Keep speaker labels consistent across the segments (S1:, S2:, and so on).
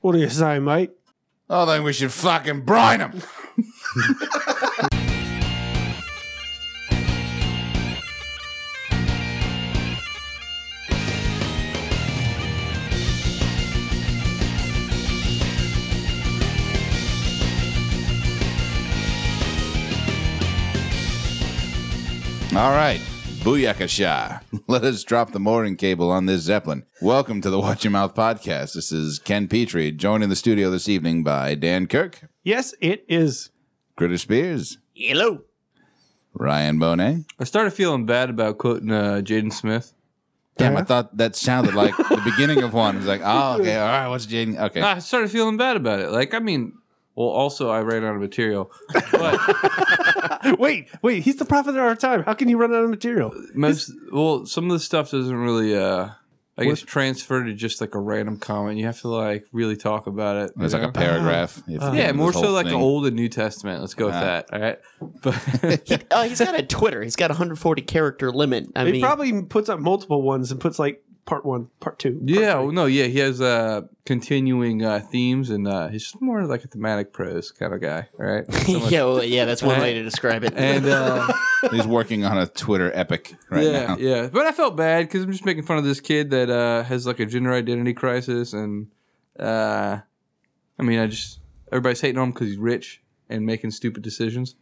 S1: What do you say, mate?
S2: I think we should fucking brine them. All right, Booyakasha. Let us drop the mooring cable on this Zeppelin. Welcome to the Watch Your Mouth podcast. This is Ken Petrie, joined in the studio this evening by Dan Kirk,
S1: Yes, it is.
S2: Critter Spears,
S3: Hello.
S2: Ryan Bonet.
S4: I started feeling bad about quoting uh, Jaden Smith.
S2: Damn, I thought that sounded like the beginning of one. It's like, oh, okay, all right, what's Jaden? Okay.
S4: I started feeling bad about it. Like, I mean, well, also I ran out of material. But
S1: Wait, wait. He's the prophet of our time. How can you run out of material?
S4: most, well, some of the stuff doesn't really, uh, I guess, transfer to just like a random comment. You have to like really talk about it.
S2: It's
S4: you
S2: like a
S4: know?
S2: paragraph. You have to get
S4: yeah,
S2: into
S4: more
S2: this
S4: so
S2: whole
S4: like the
S2: thing.
S4: Old and New Testament. Let's go with
S2: Ah.
S4: that. All right, but
S3: He, uh, he's got a Twitter. He's got a 140 character limit. I
S1: he
S3: mean,
S1: probably puts up multiple ones and puts like part one, part two. part
S4: yeah,
S1: three.
S4: well, no, yeah, he has uh, continuing uh, themes, and uh, he's more like a thematic prose kind of guy. All right, So much-
S3: yeah, well, yeah, that's one way to describe it.
S4: and. Uh,
S2: He's working on a Twitter epic right
S4: yeah,
S2: now.
S4: yeah. But I felt bad because I'm just making fun of this kid that uh, has like a gender identity crisis, and uh, I mean, I just everybody's hating on him because he's rich and making stupid decisions.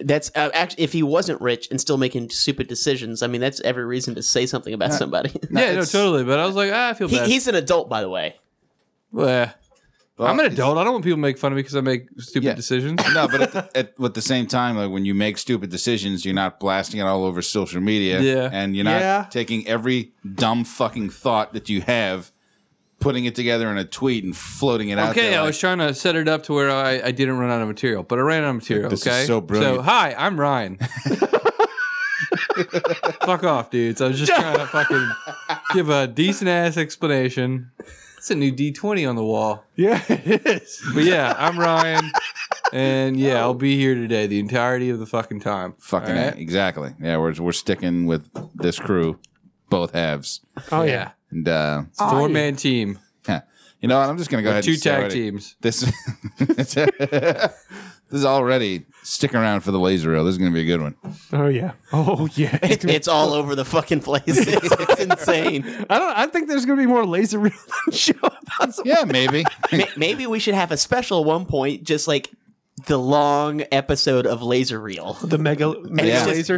S3: that's uh, actually if he wasn't rich and still making stupid decisions. I mean, that's every reason to say something about somebody.
S4: yeah, no,
S2: it's-
S4: totally. But I was like, ah, I feel
S3: he,
S4: bad.
S3: he's an adult, by the way.
S4: Well,
S2: Well,
S4: I'm an
S2: it's-
S4: adult. I don't want people to make fun of me because I make stupid
S2: Yeah.
S4: decisions.
S2: No, but at the, at, at the same time, like when you make stupid decisions, you're not blasting it all over social media.
S4: Yeah.
S2: And you're not
S1: Yeah.
S2: taking every dumb fucking thought that you have, putting it together in a tweet and floating it out
S4: Okay,
S2: there.
S4: I
S2: like,
S4: was trying to set it up to where I, I didn't run out of material, but I ran out of material.
S2: This is
S4: okay,
S2: so brilliant.
S4: So hi, I'm Ryan. Fuck off, dudes. I was just trying to fucking give a decent ass explanation. It's a new D20 on the wall,
S1: yeah, it is.
S4: but yeah, I'm Ryan, and yeah, I'll be here today the entirety of the fucking time.
S2: fucking
S4: All
S2: A.
S4: right?
S2: Exactly. Yeah, we're, we're sticking with this crew, both halves.
S1: Oh yeah.
S4: yeah,
S2: And, uh,
S4: four man team,
S2: you know what? I'm just going to go ahead
S4: two
S2: and say
S4: tag
S2: already-
S4: teams.
S2: This, this is already stick around for the laser reel. This is going to be a good one.
S1: Oh yeah. Oh yeah.
S3: It- it's all over the fucking place. It's, it's insane.
S1: I don't. I think there's gonna be more laser reel than show about some.
S2: Yeah, maybe.
S3: Ma- Maybe we should have a special at one point, just like the long episode of Laser Reel.
S1: The mega, mega
S2: Yeah.
S1: laser.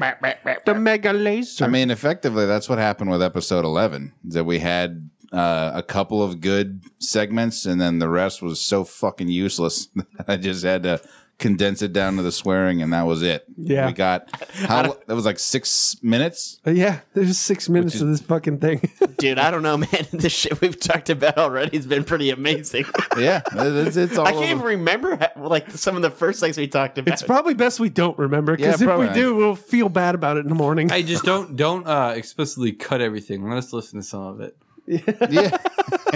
S1: The mega laser.
S2: I mean, effectively, that's what happened with episode 11 is that we had uh, a couple of good segments, and then the rest was so fucking useless. I just had to condense it down to the swearing, and that was it.
S1: Yeah.
S2: We got, how, that was like six minutes.
S1: yeah. There's six minutes of this fucking thing.
S3: Dude, I don't know, man. The shit we've talked about already has been pretty amazing.
S2: Yeah. It's, it's all
S3: I can't even
S2: over.
S3: remember how, like some of the first things we talked about.
S1: It's probably best we don't remember
S2: Yeah,
S1: because if
S2: probably
S1: we do, we'll feel bad about it in the morning.
S4: Hey, just don't don't uh, explicitly cut everything. Let us listen to some of it.
S2: Yeah.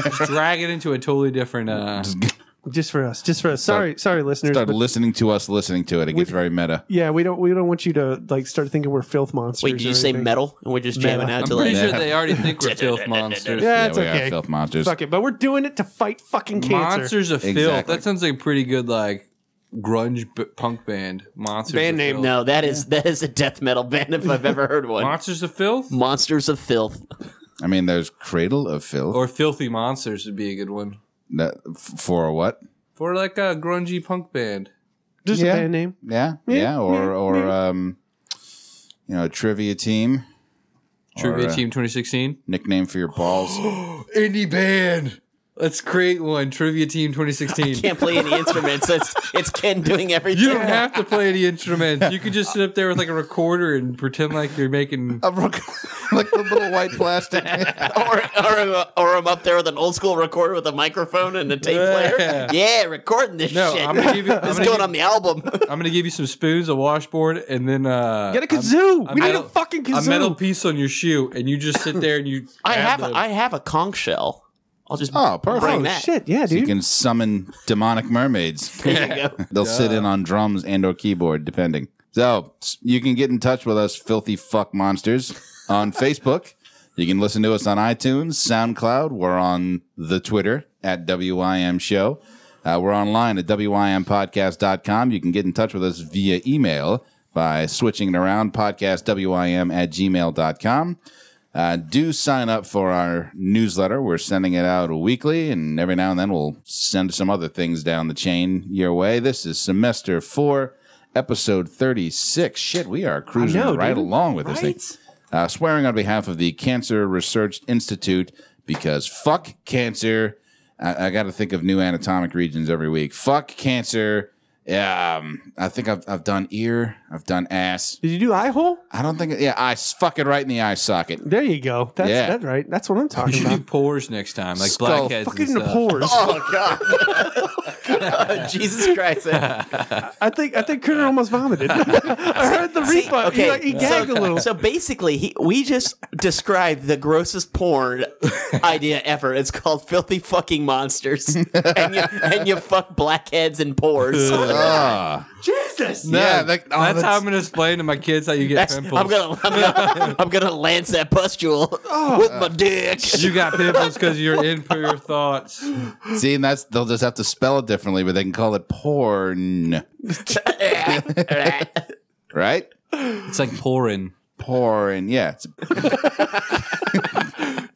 S4: Just drag it into a totally different. Uh,
S1: just for us. Just for us. Sorry, sorry, listeners.
S2: Start
S1: but
S2: listening to us listening to it. It gets very meta.
S1: yeah, we don't. We don't want you to like start thinking we're filth monsters.
S3: Wait, did
S1: or
S3: you say
S1: anything.
S3: metal? And we're just jamming
S1: Metal.
S3: out
S4: I'm
S3: to like
S4: pretty sure they already think we're filth monsters.
S1: Yeah, it's
S2: we are
S1: okay.
S2: filth monsters.
S1: Fuck it, but we're doing it to fight fucking cancer.
S4: Monsters of filth.
S2: Exactly.
S4: That sounds like a pretty good like grunge b- punk band. Monsters
S1: Band
S4: of
S1: name,
S4: filth.
S3: No, that is that is a death metal band if I've ever heard one.
S4: Monsters of filth
S3: Monsters of Filth.
S2: I mean, there's Cradle of Filth
S4: or filthy monsters would be a good one
S2: that, f- for what?
S4: for like a grungy punk band.
S1: Just
S2: Yeah.
S1: a band name.
S2: Yeah, yeah, or or um, you know, trivia team
S4: Trivia
S2: Or, uh,
S4: Team 2016.
S2: nickname for your balls.
S4: Indie band. Let's create one. Trivia Team 2016.
S3: Can't play any instruments. It's it's Ken doing everything.
S4: You don't have to play any instruments. You could just sit up there with like a recorder and pretend like you're making.
S2: A rook- like the little white plastic.
S3: or, or, or I'm up there with an old school recorder with a microphone and a tape player.
S4: Yeah.
S3: Yeah, recording this
S4: No,
S3: shit.
S4: I'm gonna give you. I'm
S3: It's
S4: gonna
S3: going
S4: give-
S3: on the album.
S4: I'm gonna give you some spoons, a washboard, and then uh,
S1: Get a kazoo. we need
S4: metal-
S1: a fucking
S4: a
S1: kazoo. Oh,
S4: metal piece on your shoe, and you just sit there and you.
S3: I
S4: grab
S3: have
S4: them.
S3: I have a conch shell. I'll just
S2: Oh, perfect.
S3: bring
S1: Oh,
S3: that.
S1: Shit, yeah,
S2: You
S1: dude.
S2: can summon demonic mermaids.
S3: There you go.
S2: They'll sit in on drums and or keyboard, depending. So s- you can get in touch with us, filthy fuck monsters, on Facebook. You can listen to us on iTunes, SoundCloud. We're on the Twitter at WIM Show. Uh, we're online at WIMPodcast.com. You can get in touch with us via email by switching it around, podcast WIM at gmail.com. Uh, do sign up for our newsletter. We're sending it out weekly, and every now and then we'll send some other things down the chain your way. This is semester four, episode 36. Shit, we are cruising
S1: know,
S2: right
S1: dude.
S2: along with this
S3: Right?
S2: thing. Uh, swearing on behalf of the Cancer Research Institute because fuck cancer. I, I got to think of new anatomic regions every week. Fuck cancer. Um, I think I've, I've done ear, I've done ass.
S1: Did you do eye hole?
S2: I don't think, yeah, I fuck it right in the eye socket.
S1: There you go. That's
S2: Yeah.
S1: that's right. That's what I'm
S4: You uh,
S1: talking
S4: should do
S1: about.
S4: pores next time, like
S2: Skull.
S4: blackheads.
S1: Fucking
S4: and
S1: the
S4: stuff.
S1: pores.
S3: Oh, Jesus Christ. I-
S1: I think I think Critter almost vomited. I heard the
S3: See,
S1: refund. He, like, he gagged
S3: so,
S1: a little.
S3: So basically, he, we just described the grossest porn idea ever. It's called filthy fucking monsters, and you, and you fuck blackheads and pores.
S2: Ah.
S1: Jesus.
S2: yeah, like, oh,
S4: that's, how
S2: that's-
S4: I'm gonna explain to my kids how you get
S3: That's- I'm
S4: pimples.
S3: gonna, I'm gonna, I'm gonna lance that pustule with my dick.
S4: You got pimples because you're impure thoughts.
S2: see, and that's they'll just have to spell it differently, but they can call it porn, right?
S4: It's like pouring.
S2: Porn, yeah, it's,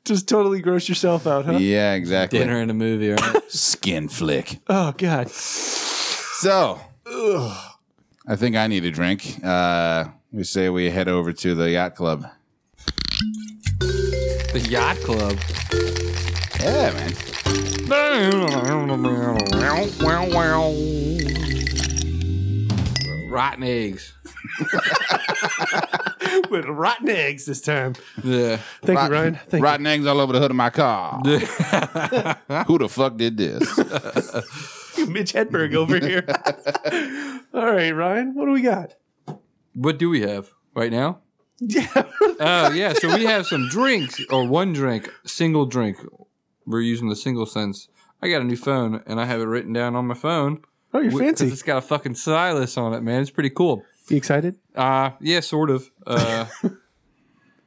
S1: Just totally gross yourself out, huh?
S2: yeah, exactly.
S4: Dinner and a movie, right?
S2: Skin flick.
S1: Oh God.
S2: So, I think I need a drink. Uh, we say we head over to the yacht club.
S4: the yacht club.
S2: Yeah, man.
S4: Rotten eggs.
S1: With rotten eggs this time.
S4: Yeah.
S1: Thank
S2: Rotten-
S1: you, Ryan. Thank
S2: Rotten eggs all over the hood of my car. Who the fuck did this?
S1: you, Mitch Hedberg over here. All right, Ryan. What do we got?
S4: what do we have right now?
S1: Yeah.
S4: Oh yeah, so we have some drinks or one drink, single drink. We're using the single sense. I got a new phone and I have it written down on my phone.
S1: Oh, you're
S4: Because
S1: fancy.
S4: it's got a fucking stylus on it, man. It's pretty cool.
S1: You excited?
S4: Uh yeah, sort of. Uh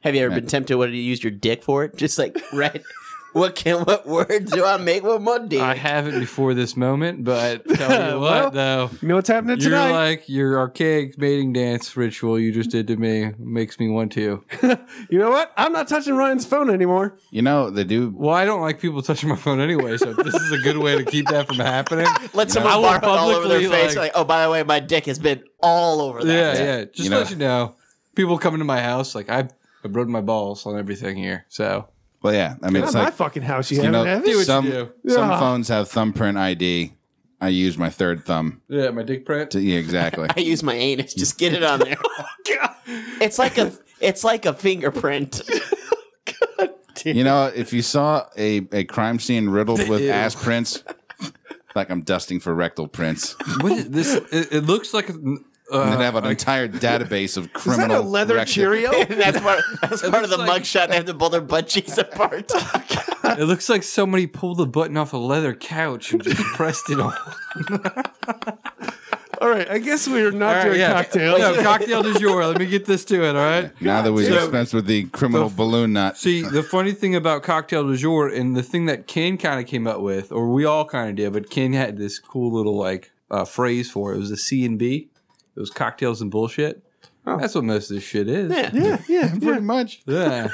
S3: Have you ever been tempted? What did you use your dick for? Just like right. What can what word do I make with my dick?
S4: I haven't before this moment, but tell you
S1: Well,
S4: what though.
S1: You know what's happening
S4: You're
S1: tonight?
S4: like your archaic mating dance ritual you just did to me makes me want to.
S1: you know what? I'm not touching Ryan's phone anymore.
S2: You know, they do.
S4: Well, I don't like people touching my phone anyway, so this is a good way to keep that from happening.
S3: Let
S4: I
S3: someone
S4: will
S3: barf it all over their
S4: publicly,
S3: face.
S4: like-
S3: Like, oh, by the way, my dick has been all over
S4: Yeah,
S3: that.
S4: yeah. Just
S2: You know-
S4: let you know, people coming to my house, like I, I rode my balls on everything here. So
S2: Well, yeah. I mean,
S1: Not
S2: it's
S1: my
S2: like
S1: fucking house. You,
S2: you
S1: haven't
S2: know,
S1: have
S4: Do
S1: it?
S4: what you
S2: some
S4: do.
S2: some
S1: Yeah.
S2: phones have thumbprint ID. I use my third thumb.
S4: yeah, my dick print.
S2: To, yeah, exactly.
S3: I use my anus. Just get it on there. It's like a it's like a fingerprint.
S2: you know, if you saw a, a crime scene riddled with ass prints, like I'm dusting for rectal prints,
S4: What is this? It, it looks like. an-
S2: and
S4: Uh,
S2: then have an entire database of
S1: Is
S2: criminal
S1: that a leather
S2: rectal-
S1: Cheerio?
S3: And that's part that's part of the
S4: looks like-
S3: mugshot. They have to pull their butt cheeks apart.
S4: it looks like somebody pulled the button off a leather couch and just pressed it on.
S1: All right. I guess we're not
S4: All right,
S1: doing
S4: yeah.
S1: cocktails.
S4: No, cocktail du jour. Let me get this to it. All right.
S2: Now that we've
S4: So-
S2: dispensed with the criminal
S4: So-
S2: balloon nut,
S4: See, the funny thing about cocktail du jour and the thing that Ken kind of came up with, or we all kind of did, but Ken had this cool little like uh, phrase for it. It was a C and B. It was cocktails and bullshit. That's what most of this shit is.
S3: Yeah.
S1: Yeah, yeah,
S2: pretty
S1: yeah.
S2: much.
S4: Yeah.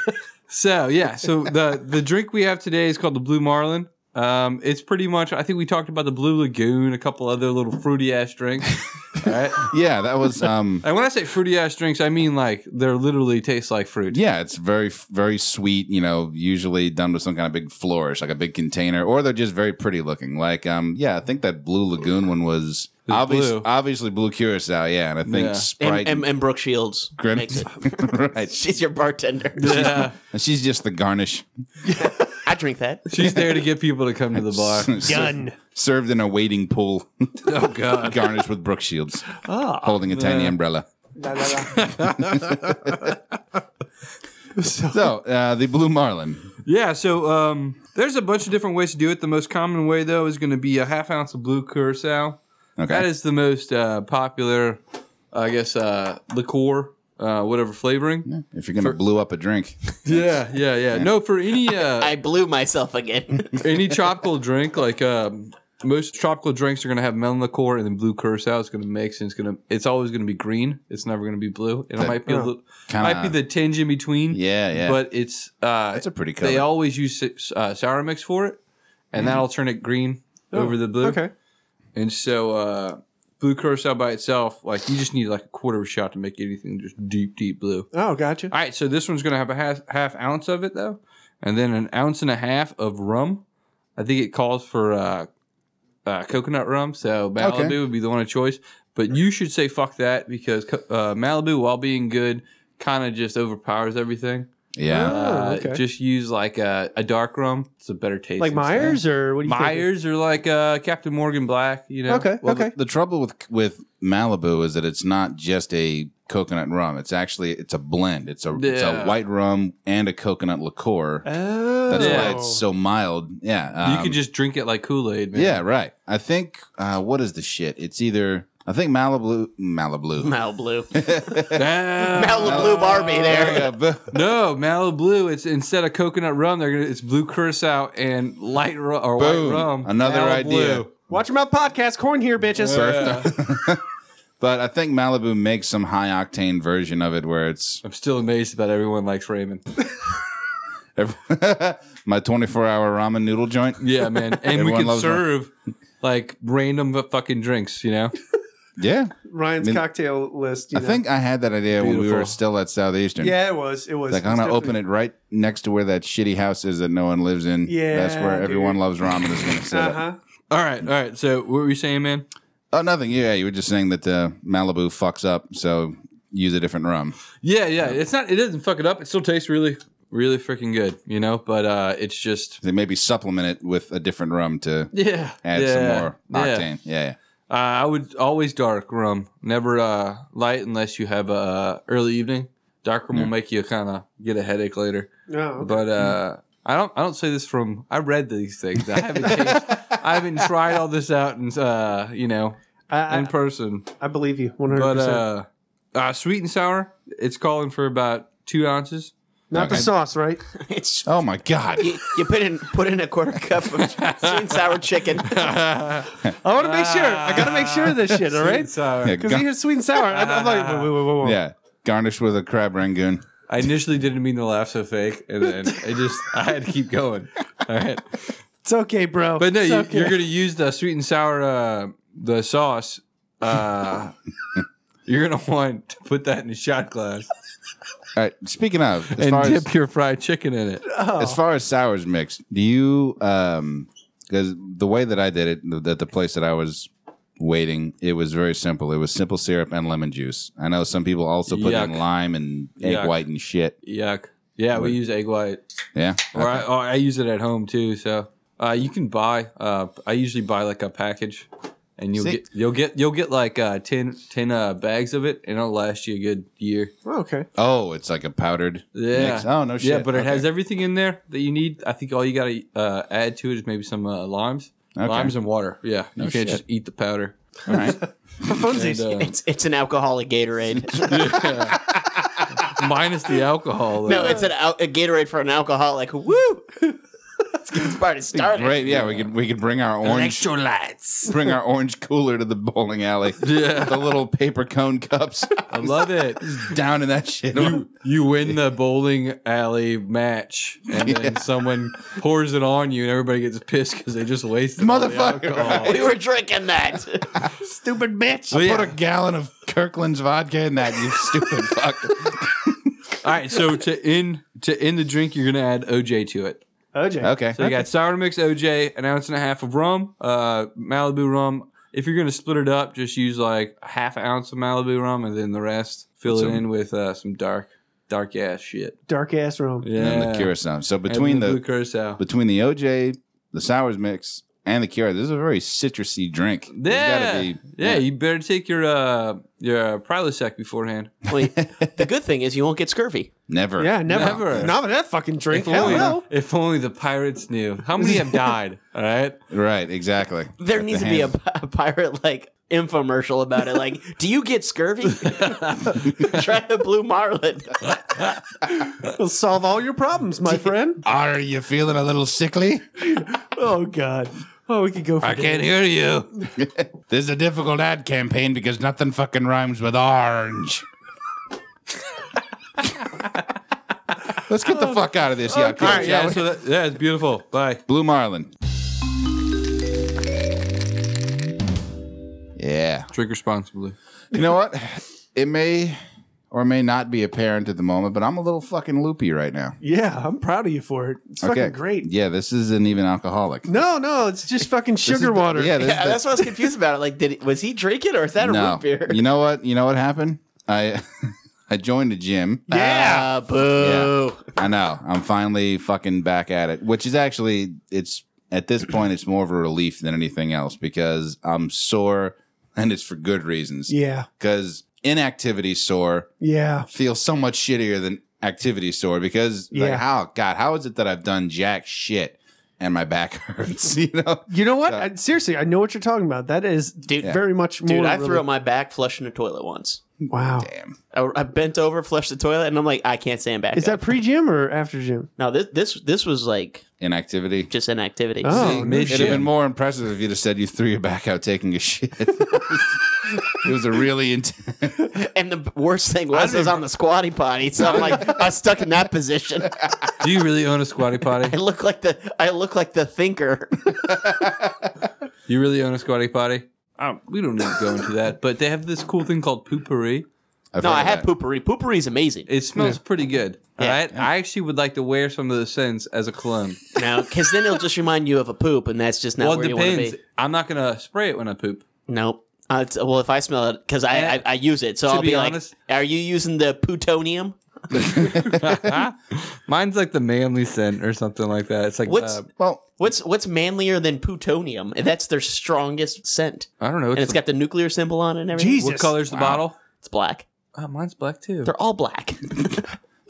S4: so yeah, so the the drink we have today is called the Blue Marlin. Um, it's pretty much. I think we talked about the Blue Lagoon, a couple other little fruity ass drinks. All right.
S2: Yeah, that was. um
S4: And when I say fruity ass drinks, I mean like they're literally taste like fruit.
S2: Yeah, it's very very sweet. You know, usually done with some kind of big flourish, like a big container, or they're just very pretty looking. Like, um, yeah, I think that Blue Lagoon one was.
S4: was
S2: Obvious,
S4: blue.
S2: obviously blue curacao, yeah, and I think
S4: Yeah.
S2: Sprite
S3: And, and, and Brooke Shields
S2: Grim-
S3: makes it.
S2: right.
S3: She's your bartender.
S4: Yeah.
S2: And she's just the garnish.
S3: I drink that.
S4: She's there to get people to come to the bar.
S1: Gun.
S2: Served in a wading pool,
S4: Oh god.
S2: garnished with Brooke Shields,
S4: Ah.
S2: holding a tiny umbrella. So, uh, the Blue Marlin.
S4: Yeah, so um, there's a bunch of different ways to do it. The most common way, though, is going to be a half ounce of blue curacao.
S2: Okay.
S4: That is the most uh, popular, I guess, uh, liqueur uh, whatever flavoring.
S2: If you're gonna blew up a drink,
S4: Yeah, yeah, yeah. No, for any uh,
S3: I blew myself again.
S4: any tropical drink, like um, most tropical drinks are gonna have melon liqueur and then blue curacao. It's gonna mix and it's gonna it's always gonna be green. It's never gonna be blue. And it
S2: That-
S4: might be a little,
S2: Kinda-
S4: might be the tinge in between.
S2: yeah, yeah,
S4: But it's uh,
S2: that's a pretty color. Mm-hmm.
S4: they always use s- uh, sour mix for it, and that'll turn it green over the blue.
S1: Okay.
S4: And so uh, blue curacao by itself, like you just need like a quarter of a shot to make anything just deep, deep blue.
S1: Oh, gotcha.
S4: All right, so this one's gonna have a half half ounce of it though, and then an ounce and a half of rum. I think it calls for uh, uh, coconut rum, so Malibu
S2: Okay.
S4: would be the one of choice. But you should say fuck that because co- uh, Malibu, while being good, kind of just overpowers everything.
S2: yeah,
S4: Uh,
S1: Oh, okay.
S4: Just use like uh, a, a dark rum; it's a better taste.
S1: like
S4: and stuff.
S1: Myers or what do you think?
S4: Myers or like uh, Captain Morgan Black. You know,
S1: Okay.
S2: Well,
S1: okay.
S2: The, the trouble with with Malibu is that it's not just a coconut rum. It's actually it's a blend. It's a it's a
S4: Yeah.
S2: white rum and a coconut liqueur.
S1: oh.
S2: That's
S4: Yeah.
S2: why it's so mild. Yeah,
S4: you
S2: um,
S4: could just drink it like Kool Aid.
S2: yeah, right. I think uh, what is the shit? It's either I think Malibu Malibu.
S3: Mal blue.
S4: Malibu.
S3: Malibu Barbie there.
S2: Yeah, but-
S4: No, Malibu. It's instead of coconut rum, they're gonna it's blue curacao and light rum or
S2: Boom.
S4: white rum.
S2: Another
S4: Malibu.
S2: idea.
S1: Watch your mouth podcast. Corn here, bitches.
S2: but I think Malibu makes some high octane version of it where it's
S4: I'm still amazed about everyone likes Raymond.
S2: my 24 hour ramen noodle joint.
S4: Yeah, man, and we
S2: Everyone
S4: can
S2: loves Ra-
S4: serve like random fucking drinks. You know,
S2: Yeah.
S1: Ryan's
S2: I mean,
S1: cocktail list. You
S2: I
S1: know.
S2: think I had that idea when we
S4: Beautiful.
S2: were still at Southeastern.
S1: Yeah, it was. It was.
S2: Like, I'm going to open it right next to where that shitty house is that no one lives in.
S1: Yeah,
S2: That's where everyone
S1: dude.
S2: loves ramen is going to sit.
S1: Uh
S2: up.
S1: huh.
S4: all right, all right. So what were you saying, man?
S2: Oh, nothing. Yeah, you were just saying that uh, Malibu fucks up, so use a different rum.
S4: Yeah, yeah. It's not. It doesn't fuck it up. It still tastes really, really freaking good. You know, but uh it's just
S2: They maybe supplement it with a different rum to
S4: yeah.
S2: add
S4: yeah,
S2: some more
S4: yeah.
S2: octane. Yeah, yeah.
S4: Uh, I would always dark rum, never uh, light unless you have uh, early evening. Dark rum will make you kind of get a headache later.
S1: No.
S4: But uh, I don't. I don't say this from. I read these things. I haven't. changed, I haven't tried all this out and uh, you know
S1: I,
S4: in
S1: I,
S4: person.
S1: I believe you 100%.
S4: But uh, uh, sweet and sour. It's calling for about two ounces.
S1: Not the
S2: okay.
S1: sauce, right?
S3: It's
S2: Oh my god.
S3: you, you put in put in a quarter cup of sweet and sour chicken.
S1: I want to make sure. I got to make sure of this shit, all right?
S4: sour.
S2: Yeah,
S1: Because
S2: gar-
S1: you hear sweet and sour. I'm, I'm like, whoa, whoa, whoa, whoa, whoa.
S2: yeah, garnished with a crab rangoon.
S4: I initially didn't mean to laugh so fake, and then I just I had to keep going. All right.
S1: It's okay, bro.
S4: But no,
S1: It's
S4: you,
S1: okay.
S4: you're gonna use the sweet and sour uh, the sauce. Uh, you're gonna want to put that in a shot glass
S2: All right. Speaking of, as,
S4: and
S2: far as,
S4: dip your fried chicken in it.
S2: as far as sours mixed, do you? Um, because the way that I did it, that the place that I was waiting, it was very simple. It was simple syrup and lemon juice. I know some people also put in
S4: Yuck.
S2: lime and egg
S4: Yuck.
S2: white and shit.
S4: Yuck. Yeah, we use egg white,
S2: Yeah.
S4: or I, or I use it at home too. So uh, you can buy. Uh, I usually buy like a package, and you'll
S2: See-
S4: get you'll get you'll get like uh, 10, 10 uh, bags of it, and it'll last you a good year.
S1: Oh, okay.
S2: Oh, it's like a powdered.
S4: Yeah.
S2: Mix. Oh no shit.
S4: Yeah, but it
S2: Okay.
S4: has everything in there that you need. I think all you gotta uh, add to it is maybe some uh, limes,
S2: Okay.
S4: limes and water. Yeah, you
S2: No
S4: can't
S2: shit.
S4: just eat the powder.
S2: All right.
S1: For funsies.
S4: And, uh,
S3: It's it's an alcoholic Gatorade.
S4: minus the alcohol.
S3: No,
S4: though.
S3: it's an al- a Gatorade for an alcoholic. Woo! Let's get this party started.
S2: Great. Yeah, we could we could bring our orange
S3: Electrolytes.
S2: bring our orange cooler to the bowling alley.
S4: Yeah.
S2: The little paper cone cups
S4: I love it.
S2: down in that shit.
S4: You, you win the bowling alley match, and then someone pours it on you, and everybody gets pissed because they just wasted all the
S2: Motherfucker,
S4: alcohol.
S2: right?
S3: We were drinking that.
S1: Stupid bitch.
S4: So, Oh, yeah.
S2: Put a gallon of Kirkland's vodka in that, you stupid fuck.
S4: All right, so to end to end the drink, you're gonna add OJ to it.
S1: OJ.
S2: Okay.
S4: So you got sour mix OJ, an ounce and a half of rum, uh, Malibu rum. If you're gonna split it up, just use like a half ounce of Malibu rum, and then the rest fill
S2: Some-
S4: it in with uh, some dark, dark ass shit.
S1: Dark ass room.
S4: Yeah,
S2: And the curacao. So
S4: And
S2: between
S4: blue
S2: the
S4: curacao.
S2: between the OJ, the sours mix, and the curacao, this is a very citrusy drink. There's
S4: Yeah,
S2: gotta be-
S4: yeah, You better take your uh your Prilosec beforehand.
S3: Wait, the good thing is you won't get scurvy.
S2: Never.
S1: Yeah, never.
S4: Never.
S1: Not with that fucking drink.
S4: If
S1: Hell
S4: only,
S1: no.
S4: if only the pirates knew how many have died. All right,
S2: Right. Exactly.
S3: There
S2: At
S3: needs
S2: the
S3: to be a,
S2: hand-
S3: a pirate like infomercial about it. Like, do you get scurvy? Try the blue marlin.
S1: It'll solve all your problems, my friend.
S2: Are you feeling a little sickly?
S1: Oh God. Oh, we could go. For
S2: I can't hear you. this is a difficult ad campaign because nothing fucking rhymes with orange. Let's get the fuck out of this, yuck.
S4: All right, yeah, so that, yeah, it's beautiful. Bye.
S2: Blue Marlin. Yeah.
S4: Drink responsibly.
S2: You know what? It may or may not be apparent at the moment, but I'm a little fucking loopy right now.
S1: Yeah, I'm proud of you for it. It's fucking great.
S2: Yeah, this isn't even alcoholic.
S1: No, no, it's just fucking
S2: This is
S1: sugar
S2: the-
S1: water.
S2: yeah, this
S3: Yeah,
S2: is the-
S3: that's what I was confused about. It Like, did it, was he drinking or is that a root beer?
S2: You know what? You know what happened? I I joined a gym.
S1: Yeah.
S3: Ah, boo.
S2: I know. I'm finally fucking back at it, which is actually it's at this point it's more of a relief than anything else because I'm sore and it's for good reasons.
S1: yeah,
S2: Cuz inactivity sore
S1: yeah.
S2: feels so much shittier than activity sore because like
S1: Yeah.
S2: how god how is it that I've done jack shit and my back hurts, you know?
S1: You know what?
S2: Yeah.
S1: I, seriously, I know what you're talking about. That is
S3: Dude,
S1: very much more.
S3: Dude, I threw
S1: really-
S3: up my back flushing the toilet once.
S1: Wow.
S2: Damn.
S3: I, I bent over, flushed the toilet, and I'm like, I can't stand back.
S1: Is that pre gym or after gym?
S3: no? This this this was like
S2: Inactivity.
S3: just inactivity.
S1: Oh,
S4: See,
S1: no
S2: It'd have
S4: mid-shit.
S2: been more impressive if you'd have said you threw your back out taking a shit. it was a really intense.
S3: And the worst thing was, I was on the squatty potty, so I'm like, I was stuck in that position.
S4: Do you really own a squatty potty?
S3: I look like the I look like the thinker.
S4: You really own a squatty potty? Um, we don't need to go into that, but they have this cool thing called poopery.
S3: no, I had poopery. Poopery is amazing.
S4: It smells pretty good.
S3: Yeah.
S4: All right, I actually would like to wear some of the scents as a cologne.
S3: now, because then it'll just remind you of a poop, and that's just not
S4: well,
S3: where
S4: it
S3: you want to
S4: depends.
S3: be.
S4: I'm not gonna spray it when I poop.
S3: Nope. Uh, it's- well, if I smell it, because I, I
S4: And-
S3: I use it, so
S4: to
S3: I'll be,
S4: be
S3: like,
S4: honest-
S3: "Are you using the plutonium?"
S4: Mine's like the manly scent or something like that. It's like
S3: What's
S4: uh,
S2: Well,
S3: What's what's manlier than plutonium? And that's their strongest scent,
S4: I don't know.
S3: and it's got the nuclear symbol on it and everything.
S1: Jeez.
S4: what
S1: Jesus.
S4: color's the bottle?
S3: It's black.
S4: Oh, mine's black too.
S3: They're all black.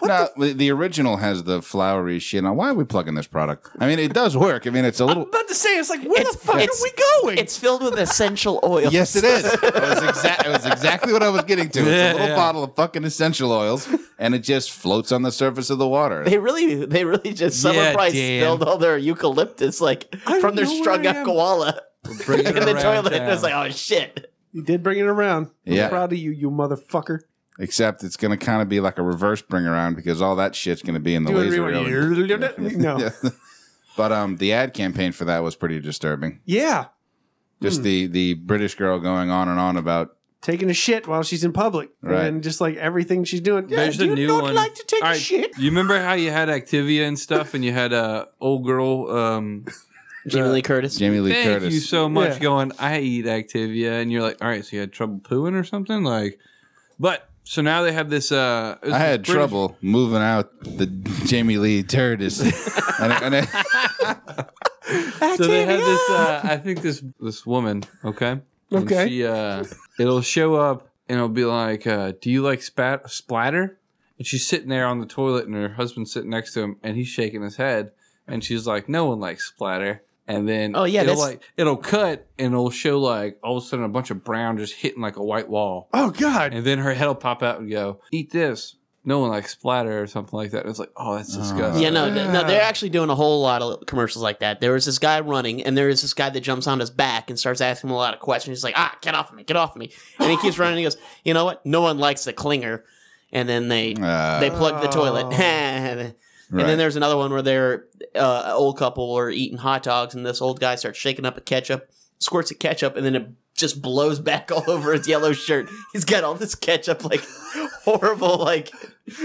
S2: no, the, the original has the flowery shit. Now, why are we plugging this product? I mean, it does work. I mean, it's a little.
S1: about to say, it's like, where
S3: It's- it's-
S1: going?
S3: it's filled with essential oils.
S2: Yes, it is. It was, exa- it was exactly what I was getting to. It's a
S4: Yeah,
S2: little
S4: yeah.
S2: bottle of fucking essential oils, and it just floats on the surface of the water.
S3: They really, they really just summer
S4: Yeah,
S3: price
S4: Dan.
S3: spilled all their eucalyptus like
S1: I
S3: from their
S1: know where
S3: strung
S1: I
S3: up
S1: am.
S3: koala
S4: Bring
S3: in
S4: it
S3: the
S4: around
S3: toilet.
S4: town.
S3: And it's like, oh shit.
S1: you did bring it around. I'm
S2: Yeah.
S1: proud of you, you motherfucker.
S2: Except it's going to kind of be like a reverse bring around because all that shit's going to be in the laser reel.
S1: no. Yeah.
S2: But um, the ad campaign for that was pretty disturbing. Just the the British girl going on and on about
S1: Taking a shit while she's in public.
S2: Right.
S1: And just like everything she's doing. Yeah,
S4: There's
S1: do
S4: a
S1: you
S4: new
S1: not
S4: one.
S1: like to take
S4: All
S1: a
S4: right,
S1: shit?
S4: You remember how you had Activia and stuff, and you had a uh, old girl. Um,
S3: Jamie Lee Curtis.
S2: Jamie Lee
S4: thank
S2: Curtis.
S4: you so much.
S1: Yeah.
S4: Going, I eat Activia, and you're like, all right, so you had trouble pooing or something, like, but so now they have this. Uh,
S2: I had trouble moving out the Jamie Lee Curtis. and, I- and I-
S4: So they had this. Uh, I think this this woman. Okay. And
S1: Okay.
S4: She, uh, it'll show up and it'll be like, uh, "Do you like spat splatter?" And she's sitting there on the toilet, and her husband's sitting next to him, and he's shaking his head, and she's like, "No one likes splatter." And then
S3: Oh, yeah,
S4: it'll
S3: that's-
S4: like it'll cut and it'll show like all of a sudden a bunch of brown just hitting like a white wall,
S1: Oh, God.
S4: and then her head'll pop out and go, "Eat this." No one likes splatter or something like that. And it's like, oh, that's disgusting.
S3: Yeah, no, th- no, they're actually doing a whole lot of commercials like that. There was this guy running, and there is this guy that jumps on his back and starts asking him a lot of questions. He's like, "Ah, get off of me, get off of me!" And he keeps running. And he goes, "You know what? No one likes the clinger." And then they
S2: uh,
S3: they plug the toilet.
S1: Oh.
S3: and
S2: Right.
S3: then there's another one where they're uh, an old couple were eating hot dogs, and this old guy starts shaking up a ketchup, squirts a ketchup, and then it just blows back all over his yellow shirt. He's got all this ketchup, like horrible, like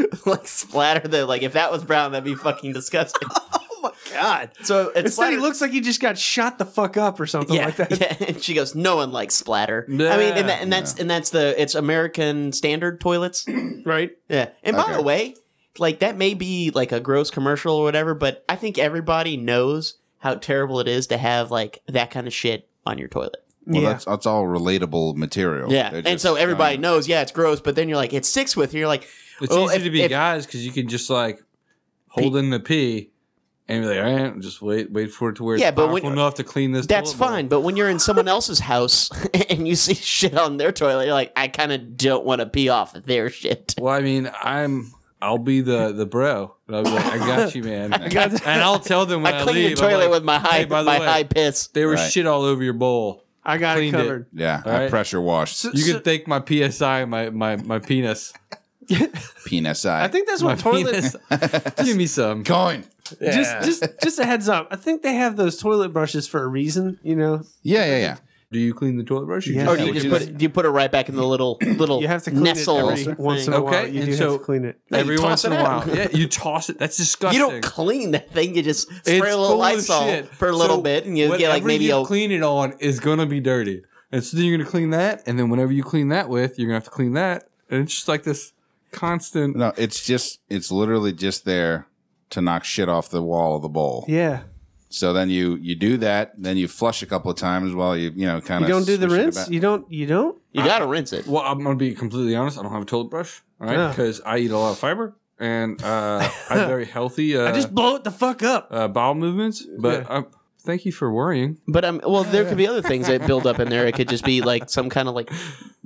S3: like splatter. That like if that was brown, that'd be fucking disgusting.
S1: Oh, my God.
S3: So it's
S1: Instead, he
S3: splatter.
S1: looks like he just got shot the fuck up or something
S3: yeah,
S1: like that.
S3: yeah, and she goes, "No one likes splatter." I
S4: Yeah.
S3: mean, and, that, and that's and that's the it's American standard toilets.
S1: Right?
S3: Yeah. And by
S2: Okay.
S3: the way, like that may be like a gross commercial or whatever, but I think everybody knows how terrible it is to have like that kind of shit on your toilet.
S2: well,
S1: yeah.
S2: that's, that's all relatable material.
S3: Yeah.
S2: Oh, They're
S3: and
S2: just um,
S3: so everybody
S2: trying-
S3: knows, yeah, it's gross, but then you're like, it sticks with you. You're like,
S4: It's
S3: Well,
S4: easy
S3: if-
S4: to be
S3: if-
S4: guys because you can just like hold in the pee and be like, all right, just wait, wait for it to where
S3: Yeah,
S4: it's
S3: but
S4: powerful
S3: when-
S4: enough to clean this.
S3: That's
S4: toilet bowl.
S3: fine, but when you're in someone else's house and you see shit on their toilet, you're like, I kind of don't want to pee off their shit.
S4: Well, I mean, I'm I'll be the the bro. And I'll be like, I got you, man. and
S3: got-
S4: I'll tell them when I,
S3: I clean
S4: leave.
S3: your toilet
S4: I'm like,
S3: with my high,
S4: "Hey, by the
S3: my
S4: way,
S3: high piss.
S4: There was
S2: Right.
S4: shit all over your bowl.
S1: I got it
S4: Cleaned it.
S1: covered.
S2: Yeah,
S4: All
S2: I
S4: right.
S2: pressure washed
S4: You can thank my PSI, my my my penis.
S2: penis.
S1: I think that's
S4: My
S1: what toilets.
S4: penis. Give me some.
S2: coin.
S1: Just, just, just a heads up. I think they have those toilet brushes for a reason. You know,
S2: Yeah, yeah, yeah.
S4: Do you clean the toilet brush? You
S1: Yeah.
S4: just-
S3: Or do Oh, you
S2: which
S3: just
S2: is-
S3: put it, do you put it right back in the little little
S1: you have to clean
S3: nestle?
S1: it every once in
S3: thing?
S1: a
S4: Okay,
S1: while. You
S4: and
S1: do
S4: so-
S1: have to clean it.
S3: you
S4: Every
S3: toss
S4: once in
S3: it
S4: a
S3: out.
S4: while. yeah, you toss it. That's
S3: You
S4: disgusting.
S3: don't clean that thing. You just spray
S4: It's
S3: a little
S4: full of
S3: Lysol
S4: shit.
S3: per little
S4: So
S3: bit, and you get
S4: whatever
S3: like maybe
S4: you
S3: a
S4: clean it on is gonna be dirty. And so then you're gonna clean that, and then whenever you clean that with, you're gonna have to clean that, and it's just like this constant.
S2: No, it's just it's literally just there to knock shit off the wall of the bowl.
S1: Yeah,
S2: So then you you do that, then you flush a couple of times while you you know kind
S1: you
S2: of
S1: don't do the rinse. You don't. You don't.
S3: you gotta rinse it.
S4: Well, I'm gonna be completely honest. I don't have a toilet brush, all right?
S1: Yeah.
S4: Because I eat a lot of fiber, and uh, I'm very healthy. Uh,
S1: I just blow it the fuck up.
S4: uh, bowel movements. But uh, thank you for worrying.
S3: But um, well, there could be other things that build up in there. It could just be like some kind of like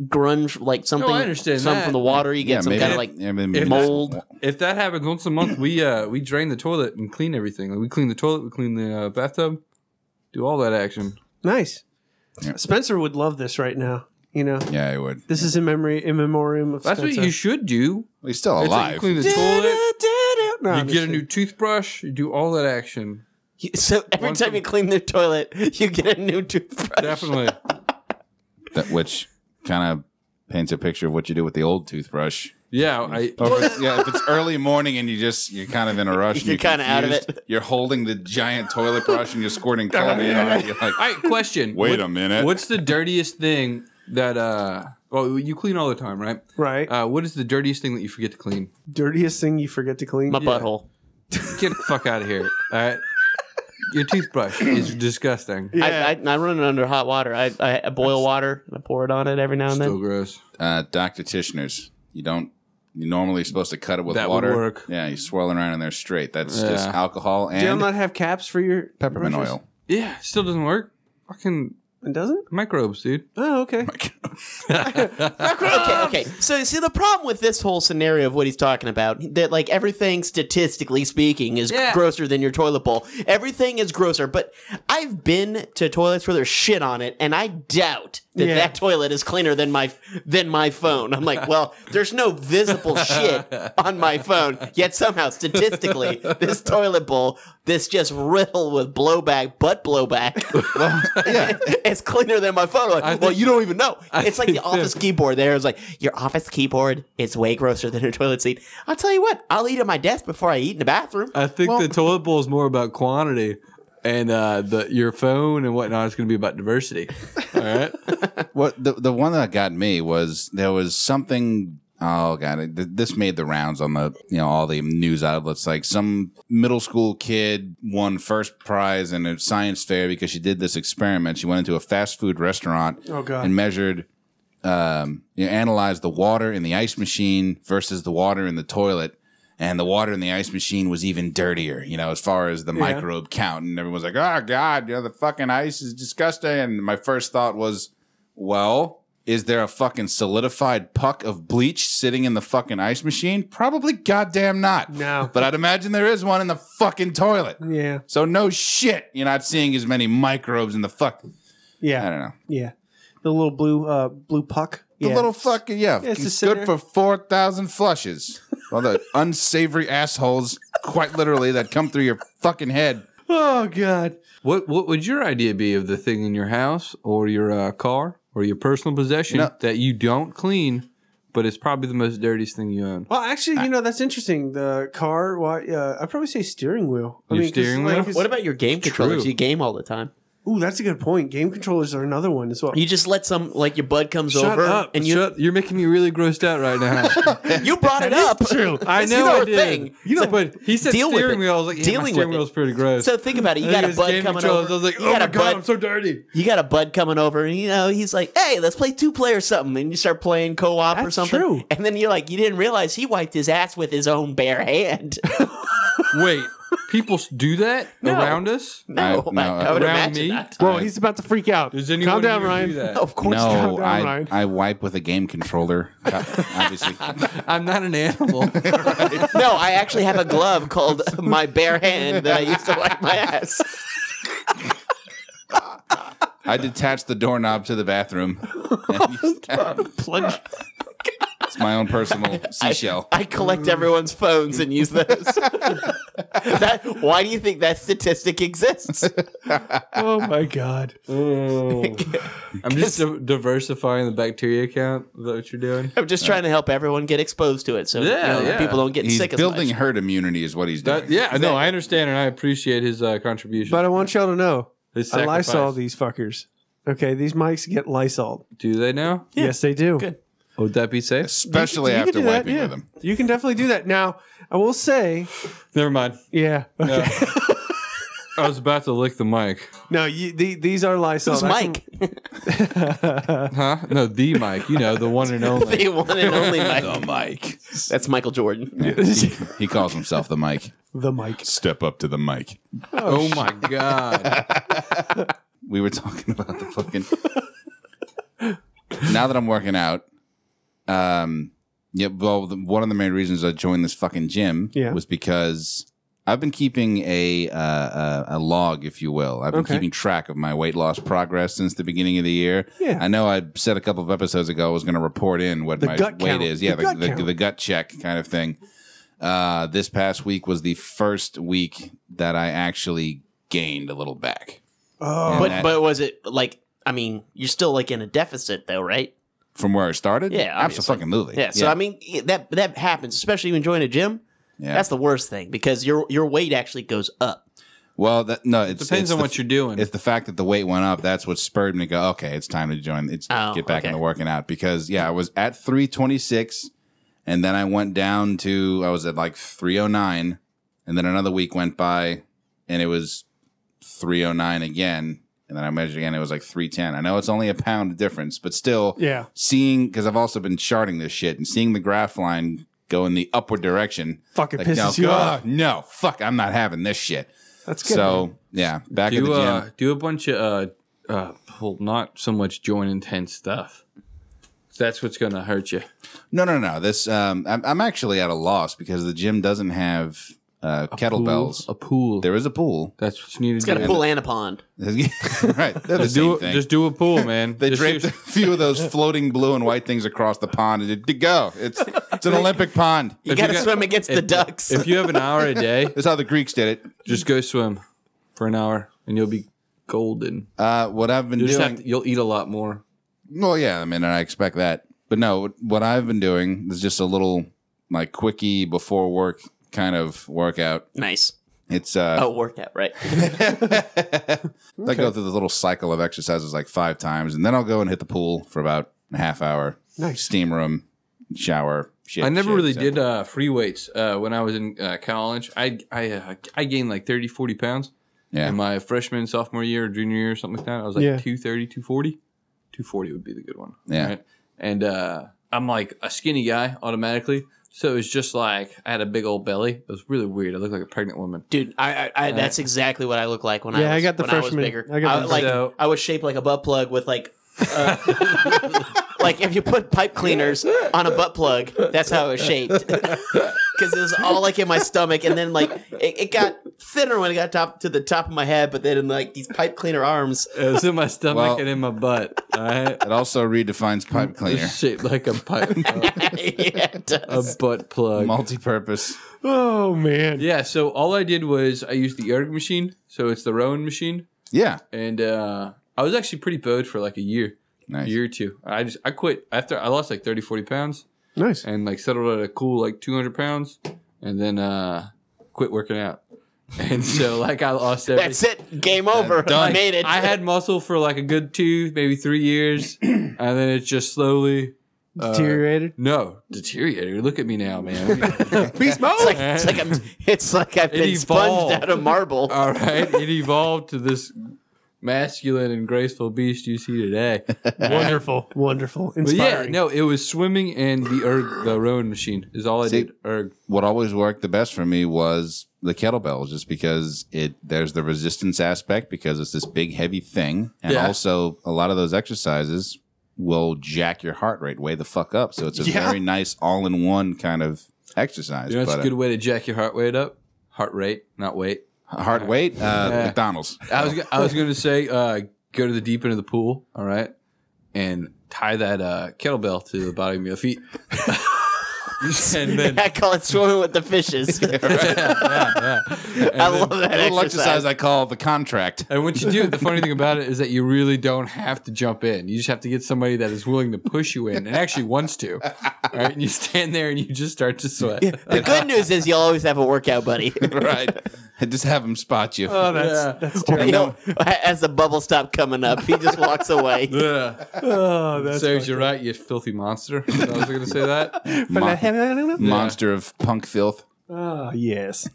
S3: grunge, like something.
S4: understand
S3: Some
S4: that.
S3: from the water. You get some kind of like
S2: I mean,
S4: if-
S3: mold.
S4: If that happens once a month, we uh, we drain the toilet and clean everything. Like, we clean the toilet, we clean the uh, bathtub, do all that action.
S1: Nice.
S2: Yeah.
S1: Spencer would love this right now. You know,
S2: Yeah, it would.
S1: this is in memory, in memoriam of
S4: That's what
S1: Spencer.
S4: you should do.
S2: Well, he's still
S4: It's like
S2: alive.
S4: you clean the toilet.
S1: No,
S4: You
S1: I'm
S4: get a
S1: just
S4: new toothbrush. You do all that action.
S3: You- So every
S4: Once
S3: time
S4: a-
S3: you clean their toilet, you get a new toothbrush.
S4: Definitely.
S2: that, which kind of paints a picture of what you do with the old toothbrush.
S4: Yeah. I,
S2: Or if it's- yeah, if it's early morning and you just you're kind of in a rush, and
S3: You're kinda out of
S2: confused,
S3: it.
S2: You're holding the giant toilet brush and you're squirting chloramine on it. You're like,
S4: all right. Question.
S2: wait
S4: What-
S2: a minute.
S4: What's the dirtiest thing that uh? Well, you clean all the time, right?
S1: kidding. right.
S4: Uh, what is the dirtiest thing that you forget to clean?
S1: Dirtiest thing you forget to clean.
S3: My butthole.
S4: Get the fuck out of here. All right. Your toothbrush is disgusting.
S1: Yeah.
S3: I, I, I run it under hot water. I, I, I boil water and I pour it on it every now and
S4: Still
S3: then.
S4: gross.
S2: uh, Dr. Tishner's. You don't. You're normally supposed to cut it with
S4: That would
S2: water.
S4: work.
S2: Yeah, you swirl around in there straight. That's just
S4: Yeah.
S2: alcohol
S1: do you
S2: and
S1: not have caps for your
S2: peppermint
S1: brushes?
S2: oil.
S4: Yeah, still doesn't work. Fucking
S1: It doesn't.
S4: microbes, dude.
S1: Oh, okay.
S3: okay, okay. So see, the problem with this whole scenario of what he's talking about, that like everything statistically speaking is
S4: Yeah.
S3: grosser than your toilet bowl. Everything is grosser, but I've been to toilets where there's shit on it, and I doubt that
S1: Yeah.
S3: that toilet is cleaner than my than my phone. I'm like, well, there's no visible shit on my phone, yet somehow statistically, this toilet bowl, this just riddled with blowback, butt blowback.
S2: yeah,
S3: it's cleaner than my phone. Like,
S4: I
S3: well,
S4: think-
S3: you don't even know. it's like the
S4: think that-
S3: office keyboard. There, it's like your office keyboard is way grosser than your toilet seat. I'll tell you what. I'll eat at my desk before I eat in the bathroom.
S4: I think the toilet bowl is more about quantity, and uh, the your phone and whatnot is going to be about diversity. All right.
S2: What the the one that got me was there was something. Oh god, it- th- this made the rounds on the you know all the news outlets. Like some middle school kid won first prize in a science fair because she did this experiment. She went into a fast food restaurant
S1: Oh god.
S2: and measured, um, you know, analyzed the water in the ice machine versus the water in the toilet. And the water in the ice machine was even dirtier, you know, as far as the microbe count. And everyone's like, oh, God, you know, the fucking ice is disgusting. And my first thought was, well, is there a fucking solidified puck of bleach sitting in the fucking ice machine? Probably goddamn not.
S1: No.
S2: But I'd imagine there is one in the fucking toilet.
S1: yeah.
S2: So no shit, you're not seeing as many microbes in the fuck. I
S1: Yeah.
S2: don't know.
S1: Yeah. The little blue uh blue puck.
S2: The
S1: yeah.
S2: little fucking yeah,
S1: Yeah, it's
S2: it's
S1: a
S2: good
S1: sinner.
S2: for four thousand flushes. All the unsavory assholes, quite literally, that come through your fucking head.
S1: Oh god.
S4: What What would your idea be of the thing in your house or your uh, car or your personal possession
S2: No.
S4: that you don't clean, but it's probably the most dirtiest thing you own?
S1: Well, actually, you know that's interesting. The car. Why? Uh, I probably say steering wheel. I
S4: Your
S1: 'cause,
S4: steering
S1: like,
S4: wheel?
S1: it's-
S3: What about your game controllers?
S4: true.
S3: You game all the time.
S1: Ooh, that's a good point. Game controllers are another one as well.
S3: You just let some like your bud comes
S1: Shut
S3: over
S1: up.
S3: and you
S4: Shut- you're making me really grossed out right now.
S3: you brought it up.
S1: true.
S4: I
S3: It's
S4: know
S3: your
S4: I did.
S3: thing.
S4: You know, but he said
S3: deal with
S4: steering
S3: it.
S4: wheel. I was like, yeah,
S3: Dealing
S4: my
S3: with
S4: steering
S3: it.
S4: wheel's pretty gross.
S3: So think about it. You
S4: I
S3: got a
S4: think it's
S3: bud
S4: game
S3: coming
S4: controls.
S3: over.
S4: I was like,
S3: you
S4: oh
S3: got
S4: my
S3: a
S4: god,
S3: bud
S4: I'm so dirty.
S3: you got a bud coming over, and you know he's like, "Hey, let's play two player something," and you start playing co op or
S1: That's
S3: something.
S1: true.
S3: And then you're like, "You didn't realize he wiped his ass with his own bare hand."
S4: Wait, people do that
S3: No.
S4: around us?
S3: No,
S2: I- no,
S3: I, I would
S4: around
S3: imagine
S4: me?
S3: that.
S2: I-
S5: Whoa, he's about to freak out.
S4: Does anyone
S5: Calm down,
S4: here
S5: Ryan.
S4: do that?
S5: Of course, calm
S2: No,
S5: down,
S2: I,
S5: Ryan.
S2: I wipe with a game controller. Obviously,
S4: I'm not an animal.
S3: No, I actually have a glove called my bare hand that I used to wipe my ass.
S2: I detached the doorknob to the bathroom. and used that.
S3: Plunge.
S2: It's my own personal seashell.
S3: I
S2: Mm.
S3: collect everyone's phones and use those. that, why do you think that statistic exists?
S5: oh my god.
S4: I'm just di- diversifying the bacteria count. Is that what you're doing?
S3: I'm just trying to help everyone get exposed to it, so
S4: Yeah,
S3: you know,
S4: yeah.
S3: people don't get
S2: He's
S3: sick as
S2: building
S3: much.
S2: herd immunity, is what he's doing.
S4: That, yeah, no, I understand and I appreciate his uh, contribution.
S5: But I want y'all to know,
S4: his
S5: I
S4: sacrifice.
S5: Lysol these fuckers. Okay, these mics get Lysol.
S4: Do they now?
S5: yes, they do.
S3: Good.
S4: Would that be safe?
S2: especially
S5: You can
S2: after
S5: do that,
S2: wiping
S5: yeah.
S2: with him.
S5: You can definitely do that. Now, I will say,
S4: Never mind.
S5: yeah.
S4: No. I was about to lick the mic.
S5: No, you, the, these are Lysol.
S3: Who's
S5: That's-
S3: Mike?
S4: Huh? No, the mic. You know, the one and only.
S3: the one and only Mike.
S2: Mike.
S3: That's Michael Jordan.
S2: He calls himself the mic.
S5: the mic.
S2: Step up to the mic.
S4: Oh my god.
S2: We were talking about the fucking. now that I'm working out, um, yeah. Well, the, one of the main reasons I joined this fucking gym
S5: Yeah.
S2: was because I've been keeping a uh, a, a log, if you will. I've been
S5: Okay.
S2: keeping track of my weight loss progress since the beginning of the year.
S5: Yeah.
S2: I know I said a couple of episodes ago I was going to report in what
S5: The
S2: my
S5: gut
S2: weight
S5: count.
S2: is. Yeah,
S5: The
S2: the,
S5: gut
S2: the,
S5: count.
S2: the gut check kind of thing. Uh, this past week was the first week that I actually gained a little back.
S5: Oh,
S3: But but was it like? I mean, you're still like in a deficit though, right?
S2: From where I started?
S3: Yeah, obviously.
S2: absolutely.
S3: Yeah. So I mean, yeah, that that happens, especially when you join a gym.
S2: Yeah.
S3: That's the worst thing because your your weight actually goes up.
S2: well, that, no, it
S4: Depends on what you're doing.
S2: It's the fact that the weight went up. That's what spurred me to go. Okay, it's time to join. It's
S3: Oh,
S2: get back
S3: okay.
S2: into working out because yeah, I was at three twenty six, and then I went down to I was at like three oh nine, and then another week went by, and it was three oh nine again, and then I measured again. It was like three ten. I know it's only a pound difference, but still,
S5: yeah.
S2: seeing because I've also been charting this shit and seeing the graph line go in the upward direction.
S5: Fuck, it
S2: Like,
S5: pisses
S2: no,
S5: you
S2: God,
S5: off.
S2: no, fuck, I'm not having this shit.
S5: That's good.
S2: so yeah, back at the
S4: do
S2: gym.
S4: uh, do a bunch of uh, uh, well, not so much joint intense stuff. That's what's gonna hurt you.
S2: No, no, no. This um, I'm, I'm actually at a loss because the gym doesn't have uh, kettlebells.
S4: Pool, a pool.
S2: There is a pool.
S4: That's what you need
S3: It's
S4: to
S3: got
S4: do.
S3: a pool and a pond.
S2: right, they're the
S4: Just do
S2: same
S4: a,
S2: thing.
S4: just do a pool, man.
S2: they
S4: Just
S2: draped a
S4: use-
S2: few of those floating blue and white things across the pond, and it, go. It's it's an Olympic pond.
S3: You
S4: If you
S3: got to
S4: got-
S3: swim against the ducks.
S4: if you have an hour a day,
S2: That's how the Greeks did it.
S4: just go swim for an hour, and you'll be golden.
S2: Uh, what I've been
S4: You'll, just
S2: doing,
S4: have to, you'll eat a lot more.
S2: Well, yeah, I mean, and I expect that. But no, what I've been doing is just a little like quickie before work kind of workout.
S3: nice.
S2: It's uh,
S3: Oh, workout, right?
S2: I go through the little cycle of exercises like five times, and then I'll go and hit the pool for about a half hour.
S5: Nice.
S2: Steam room, shower. Shit,
S4: I never
S2: shit,
S4: really
S2: so-
S4: did uh, free weights uh, when I was in uh, college. I I uh, I gained like 30, 40 pounds
S2: Yeah.
S4: in my freshman, sophomore year, or junior year, or something like that. I was like
S5: Yeah.
S4: 230, 240. 240 would be the good one.
S2: Yeah.
S4: And uh, I'm like a skinny guy automatically. So it was just like I had a big old belly. It was really weird. I looked like a pregnant woman.
S3: Dude, I, I, I that's exactly what I look like when I
S5: Yeah,
S3: was,
S5: I got the
S3: when I was
S5: freshman-
S3: bigger. I,
S5: I got the
S3: like
S4: freshman.
S3: I was shaped like a butt plug with like uh, like if you put pipe cleaners on a butt plug, that's how it was shaped. Because it was all like in my stomach, and then like it, it got thinner when it got top to the top of my head, but then in like these pipe cleaner arms.
S4: It was in my stomach
S2: Well-
S4: and in my butt. All right.
S2: It also redefines pipe
S4: It
S2: cleaner,
S4: was shaped like a pipe,
S3: yeah, it
S4: a
S3: does.
S4: butt plug.
S2: multi-purpose.
S5: oh man.
S4: Yeah. So all I did was I used the erg machine. So it's the Rowan machine.
S2: Yeah,
S4: and uh, I was actually pretty bowed for like a year, a
S2: nice.
S4: year or two. I just I quit after I lost like 30, 40 pounds
S5: Nice.
S4: and like settled at a cool like two hundred pounds, and then uh, quit working out. And so like I lost everything.
S3: That's it. Game over. I
S2: Done.
S3: made it.
S4: I had muscle for like a good two, maybe three years, and then it just slowly uh,
S5: Deteriorated.
S4: No, deteriorated. Look at me now, man.
S5: Beast mode.
S3: It's like it's like, I'm, it's like I've
S4: It
S3: been sponged
S4: evolved.
S3: out of marble.
S4: All right, it evolved to this masculine and graceful beast you see today.
S1: wonderful, wonderful,
S4: But yeah,
S1: inspiring.
S4: no, it was swimming and the erg, the rowing machine is all I
S2: See-
S4: did. Erg.
S2: what always worked the best for me was the kettlebell just because it there's the resistance aspect because it's this big heavy thing and
S4: Yeah.
S2: also a lot of those exercises will jack your heart rate way the fuck up so it's a
S1: Yeah.
S2: very nice all-in-one kind of exercise
S4: You know, it's
S2: but
S4: a good way to jack your heart rate up. Heart rate, not weight.
S2: uh, heart weight uh,
S4: Yeah.
S2: mcdonald's
S4: I was go- I was going to say uh, go to the deep end of the pool, all right, and tie that uh, kettlebell to the bottom of your feet, and then
S3: I call it swimming with the fishes.
S4: yeah, yeah. And
S3: I
S4: then-
S3: love that
S2: a little
S3: exercise.
S2: exercise i call the contract
S4: And once you do it, the funny thing about it is that you really don't have to jump in. You just have to get somebody that is willing to push you in and actually wants to. All right, and you stand there and you just start to sweat.
S3: The good news is you'll always have a workout buddy.
S2: right just have them spot you
S1: oh, that's
S4: Yeah.
S1: that's
S3: You
S1: terrible.
S3: know, as the bubble stop coming up, he just walks away.
S4: Ugh.
S1: Oh, that's
S4: Serves you right, you filthy monster. I was going to say that.
S2: Mon-
S1: Fucking...
S2: monster of punk filth
S1: Ah, yes.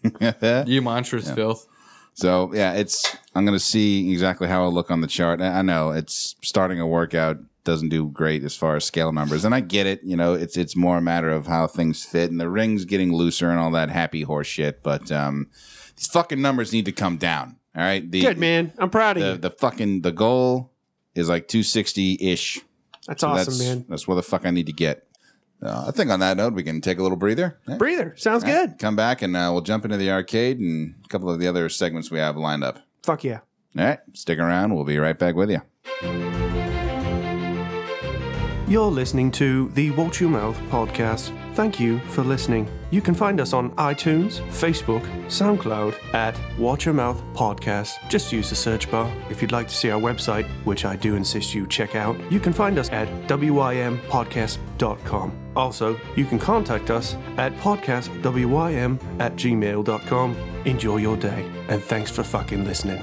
S4: You monstrous filth.
S2: So yeah, it's I'm gonna see exactly how I look on the chart. I I know it's starting a workout doesn't do great as far as scale numbers, and I get it. You know, it's it's more a matter of how things fit and the rings getting looser and all that happy horse shit. But um, these fucking numbers need to come down. All right, the
S1: Good man. I'm proud of
S2: the,
S1: you.
S2: the fucking the goal is like 260 ish.
S1: That's awesome,
S2: that's,
S1: man.
S2: That's where the fuck I need to get. Uh, I think on that note, we can take a little breather. Yeah.
S1: Breather sounds
S2: All right,
S1: good.
S2: Come back and uh, we'll jump into the arcade and a couple of the other segments we have lined up.
S1: Fuck yeah.
S2: All right, stick around. We'll be right back with you.
S1: You're listening to the Watch Your Mouth podcast. Thank you for listening. You can find us on iTunes, Facebook, SoundCloud at Watch Your Mouth Podcast. Just use the search bar. If you'd like to see our website, which I do insist you check out, you can find us at wympodcast.com. Also, you can contact us at podcastwym at gmail.com. Enjoy your day, and thanks for fucking listening.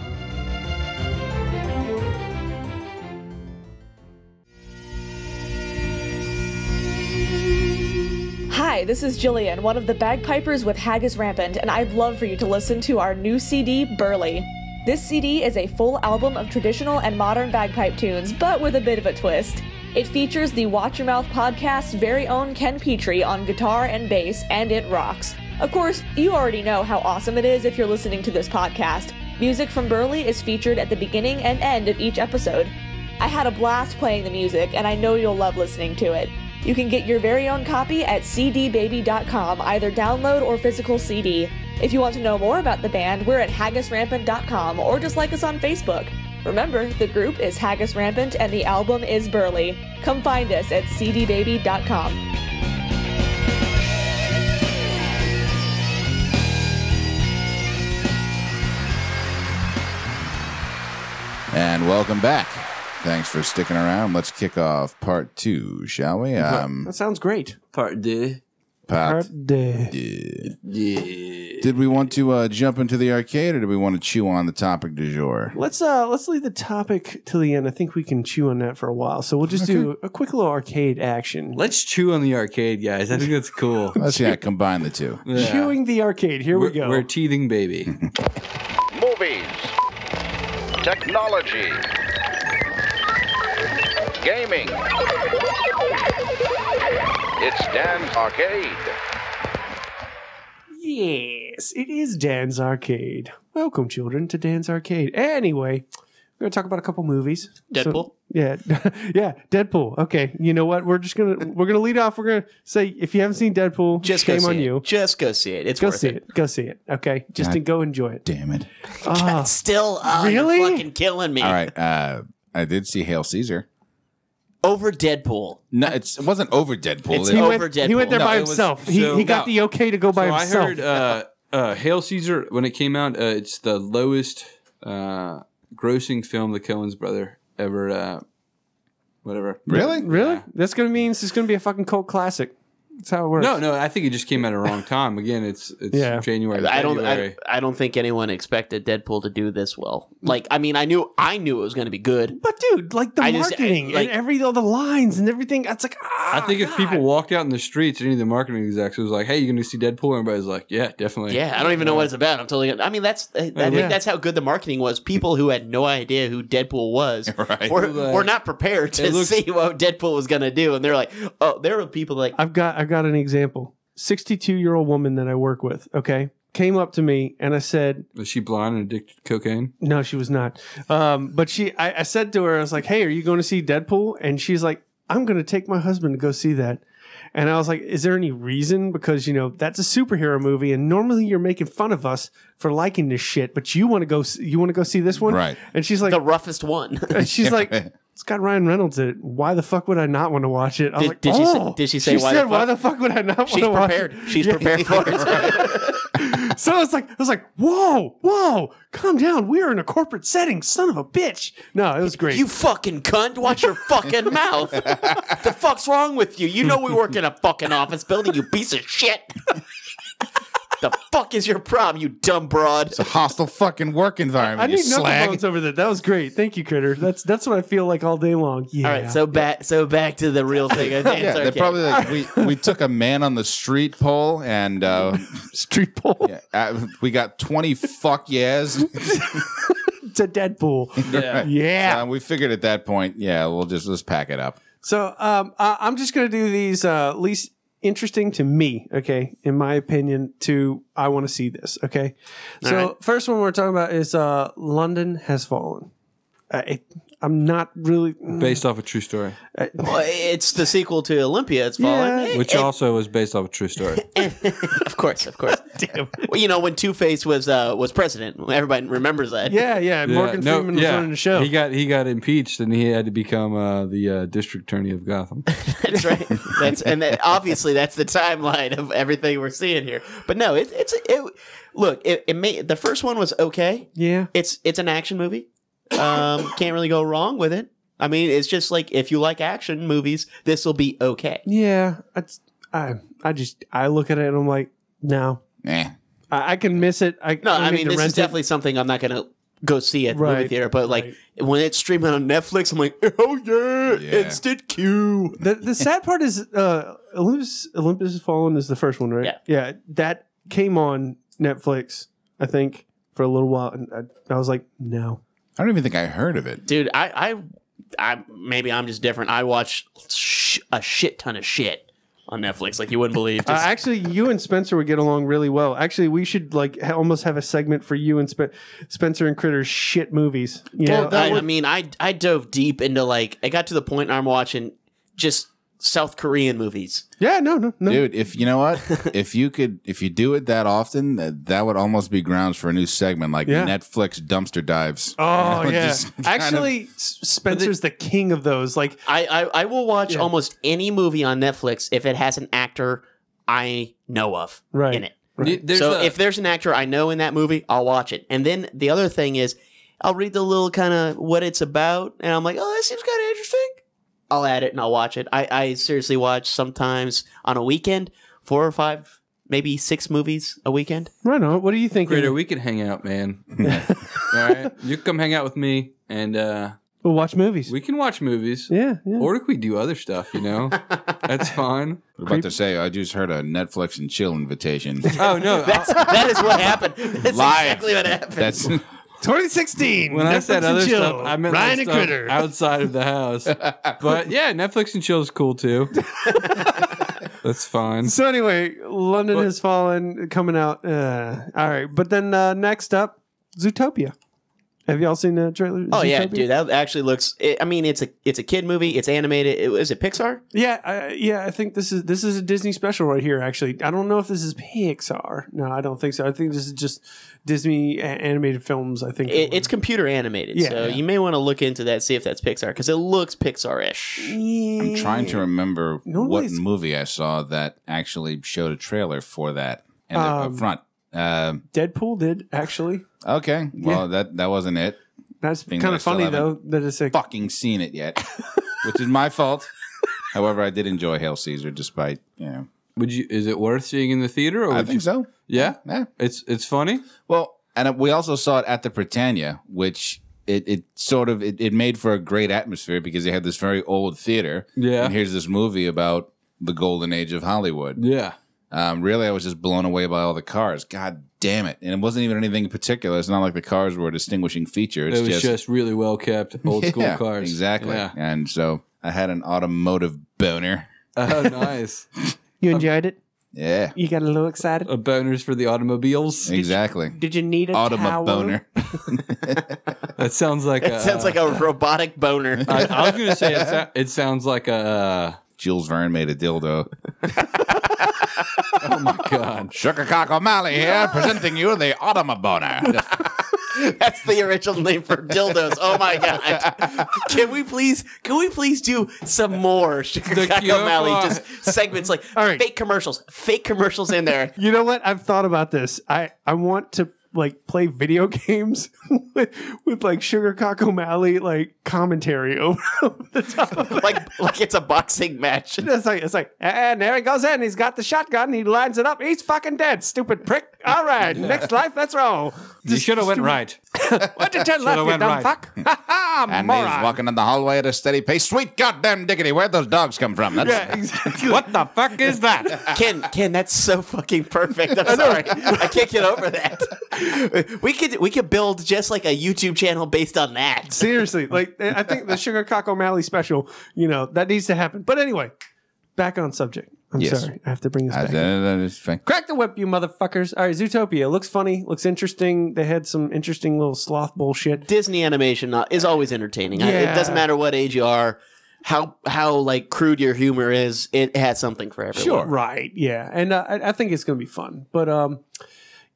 S6: Hi, this is Jillian, one of the bagpipers with Haggis Rampant, and I'd love for you to listen to our new CD, Burley. This CD is a full album of traditional and modern bagpipe tunes, but with a bit of a twist. It features the Watch Your Mouth podcast's very own Ken Petrie on guitar and bass, and it rocks. Of course, you already know how awesome it is if you're listening to this podcast. Music from Burley is featured at the beginning and end of each episode. I had a blast playing the music, and I know you'll love listening to it. You can get your very own copy at cdbaby.com, either download or physical CD. If you want to know more about the band, we're at haggisrampant.com or just like us on Facebook. Remember, the group is Haggis Rampant and the album is Burley. Come find us at cdbaby.com.
S2: And welcome back. Thanks for sticking around. Let's kick off part two, shall we? Um,
S1: That sounds great.
S4: Part D.
S2: part. Did we want to uh, jump into the arcade, or did we want to chew on the topic du jour?
S1: Let's uh let's leave the topic till the end. I think we can chew on that for a while. So we'll just do a quick little arcade action.
S4: Let's chew on the arcade, guys. I think that's cool.
S2: Let's yeah, combine the two.
S4: Yeah.
S1: Chewing the arcade. Here
S4: We're,
S1: we go.
S4: we're teething baby.
S7: Movies. Technology. Gaming. It's Dan's Arcade.
S1: yes, it is Dan's arcade. Welcome, children, to Dan's arcade. Anyway, we're gonna talk about a couple movies. So-
S3: Deadpool?
S1: yeah, yeah, Deadpool. Okay, you know what? We're just gonna we're gonna lead off. We're gonna say if you haven't seen Deadpool,
S3: Just
S1: shame
S3: go see
S1: on
S3: it.
S1: you.
S3: Just go see it. It's
S1: Go
S3: worth
S1: see
S3: it.
S1: it. Go see it. Okay, just
S2: God.
S1: to go enjoy it.
S2: Damn it!
S1: Ah,
S3: Still, oh, really?
S1: Really?
S3: You're fucking killing me.
S2: All right, uh, I did see Hail Caesar.
S3: Over Deadpool.
S2: No, it's, it wasn't over Deadpool.
S3: It's
S2: It-
S1: he,
S3: over
S1: went, he went
S3: Deadpool.
S1: there
S4: No,
S1: by
S4: it was-
S1: himself. he,
S4: so-
S1: he got
S4: No.
S1: the okay to go by
S4: so
S1: himself.
S4: I heard uh, uh, Hail Caesar when it came out. Uh, it's the lowest uh, grossing film the Cohen's brother ever. Uh, whatever.
S2: really?
S1: Really? That's gonna mean it's just gonna be a fucking cult classic. That's how it works.
S4: No, no, I think it just came at a wrong time. Again, it's it's
S1: Yeah.
S4: January.
S3: I don't. I,
S4: February.
S3: I don't think anyone expected Deadpool to do this well. Like, I mean, I knew. I knew it was going to be good.
S1: But dude, like the
S3: I just-
S1: marketing
S3: I- like-
S1: and every all the lines and everything. That's like ah,
S4: I think if
S1: God.
S4: people walked out in the streets, any of the marketing execs was like, "Hey, you're going to see Deadpool," and everybody's like, "Yeah, definitely."
S3: Yeah, I don't even know what it's about. I'm totally. I mean, that's. I
S1: Yeah.
S3: think that's how good the marketing was. People who had no idea who Deadpool was
S2: Right.
S3: were,
S4: Like,
S3: were not prepared to
S4: it looks-
S3: see what Deadpool was going to do, and they're like, "Oh, there were people like."
S1: I've got I've got an example. Sixty-two year old woman that I work with. Okay, came up to me and I said,
S4: Is she blind and addicted to cocaine?
S1: No, she was not. Um, but she, I, I said to her, I was like, "Hey, are you going to see Deadpool?" And she's like, "I'm going to take my husband to go see that." And I was like, "Is there any reason? Because you know that's a superhero movie, and normally you're making fun of us for liking this shit, but you want to go, s- you want to go see this one,
S2: Right.
S1: And she's like,
S3: the roughest one.
S1: and she's like, it's got Ryan Reynolds in it. Why the fuck would I not want to watch it? I was
S3: Did-
S1: like,
S3: did she say-
S1: "Oh."
S3: did she say why the
S1: said,
S3: fuck-
S1: why the fuck would I not want
S3: She's
S1: to watch
S3: prepared.
S1: it?
S3: She's
S1: Yeah.
S3: prepared for it.
S1: So I was like, I was like, whoa, whoa, calm down. We are in a corporate setting, son of a bitch. No, it was great.
S3: You fucking cunt! Watch your fucking mouth. the fuck's wrong with you? You know we work in a fucking office building. You piece of shit. the fuck is your problem? You dumb broad.
S2: It's a hostile fucking work environment.
S1: I
S2: you
S1: need nothing
S2: slag.
S1: bones over that. That was great. Thank you, Critter. That's that's what I feel like all day long. Yeah.
S3: All right, so back so back to the real thing. of Dance
S2: Yeah, they
S3: Arcade.
S2: probably like we, we took a man on the street poll and uh,
S1: street pole
S2: yeah, uh, we got twenty fuck yes.
S1: to Deadpool.
S4: Yeah.
S1: Yeah.
S2: Uh, we figured at that point, yeah, we'll just let's pack it up.
S1: So um, I, I'm just going to do these uh, least interesting to me, okay, in my opinion, to I want to see this, okay? so first one we're talking about is uh, London Has Fallen. Uh, it, I'm not really.
S4: Based off a true story,
S3: Well, it's the sequel to Olympia. It's
S1: Yeah.
S3: falling.
S4: which also was based off a true story.
S3: of course, of course. Well, you know when Two Face was uh, was president, everybody remembers that.
S1: Yeah, yeah. Morgan
S4: no,
S1: Freeman was
S4: yeah.
S1: running the show.
S4: He got he got impeached and he had to become uh, the uh, district attorney of Gotham.
S3: that's right. That's and that, obviously that's the timeline of everything we're seeing here. But no, it, it's it. Look, it, it may the first one was okay.
S1: yeah.
S3: It's it's an action movie. Um, can't really go wrong with it. I mean, it's just like if you like action movies, this will be okay.
S1: Yeah. It's, I, I just, I look at it and I'm like, no.
S2: Eh.
S1: I, I can miss it. I,
S3: No,
S1: don't
S3: I
S1: need
S3: mean
S1: to
S3: this
S1: rent
S3: is
S1: it.
S3: definitely something I'm not gonna go see at the
S1: Right,
S3: movie theater. But like when it's streaming on Netflix, I'm like, oh yeah,
S2: Yeah.
S3: instant queue.
S1: the the sad part is uh Olympus Olympus Has Fallen is the first one, right?
S3: Yeah.
S1: Yeah. That came on Netflix, I think, for a little while and I, I was like, no.
S2: I don't even think I heard of it.
S3: Dude, I, I, I maybe I'm just different. I watch sh- a shit ton of shit on Netflix, like you wouldn't believe.
S1: Uh,
S3: Just,
S1: actually, you and Spencer would get along really well. Actually, we should like ha- almost have a segment for you and Spen- Spencer and Critter's shit movies. You know?
S3: I, I mean, I I dove deep into like I got to the point I'm watching just South Korean movies.
S1: yeah, no, no, no.
S2: Dude, if you know what, if you could, if you do it that often, that, that would almost be grounds for a new segment like
S1: Yeah.
S2: Netflix dumpster dives.
S1: Oh
S2: You know,
S1: yeah.
S2: just kind of-
S1: Actually, S- Spencer's the king of those. Like,
S3: I I, I will watch almost any movie on Netflix if it has an actor I know of
S1: Right.
S3: in it.
S4: There's
S3: so
S4: a-
S3: if there's an actor I know in that movie, I'll watch it. And then the other thing is, I'll read the little kind of what it's about, and I'm like, oh, that seems kind of interesting. I'll add it and I'll watch it. I, I seriously watch sometimes on a weekend four or five, maybe six movies a weekend.
S1: right on. What do you think?
S4: Greater, we could hang out, man. All right, you can come hang out with me, and uh,
S1: We'll watch movies.
S4: we can watch movies,
S1: yeah, yeah.
S4: or we do other stuff. You know, that's fine.
S2: I was about to say, I just heard a Netflix and chill invitation.
S4: Oh no, I-
S3: That's, that is what happened. That's
S2: Live.
S3: exactly what happened.
S2: That's
S1: 2016.
S4: when I said
S1: Netflix and
S4: other
S1: chill.
S4: stuff, I meant like
S1: Ryan and
S4: stuff
S1: Critter.
S4: outside of the house. But yeah, Netflix and chill is cool too. that's fine.
S1: So anyway, London has fallen coming out. Uh, all right, but then uh, next up, Zootopia. Have y'all seen the trailer?
S3: Oh yeah,
S1: Zootopia?
S3: dude, that actually looks. It, I mean, it's a it's a kid movie. It's animated. It, is it Pixar?
S1: Yeah, I, yeah. I think this is this is a Disney special right here. Actually, I don't know if this is Pixar. No, I don't think so. I think this is just Disney a- animated films. I think
S3: It, it's computer animated,
S1: Yeah.
S3: so you may want to look into that, see if that's Pixar, because it looks Pixar-ish.
S2: I'm trying to remember
S1: Normally
S2: what
S1: it's-
S2: movie I saw that actually showed a trailer for that and
S1: Um,
S2: up front. Um,
S1: Deadpool did actually.
S2: okay, well that that wasn't it.
S1: That's
S2: Being
S1: kind
S2: that I
S1: of
S2: still
S1: funny
S2: haven't
S1: though that it's like
S2: Fucking seen it yet, which is my fault. However, I did enjoy Hail Caesar, despite you know
S4: Would you? Is it worth seeing in the theater? Or would
S2: I
S4: you,
S2: think so.
S4: Yeah,
S2: Yeah.
S4: it's it's funny.
S2: Well, and we also saw it at the Britannia, which it, it sort of it, it made for a great atmosphere because they had this very old theater.
S4: Yeah.
S2: And here's this movie about the golden age of Hollywood.
S4: Yeah,
S2: Um, really, I was just blown away by all the cars. God damn it! And it wasn't even anything in particular. It's not like the cars were a distinguishing feature. It's
S4: it was just, really well kept, old school
S2: Yeah,
S4: cars.
S2: exactly.
S4: Yeah.
S2: And so I had an automotive boner.
S4: Oh, nice.
S1: You enjoyed it?
S2: Yeah,
S1: You got a little excited?
S4: A boners for the automobiles.
S2: exactly.
S1: Did you need a
S2: Automa
S1: towel?
S2: boner.
S4: That sounds like.
S3: It
S4: a,
S3: sounds like
S4: Uh,
S3: a robotic boner.
S4: I, I was gonna say it, sou- it sounds like a. uh,
S2: Jules Verne made a dildo.
S4: Oh my god!
S2: Sugarcock O'Malley here, presenting you the Automa boner.
S3: That's the original name for dildos. Oh my god! Can we please? Can we please do some more Sugar
S4: The
S3: Cock
S4: cure
S3: O'Malley
S4: for-
S3: just segments like
S1: right.
S3: fake commercials, fake commercials in there.
S1: You know what? I've thought about this. I, I want to like play video games with, with like Sugar Cock O'Malley like commentary over, the top. Of it.
S3: Like like it's a boxing match.
S1: It's like it's like and there he goes in. He's got the shotgun. He lines it up. He's fucking dead. Stupid prick. All right, next life. Let's roll.
S4: You should have went right.
S1: What did you turn left, you dumb
S4: went right.
S1: fuck? Ha ha,
S2: And he's
S1: moron.
S2: walking in the hallway at a steady pace. Sweet goddamn diggity, where'd those dogs come from? That's,
S1: yeah, exactly.
S4: What the fuck is that?
S3: Ken, Ken, that's so fucking perfect. I'm sorry, I can't get over that. We could we could build just like a YouTube channel based on that.
S1: Seriously, like I think the Sugar Cock O'Malley special, you know, that needs to happen. But anyway, back on subject. I'm
S2: Yes.
S1: sorry, I have to bring this
S2: I-
S1: back.
S2: that is fine.
S1: Crack the whip, you motherfuckers! All right, Zootopia looks funny, looks interesting. They had some interesting little sloth bullshit.
S3: Disney animation uh, is always entertaining. I-
S1: Yeah.
S3: It doesn't matter what age you are, how how like crude your humor is. It has something for everyone.
S1: Right? Yeah, and uh, I, I think it's gonna be fun. But um,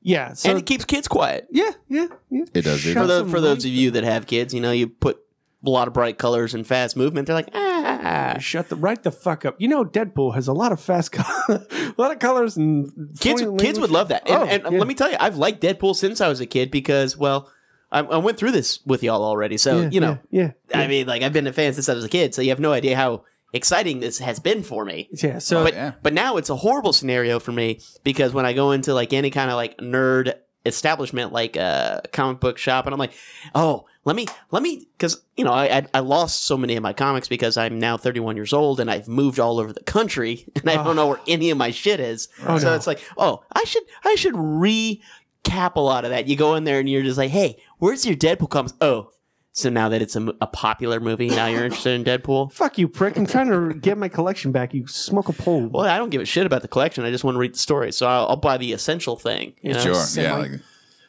S1: yeah. So
S3: and it keeps kids quiet.
S1: yeah, yeah, yeah.
S2: It does, it
S1: Shove
S3: For, the,
S1: some
S3: for those
S1: light-
S3: of you that have kids, you know, you put a lot of bright colors and fast movement. They're like, ah.
S1: Shut the right the fuck up. You know, Deadpool has a lot of fast, color, a lot of colors and
S3: Kids,
S1: foreign
S3: kids
S1: language.
S3: would love that. And,
S1: Oh,
S3: and
S1: yeah.
S3: let me tell you, I've liked Deadpool since I was a kid because, well, I, I went through this with y'all already. So,
S1: Yeah,
S3: you know,
S1: yeah, yeah,
S3: I mean, like, I've been a fan since I was a kid. So you have no idea how exciting this has been for me.
S1: yeah. So
S3: but
S2: yeah.
S3: but now it's a horrible scenario for me because when I go into like any kind of like nerd establishment like a comic book shop and I'm like, oh, let me let me because you know I, I I lost so many of my comics because I'm now 31 years old and I've moved all over the country and I
S1: Oh.
S3: don't know where any of my shit is.
S1: Oh,
S3: so
S1: no.
S3: it's like, oh, I should I should recap a lot of that. You go in there and you're just like, hey, where's your Deadpool comics? Oh. So now that it's a, mo- a popular movie, now you're interested in Deadpool.
S1: Fuck you, prick. I'm trying to get my collection back. You smoke a pole.
S3: Well, I don't give a shit about the collection. I just want to read the story, so I'll, I'll buy the essential thing. You know?
S2: Sure.
S1: Semi-
S2: Yeah. Like,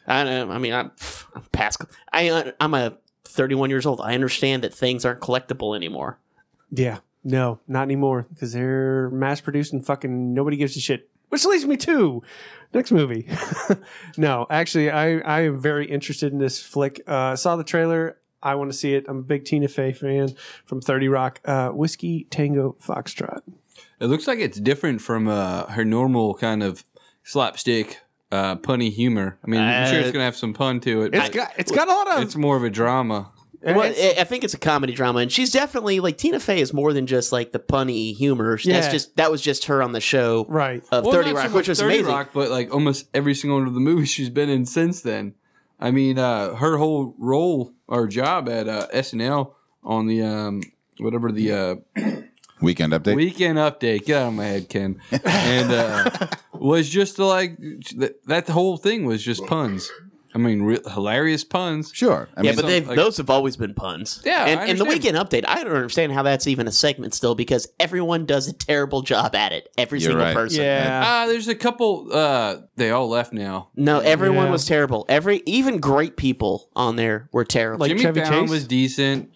S3: I don't. I mean, I'm, pff, I'm past. I, uh, I'm a 31 years old. I understand that things aren't collectible anymore.
S1: Yeah. No, not anymore because they're mass produced and fucking nobody gives a shit. Which leads me to next movie. no, actually, I, I am very interested in this flick. Uh, saw the trailer. I want to see it. I'm a big Tina Fey fan from 30 Rock. Uh, Whiskey Tango Foxtrot.
S4: It looks like it's different from uh, her normal kind of slapstick, uh, punny humor. I mean, I'm sure it's
S3: Uh,
S4: gonna have some pun to it.
S1: It's
S4: but
S1: got it's got a lot of
S4: it's more of a drama.
S1: and
S3: well,
S1: it's-
S3: I, I think it's a comedy drama, and she's definitely like Tina Fey is more than just like the punny humor.
S1: Yeah.
S3: That's just that was just her on the show
S1: right.
S3: of 30
S4: not so
S3: Rock,
S4: much
S3: which was
S4: 30
S3: amazing.
S4: Rock, but like almost every single one of the movies she's been in since then. I mean, uh, her whole role or job at uh, SNL on the um, whatever the uh,
S2: weekend update.
S4: Weekend Update. Get out of my head, Ken. And uh, was just to like that, that whole thing was just puns. I mean, re- hilarious puns.
S2: sure. I
S3: yeah,
S2: mean,
S3: but they've,
S4: like-
S3: those have always been puns.
S4: Yeah, I
S3: and, and the
S4: understand.
S3: weekend update, I don't understand how that's even a segment still because everyone does a terrible job at it. Every
S2: You're
S3: single
S2: right.
S3: person.
S1: Yeah.
S4: Uh, there's a couple. Uh, they all left now.
S3: No, everyone
S1: Yeah.
S3: was terrible. Every even great people on there were terrible.
S1: Like
S4: Jimmy
S1: Chevy
S4: Fallon
S1: Chase?
S4: was decent.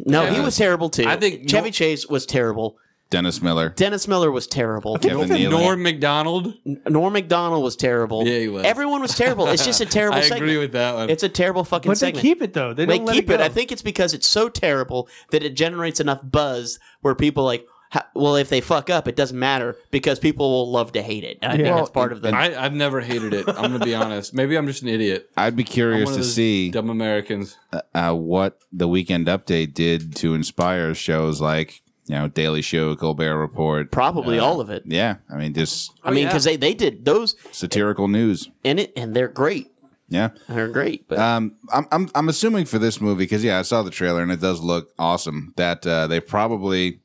S3: no, he
S4: yeah.
S3: was terrible too.
S4: I think
S3: Chevy
S4: Nor-
S3: Chase was terrible.
S2: Dennis Miller.
S3: Dennis Miller was terrible.
S2: Kevin
S4: Norm,
S2: Nealon.
S4: McDonald.
S3: Norm Macdonald was terrible.
S4: Yeah, he was.
S3: Everyone was terrible. It's just a terrible
S4: I
S3: segment.
S4: agree with that one.
S3: It's a terrible fucking
S1: But they
S3: segment.
S1: keep it though. They,
S3: They
S1: don't let
S3: keep
S1: it,
S3: it.
S1: go.
S3: I think it's because it's so terrible that it generates enough buzz where people like, "Ha- well, if they fuck up, it doesn't matter because people will love to hate it. And I
S1: Yeah.
S3: think that's part of the.
S4: I, I've never hated it. I'm gonna be honest. Maybe I'm just an idiot.
S2: I'd be
S4: I'm
S2: curious
S4: one of
S2: to
S4: those
S2: see
S4: dumb Americans.
S2: uh, what the weekend update did to inspire shows like you know, Daily Show, Colbert Report.
S3: Probably
S2: uh,
S3: all of it.
S2: Yeah, I mean, just
S3: I mean,
S4: yeah.
S3: because they, they did those
S2: satirical news.
S3: in it, and they're great.
S2: Yeah.
S3: They're great. But
S2: Um, I'm, I'm I'm assuming for this movie because yeah, I saw the trailer and it does look awesome. That uh, they probably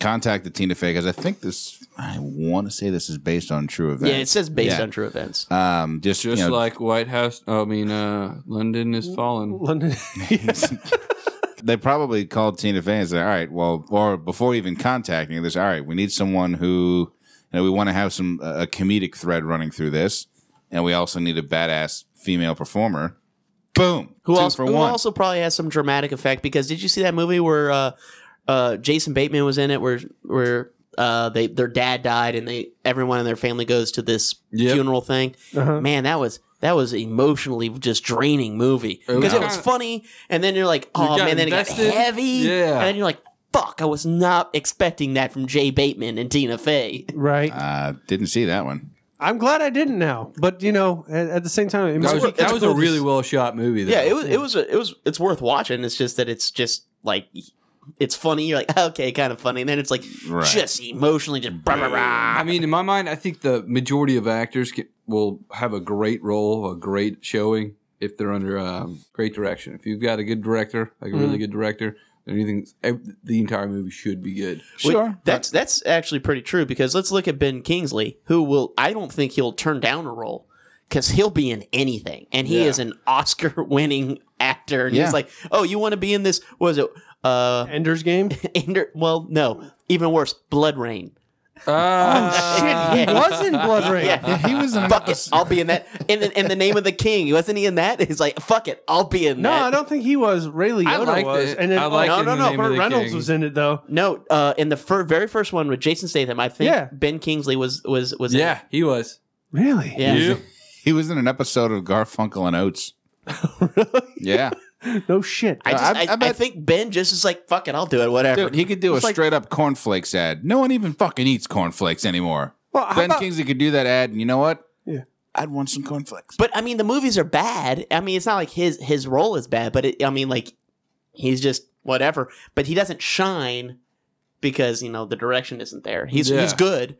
S2: contacted Tina Fey because I think this I want to say this is based on true events.
S3: yeah, it says based
S2: Yeah.
S3: on true events.
S4: Uh,
S2: Um, just
S4: Just
S2: you know,
S4: like White House, I mean, uh, London is fallen.
S1: London.
S2: they probably called Tina Fey and said, "All right, well," or before even contacting this, "All right, we need someone who you know, we want to have some a comedic thread running through this, and we also need a badass female performer." Boom.
S3: Who
S2: Two
S3: also
S2: for
S3: who
S2: one.
S3: also probably has some dramatic effect because did you see that movie where uh, uh, Jason Bateman was in it where where uh, they their dad died and they everyone in their family goes to this
S4: Yep.
S3: funeral thing. Man, that was that was emotionally just draining movie
S4: was
S3: because it was
S4: kinda-
S3: funny and then you're like, oh
S4: got
S3: man, then it
S4: invested.
S3: got heavy.
S4: Yeah.
S3: and then you're like, fuck, I was not expecting that from Jay Bateman and Tina Fey.
S1: right.
S2: Uh, didn't see that one.
S1: I'm glad I didn't now, but you know, at, at the same time, it
S4: That
S1: might
S4: was,
S1: be
S4: that was a
S1: cool to
S4: really
S1: s-
S4: well shot movie. Though.
S3: Yeah, it was. It was. A, it was. It's worth watching. It's just that it's just like it's funny. You're like, okay, kind of funny. And then it's like
S2: Right.
S3: just emotionally just. Blah, blah, blah.
S4: I mean, in my mind, I think the majority of actors can, will have a great role, a great showing if they're under um, great direction. If you've got a good director, like a
S3: Mm-hmm.
S4: really good director, then anything, ev- the entire movie should be good.
S3: Wait, that's that's actually pretty true because let's look at Ben Kingsley, who will. I don't think he'll turn down a role because he'll be in anything, and he is an Oscar-winning actor. And
S2: Yeah.
S3: he's like, oh, you want to be in this? Was it? Uh,
S1: Ender's Game.
S3: Ender, well, no, even worse, Blood Rain.
S4: uh,
S3: Oh,
S1: Shit, Uh, he was in Blood Rain.
S3: Yeah.
S2: he was in an
S3: Fuck it,
S2: episode-
S3: I'll be in that. In the, in the name of the king, wasn't he in that? He's like, fuck it, I'll be in
S1: No,
S3: that.
S1: I don't think he was. Ray Liotta
S4: liked
S1: was,
S4: it.
S1: and then
S4: I liked
S1: oh,
S4: it
S1: no,
S4: in
S1: no, no,
S4: The Name of
S1: Burt
S4: the
S1: Reynolds
S4: King.
S1: was in it though.
S3: No, uh, in the fir- very first one with Jason Statham, I think
S1: Yeah.
S3: Ben Kingsley was was was in
S4: Yeah, he was.
S1: Really?
S3: it. yeah.
S2: He was in an episode of Garfunkel and Oates. Yeah,
S1: No shit.
S3: I just
S2: I-
S3: I,
S2: I
S3: I,
S2: bet-
S3: think Ben just is like fuck it, I'll do it, whatever.
S2: dude, he could do a
S1: like-
S2: straight up cornflakes ad. No one even fucking eats cornflakes anymore.
S1: well, how
S2: ben
S1: about-
S2: Kingsley could do that ad, and you know what?
S1: Yeah.
S2: I'd want some cornflakes.
S3: but I mean, the movies are bad. I mean, it's not like his his role is bad, but it, I mean, like he's just whatever. But he doesn't shine because you know the direction isn't there. He's
S4: Yeah.
S3: he's good,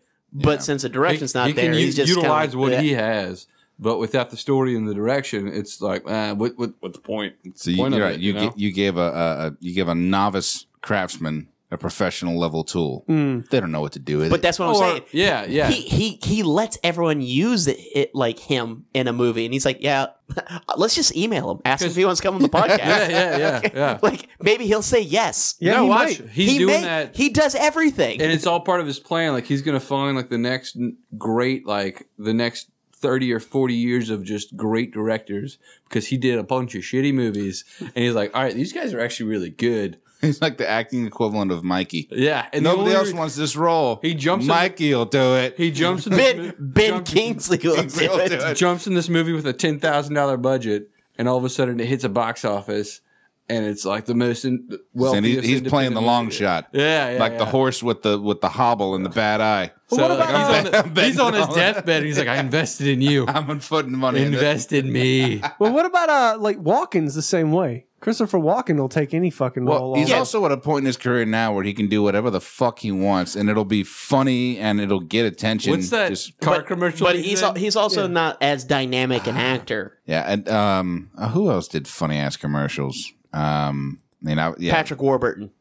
S2: Yeah.
S3: but since the direction's
S4: He-
S3: not
S4: he
S3: there,
S4: can u-
S3: he's just kinda
S4: utilize
S3: like,
S4: what
S3: "Bleh."
S4: he has, but without the story and the direction, it's like, uh, what, what, what's the point? What's
S2: So
S4: the
S2: you,
S4: point
S2: you're
S4: of
S2: right.
S4: it,
S2: you,
S4: know?
S2: gi- you gave a, a, a you give a novice craftsman a professional level tool.
S4: Hmm.
S2: They don't know what to do with
S3: But
S2: it.
S3: that's what I'm
S4: Or-
S3: saying.
S4: yeah, yeah.
S3: He he he lets everyone use it, it like him in a movie, and he's like, yeah, let's just email him, ask him if he wants to come on the podcast.
S4: yeah, yeah, yeah, yeah.
S3: Like maybe he'll say yes.
S1: yeah,
S4: no,
S1: he
S4: watch.
S1: might.
S4: He's
S3: he
S4: doing
S3: may-
S4: that.
S3: He does everything.
S4: and it's all part of his plan. Like he's gonna find like the next n- great, like the next thirty or forty years of just great directors because he did a bunch of shitty movies, and he's like, all right, these guys are actually really good.
S2: He's like the acting equivalent of Mikey.
S4: Yeah, and the
S2: Nobody
S4: only
S2: else
S4: re-
S2: wants this role.
S4: He jumps in-
S2: Mikey will do it.
S4: He jumps in this
S3: ben
S4: mo-
S3: Ben
S4: jumps,
S3: Kingsley will do
S2: He'll
S3: it.
S2: do it.
S4: jumps in this movie with a ten thousand dollar budget, and all of a sudden it hits a box office, and it's like the most in- well.
S2: and he's, he's playing the long shot.
S4: Yeah, yeah
S2: like the
S4: yeah.
S2: horse with the with the hobble and the bad eye.
S4: So, like, he's, on,
S2: I'm
S4: he's on
S2: betting
S4: his
S2: on it.
S4: deathbed. And he's like, I invested in you.
S2: I'm on foot and money. in it.
S4: Invest in me.
S1: Well, what about uh, like Walken's the same way. Christopher Walken will take any fucking
S2: Well,
S1: role.
S2: he's
S1: on.
S2: also at a point in his career now where he can do whatever the fuck he wants, and it'll be funny and it'll get attention.
S4: What's that
S2: Just-
S4: car commercial?
S3: But
S4: he
S3: he's
S4: did?
S3: al- he's also not as dynamic an actor.
S2: yeah, and um, uh, who else did funny ass commercials? Um, I mean, I, yeah,
S3: Patrick Warburton.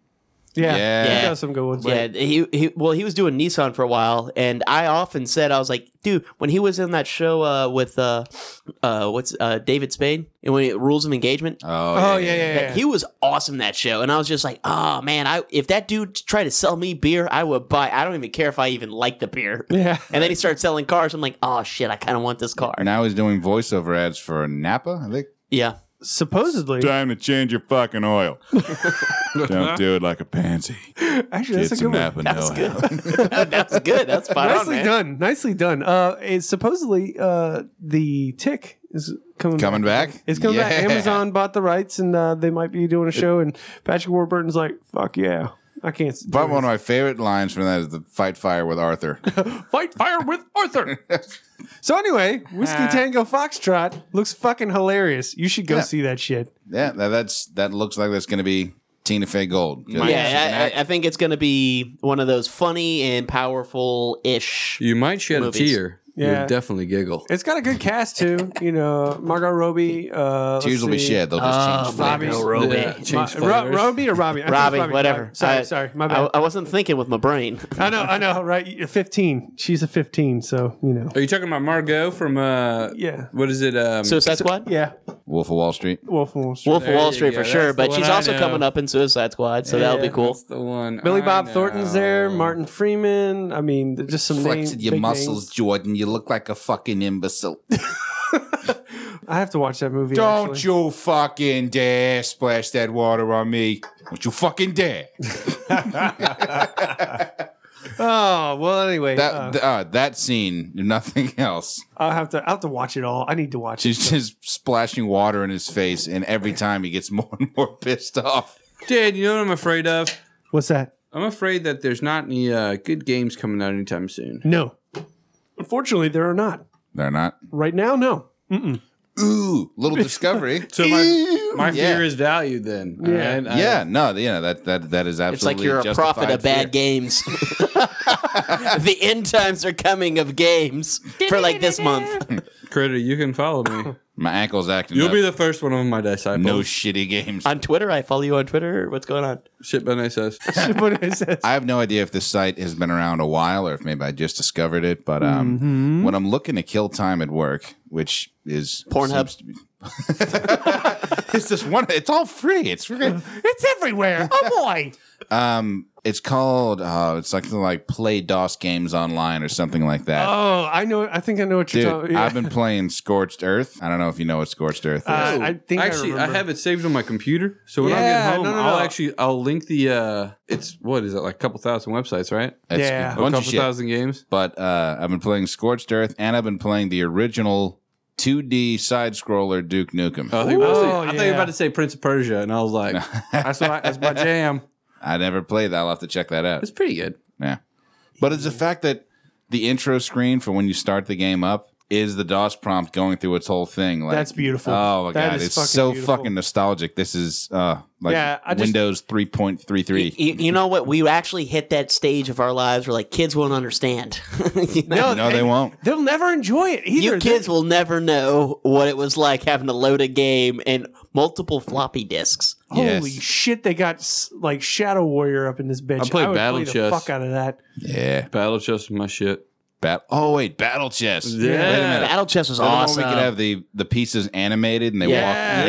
S1: yeah,
S2: Yeah.
S1: he does some good ones.
S3: Yeah, he, he well he was doing Nissan for a while, and I often said I was like, dude, when he was in that show uh, with uh, uh, what's uh, David Spade, and when it rules of engagement,
S2: Oh,
S1: Oh yeah, yeah, yeah.
S3: He was awesome in that show, and I was just like, "Oh man, I if that dude tried to sell me beer, I would buy. I don't even care if I even like the beer."
S1: Yeah.
S3: And then he started selling cars. I'm like, "Oh shit, I kind of want this car."
S2: Now he's doing voiceover ads for Napa. I think.
S3: Yeah,
S1: Supposedly,
S2: Time to change your fucking oil. Don't do it like a pansy.
S1: actually, that's a good one.
S3: that's good. that's good. That's fine.
S1: Nicely done, nicely done. Uh, it's supposedly uh, the Tick is coming
S2: Coming back?
S1: It's coming back.
S2: Yeah.
S1: Amazon bought the rights, and uh, they might be doing a show. And Patrick Warburton's like, "Fuck yeah, I can't." s- do
S2: Probably one of my favorite lines from that is the fight fire with Arthur.
S1: Fight fire with Arthur. so anyway, Whiskey Tango Foxtrot looks fucking hilarious. You should go
S2: Yeah.
S1: see that shit.
S2: yeah, that, that's that looks like that's going to be Tina Fey Gold. 'Cause
S3: Yeah,
S2: she's an
S3: I- I, I
S2: act-
S3: think it's going to be one of those funny and powerful ish.
S4: You might shed
S3: Movies.
S4: a tear.
S1: Yeah.
S4: You'll definitely giggle.
S1: It's got a good cast too. You know, Margot Robbie. Uh, let's
S2: tears will be
S1: see.
S2: shed. They'll just change flavors.
S4: Robbie.
S1: Ma-
S4: Change
S1: Ro-
S4: flavors.
S1: Robbie or Robbie? I think it's
S3: Robbie, whatever.
S1: Sorry,
S3: I-
S1: sorry, my
S3: I,
S1: bad.
S3: I wasn't thinking with my brain.
S1: I, know, I know, right? You're 15. She's a 15, so you know.
S4: Are you talking about Margot from uh?
S1: Yeah,
S4: What is it? Um,
S3: Suicide Squad?
S1: yeah.
S2: Wolf of Wall Street.
S1: Wolf of Wall Street.
S3: Wolf of
S4: There
S3: Wall
S4: you
S3: Street
S4: go,
S3: for sure,
S4: that's the
S3: but
S4: one
S3: she's
S4: I
S3: also
S4: know.
S3: coming up in Suicide Squad, so that'll be
S4: yeah,
S3: cool.
S4: that's the one.
S1: Billy
S4: I
S1: Bob
S4: know.
S1: Thornton's there. Martin Freeman. I mean, they're just some
S2: Flexing
S1: names.
S2: your
S1: big
S2: muscles,
S1: names.
S2: Jordan. You look like a fucking imbecile.
S1: I have to watch that movie.
S2: Don't
S1: actually.
S2: you fucking dare splash that water on me. Don't you fucking dare.
S1: Oh well. Anyway,
S2: That
S1: uh,
S2: th- uh, that scene, if nothing else.
S1: I'll have to. I'll have to watch it all. I need to watch it.
S2: She's just splashing water in his face, and every time he gets more and more pissed off.
S4: Dad, you know what I'm afraid of?
S1: What's that?
S4: I'm afraid that there's not any uh, good games coming out anytime soon.
S1: No. Unfortunately, there are not
S2: They're not.
S1: right now. No.
S2: Ooh, little discovery.
S4: So my, my
S2: Yeah.
S4: fear is valued then. uh,
S1: Yeah.
S4: alright? I-
S2: yeah, no, yeah, that that that is
S3: It's like
S2: absolutely.
S3: you're a prophet
S2: justified
S3: of bad
S2: fear.
S3: games. the end times are coming of games for like this month.
S4: Critter, you can follow me.
S2: My ankle's acting.
S4: You'll
S2: up.
S4: be the Oh. first one of my disciples.
S2: no shitty games.
S3: On Twitter, I follow you on Twitter. What's going on?
S4: shit, but I says.
S1: What is this?
S2: I have no idea if this site has been around a while or if maybe I just discovered it, but um,
S3: Mm-hmm.
S2: when I'm looking to kill time at work, which is
S3: Pornhub.
S2: seems to be- it's just one. It's all free. It's free.
S1: It's everywhere. Oh boy.
S2: Um, it's called. Uh, it's like something like play DOS games online or something like that.
S1: Oh, I know. I think I know what you're
S2: Dude,
S1: talking. Yeah.
S2: I've been playing Scorched Earth. I don't know if you know what Scorched Earth is.
S1: Uh, I think
S4: Actually, I,
S1: remember.
S4: have it saved on my computer. So when I
S1: Yeah,
S4: get home,
S1: no, no,
S4: I'll
S1: no.
S4: actually I'll link the. uh It's what is it like? A couple thousand websites, right?
S2: It's
S1: yeah.
S2: a
S4: a
S2: bunch
S4: couple
S2: of shit.
S4: thousand games.
S2: But uh, I've been playing Scorched Earth, and I've been playing the original 2D side scroller Duke Nukem.
S1: Oh,
S4: I, thought you were about to say-
S1: Ooh,
S4: I thought you were
S1: yeah.
S4: about to say Prince of Persia, and I was like, that's, what I, that's my jam.
S2: I never played that. I'll have to check that out.
S4: It's pretty good.
S2: Yeah. But it's the fact that the intro screen for when you start the game up is the DOS prompt going through its whole thing. Like,
S1: That's beautiful.
S2: Oh my
S1: That
S2: god,
S1: is
S2: it's
S1: fucking
S2: so
S1: beautiful.
S2: fucking nostalgic. This is uh like
S1: Yeah, I just-
S2: Windows 3.33.
S3: You, you know what? We actually hit that stage of our lives where like kids won't understand. You
S1: No,
S3: know?
S2: no, they won't.
S1: They'll never enjoy it either.
S3: You kids will never know what it was like having to load a game and multiple floppy discs.
S1: Holy
S2: Yes.
S1: shit! They got s- like Shadow Warrior up in this bitch.
S4: I played
S1: would
S4: Battle
S1: play
S4: Chess.
S1: The fuck out of that.
S2: Yeah.
S4: Battle Chest is my shit.
S2: Bat- oh wait, battle chess.
S4: Yeah.
S2: Wait a minute.
S3: Battle chess
S2: Is
S3: was
S2: that the one
S3: awesome.
S2: We could have the the pieces animated and they
S4: Yeah.
S2: walk.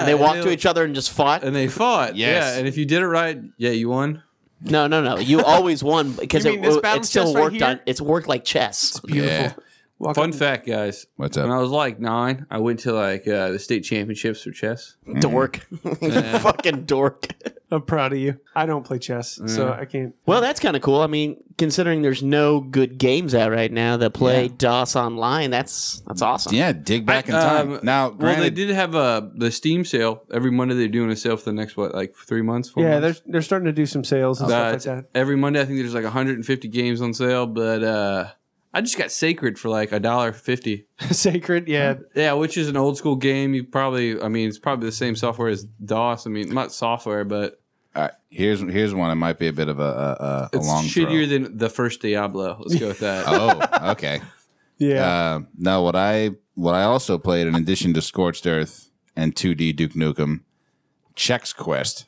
S3: And they walked to each other and just
S1: Uh,
S3: fought.
S4: and they fought.
S2: Yes.
S4: Yeah, and if you did it right, yeah, you won.
S3: No, no, no. You always won because
S1: You
S3: it,
S1: mean this battle
S3: it still
S1: chess right
S3: worked
S1: here?
S3: on. It's worked like chess.
S1: Beautiful.
S2: Yeah.
S1: Walk
S4: Fun
S1: up-
S4: fact, guys.
S2: What's
S4: When
S2: up?
S4: I was like nine, I went to like uh, the state championships for chess.
S3: Mm-hmm. Dork. Fucking dork.
S1: I'm proud of you. I don't play chess, so
S2: Mm.
S1: I can't.
S3: Well, that's kind of cool. I mean, considering there's no good games out right now that play DOS online, that's that's awesome.
S2: Yeah, dig back in time.
S4: Um,
S2: now,
S4: well, they
S2: granted,
S4: did have a the Steam sale every Monday. They're doing a sale for the next what, like three months? Four
S1: Yeah, they're
S4: months?
S1: they're starting to do some sales and
S4: Uh,
S1: stuff like
S4: it's-
S1: that.
S4: every Monday. I think there's like 150 games on sale, but uh, I just got Sacred for like a dollar fifty.
S1: Sacred,
S2: Mm.
S1: yeah.
S4: Yeah, which is an old school game. You probably, I mean, it's probably the same software as DOS. I mean, not software, but
S2: all right, here's here's one. It might be a bit of a a, a, a
S4: it's
S2: long throw.
S4: shittier than the first Diablo. Let's go with that.
S2: oh, okay.
S1: Yeah.
S2: Uh, no, what I what I also played in addition to Scorched Earth and 2D Duke Nukem, Chex Quest.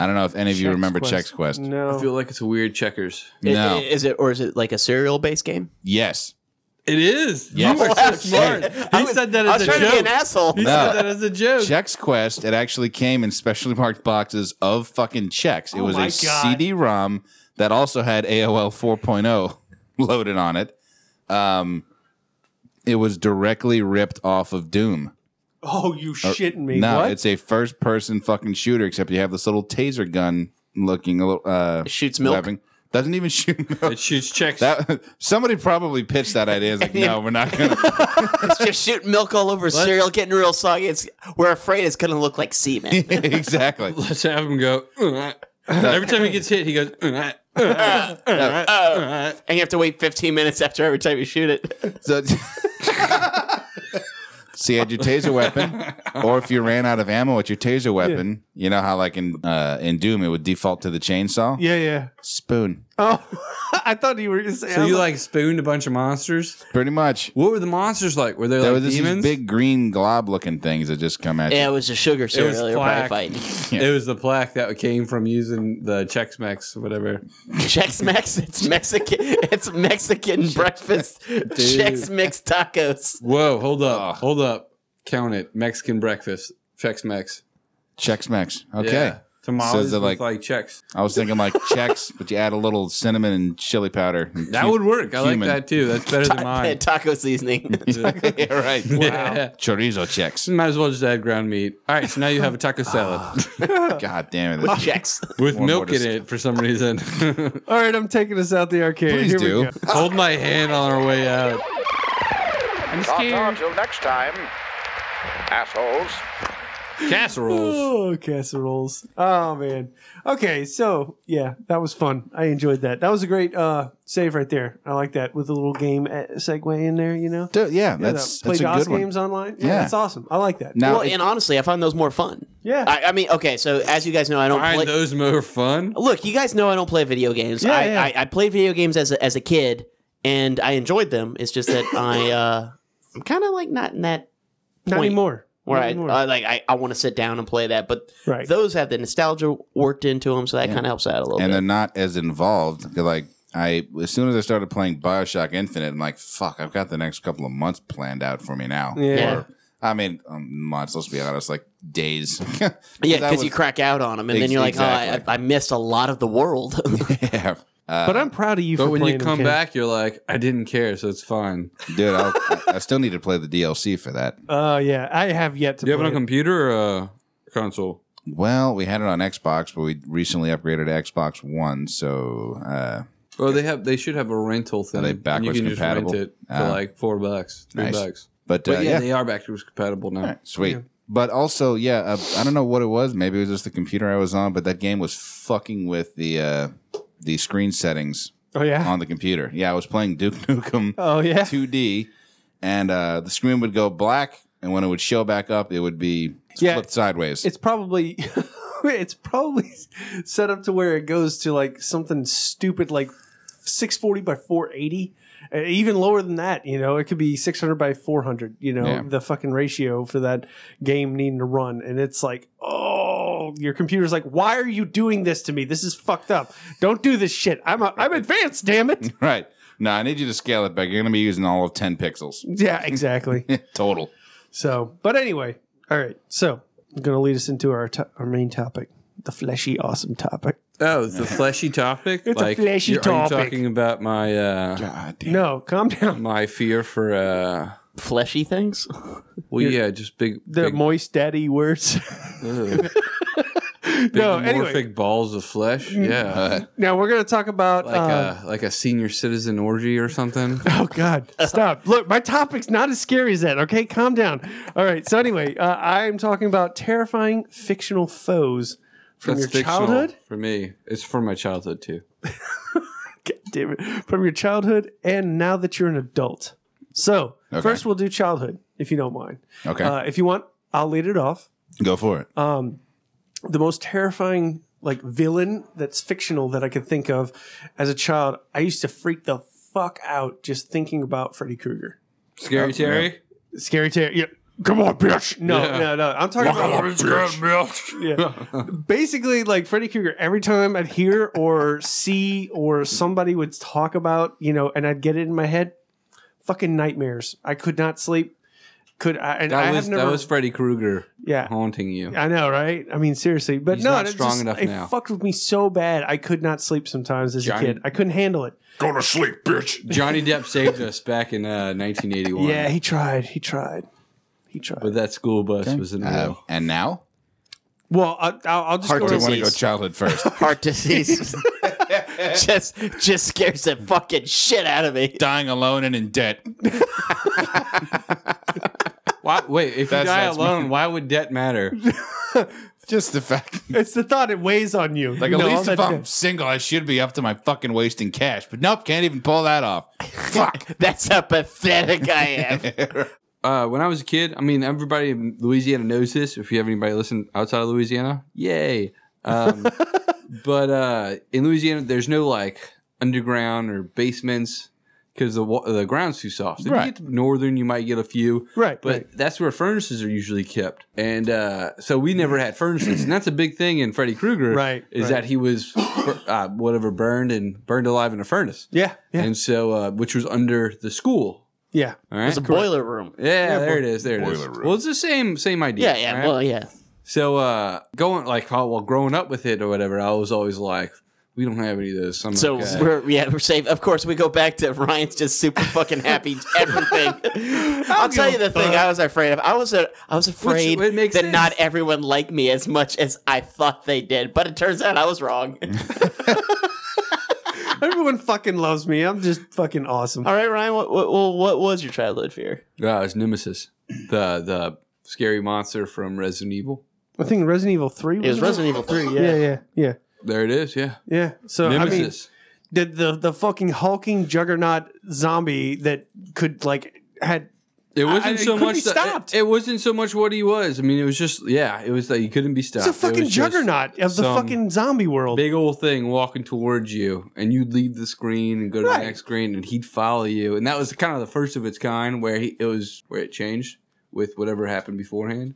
S2: I don't know if any of you remember Chex Quest.
S4: I
S1: No.
S4: feel like it's a weird checkers.
S3: I-
S2: No.
S3: i- Is it or is it like a serial based game?
S2: Yes.
S4: It is.
S2: Yes.
S4: You are so smart. He said that
S3: I
S4: as
S3: was
S4: a
S3: trying to be an
S4: joke.
S3: asshole.
S4: He
S2: No.
S4: said that as a joke.
S2: Chex Quest, it actually came in specially marked boxes of fucking checks. It was a
S1: Oh my God.
S2: CD ROM that also had AOL 4.0 loaded on it. Um, it was directly ripped off of Doom.
S1: oh, you shitting me?
S2: No,
S1: what?
S2: it's a first person fucking shooter, except you have this little taser gun looking a little uh
S3: Shoots milk.
S2: weapon. Doesn't even shoot milk.
S4: It shoots checks.
S2: That somebody probably pitched that idea. It's like, no, we're not gonna
S3: It's just shooting milk all over cereal, getting real soggy. It's, we're afraid it's going to look like semen.
S2: Exactly.
S4: Let's have him go. "Uh-uh." Every time he gets hit, he goes. "Uh-uh, uh-uh, uh-uh,
S3: Oh.
S4: uh-uh."
S3: and you have to wait 15 minutes after every time you shoot it.
S2: So So you had your taser weapon, or if you ran out of ammo with your taser weapon, you know how like in uh, in Doom it would default to the chainsaw.
S1: Yeah, yeah.
S2: Spoon,
S1: Oh, I thought you were going to say. I
S4: So
S1: was
S4: you like spooned a bunch of monsters?
S2: pretty much.
S4: What were the monsters like? Were they
S2: There were
S4: like
S2: just these
S4: demons?
S2: big green glob looking things that just come at
S3: Yeah, it
S2: you.
S3: was a sugar
S4: It was
S3: cereal. They were probably
S4: plaque.
S3: fighting.
S4: It was the plaque that came from using the Chex Mex, whatever.
S3: Chex Mex. It's Mexican. It's Mexican breakfast. Chex Mix tacos.
S4: Whoa, hold up, hold up, count it. Mexican breakfast, Chex Mex.
S2: Chex Mex. Okay.
S4: Yeah. Tamales
S2: So they're
S4: with like,
S2: like-
S4: Chex.
S2: I was thinking like Chex, but you add a little cinnamon and chili powder. and
S4: That
S2: cu-
S4: would work. I
S2: cumin.
S4: like that too. That's better than mine.
S3: Taco seasoning.
S2: yeah, right.
S4: Yeah.
S2: Chorizo Chex.
S4: Might as well just add ground meat. All right, so now you have a taco salad
S2: God damn it.
S3: Chex.
S4: with
S2: Ah. One
S4: milk
S2: more
S4: in it for some reason.
S1: All right, I'm taking us out the arcade.
S2: Please
S1: Here we
S2: do.
S1: go.
S4: Hold my hand on our way out. I'm
S7: Ta-ta
S4: scared.
S7: till next time, assholes.
S4: Casseroles.
S1: Oh, casseroles. Oh man. Okay, so yeah, that was fun. I enjoyed that. That was a great uh save right there. I like that with a little game eh, segue in there. You know,
S2: Dude, yeah,
S1: Yeah,
S2: that's,
S1: that- play
S2: that's a
S1: DOS
S2: good one.
S1: games online. Yeah,
S2: Yeah.
S1: that's awesome. I like that.
S2: Now,
S3: Well, and honestly, I found those more fun.
S1: Yeah.
S3: I, I mean, okay. So as you guys know, I don't play.
S4: Find those more fun.
S3: Look, you guys know I don't play video games.
S1: Yeah,
S3: I,
S1: yeah.
S3: I, I played video games as a, as a kid, and I enjoyed them. It's just that I uh, I'm kind of like not in that
S1: Not
S3: point
S1: anymore.
S3: where
S1: Not
S3: I,
S1: anymore.
S3: I like I, I want to sit down and play that. But
S1: Right.
S3: those have the nostalgia worked into them, so that kind of helps out a little
S2: and they're
S3: bit.
S2: not as involved. They're Like I, as soon as I started playing Bioshock Infinite, I'm like, fuck, I've got the next couple of months planned out for me now.
S1: Yeah.
S2: Or, I mean, um, months. Let's be honest, like days.
S3: yeah,
S2: I
S3: because you
S2: was-
S3: crack out on them, and then
S2: Ex-
S3: you're like,
S2: exactly.
S3: oh, I, I missed a lot of the world.
S2: yeah, uh,
S1: but I'm proud of you.
S4: But
S1: for
S4: when you
S1: playing them,
S4: come
S1: Ken.
S4: back, you're like, I didn't care, so it's fine.
S2: dude, I'll, I- I still need to play the DLC for that.
S1: Oh yeah, I have yet to.
S4: Do you have
S1: play
S4: it on computer or a console?
S2: Well, we had it on Xbox, but we recently upgraded to Xbox One, so uh,
S4: Or they have they should have a rental thing.
S2: they
S4: and
S2: backwards
S4: you can just
S2: compatible?
S4: rent it for
S2: Ah.
S4: like four bucks, three
S2: Nice.
S4: bucks.
S2: but,
S4: But
S2: uh,
S4: yeah,
S2: yeah,
S4: they are backwards compatible now.
S2: sweet. But also, yeah, uh, I don't know what it was. Maybe it was just the computer I was on, but that game was fucking with the uh, the screen settings
S1: Oh yeah.
S2: on the computer. Yeah, I was playing Duke Nukem
S1: Oh yeah.
S2: 2D, and uh, the screen would go black, and when it would show back up, it would be
S1: Yeah.
S2: flipped sideways.
S1: It's probably. It's probably set up to where it goes to like something stupid like 640 by 480, Uh, even lower than that. You know, it could be 600 by 400. You know,
S2: Yeah.
S1: the fucking ratio for that game needing to run, and it's like, oh, your computer's like, why are you doing this to me? This is fucked up. Don't do this shit. I'm a, I'm advanced, damn it.
S2: right. No, I need you to scale it back. You're going to be using all of 10 pixels
S1: yeah, exactly.
S2: total.
S1: So, but anyway, all right. So, I'm going to lead us into our to- our main topic, the fleshy, awesome topic.
S4: Oh, it's a fleshy topic.
S1: It's a fleshy
S4: you're- Are you
S1: topic.
S4: talking about my uh,
S2: God damn.
S1: No, calm down.
S4: my fear for? Uh,
S3: Fleshy things.
S4: well, yeah, just big,
S1: The
S4: big,
S1: moist daddy words.
S4: ugh, big
S1: no,
S4: amorphic
S1: anyway. Mm. Uh,
S4: balls of flesh. Yeah,
S1: Now we're going to talk about.
S4: like
S1: uh,
S4: a like a senior citizen orgy or something.
S1: oh God! Stop. Look, my topic's not as scary as that. Okay, calm down. All right. So anyway, uh, I'm talking about terrifying fictional foes from
S4: That's
S1: your
S4: fictional
S1: childhood.
S4: for me. It's from my childhood too.
S1: God damn it. From your childhood and now that you're an adult. So
S2: Okay.
S1: first, we'll do childhood if you don't mind.
S2: Okay.
S1: Uh, if you want, I'll lead it off.
S2: Go for it.
S1: Um, the most terrifying like villain that's fictional that I could think of as a child. I used to freak the fuck out just thinking about Freddy Krueger.
S4: Scary Terry.
S1: Scary terror. Yeah. Come on, bitch. No,
S4: Yeah.
S1: no, no. I'm talking about yeah. basically like Freddy Krueger. Every time I'd hear or see or somebody would talk about, you know, and I'd get it in my head, fucking nightmares. I could not sleep. Could I? And I
S4: That
S1: have
S4: was
S1: never.
S4: that was Freddy Krueger
S1: yeah.
S4: haunting you.
S1: I know, right? I mean, seriously, but
S4: He's
S1: no,
S4: not
S1: it's
S4: strong
S1: just-
S4: enough
S1: it
S4: now.
S1: fucked with me so bad. I could not sleep sometimes as
S4: Johnny-
S1: a kid. I couldn't handle it.
S4: Johnny Depp saved us back in uh, 1981.
S1: Yeah, he tried. He tried. He tried.
S4: But that school bus was in
S2: Uh,
S4: real.
S2: and now?
S1: well, I, I'll, I'll just
S3: Hard
S1: go
S2: Or do
S1: to
S2: you want to go
S3: Disease.
S2: childhood first?
S3: Heart disease. just just scares the fucking shit out of me.
S2: Dying alone and in debt.
S4: Why, wait, if you
S2: That's-
S4: die
S2: that's
S4: alone, why would debt matter?
S2: Just the fact.
S1: It's the thought it weighs on you.
S2: Like,
S1: you
S2: at
S1: know,
S2: least
S1: all
S2: if
S1: that-
S2: I'm single, I should be up to my fucking waist in cash. But nope, can't even pull that off.
S3: Fuck. That's how pathetic I am.
S4: uh, when I was a kid, I mean, everybody in Louisiana knows this. If you have anybody listen outside of Louisiana, yay. Um, but uh, in Louisiana, there's no like underground or basements because the wa- the ground's too soft. So
S2: Right.
S4: If you get to northern, you might get a few.
S1: Right,
S4: But
S1: right.
S4: that's where furnaces are usually kept, and uh, so we never had furnaces, and that's a big thing in Freddy Krueger.
S1: Right,
S4: Is
S1: right.
S4: that he was bur- uh, whatever burned and burned alive in a furnace.
S1: Yeah, yeah,
S4: And so, uh, which was under the school.
S1: yeah.
S4: All right.
S3: It's a boiler room.
S4: Yeah, there it is. There it is.
S2: boiler room.
S4: Well, it's the same same idea.
S3: Yeah, yeah.
S4: right?
S3: Well, yeah.
S4: so uh, going like oh, well, growing up with it or whatever, I was always like, we don't have any of those. I'm
S3: So
S4: like, uh,
S3: we're yeah we're safe. Of course, we go back to Ryan's just super fucking happy. Everything. I'll tell you the thing. I was afraid of. I was a, I was afraid
S4: it makes
S3: that
S4: sense.
S3: not everyone liked me as much as I thought they did. But it turns out I was wrong.
S1: Everyone fucking loves me. I'm just fucking awesome.
S3: All right, Ryan. What what what, what was your childhood fear?
S4: uh, it's Nemesis, the the scary monster from Resident Evil.
S1: I think Resident Evil Three.
S3: It was Resident Evil Three. Yeah.
S1: Yeah, yeah, yeah,
S4: There it is. Yeah,
S1: yeah. So I mean,
S4: Nemesis.
S1: the, the the fucking hulking juggernaut zombie that could like had
S4: it wasn't
S1: I- it
S4: so
S1: couldn't
S4: much.
S1: be
S4: the- it-
S1: stopped.
S4: it, wasn't so much what he was. I mean, it was just yeah. It was that you couldn't be stopped.
S1: it's a
S4: It
S1: fucking
S4: was just
S1: juggernaut of the
S4: some
S1: fucking zombie world.
S4: Big old thing walking towards you, and you'd leave the screen and go to the next screen, and he'd follow you. And that was kind of the first of its kind where he, it was where it changed with whatever happened beforehand.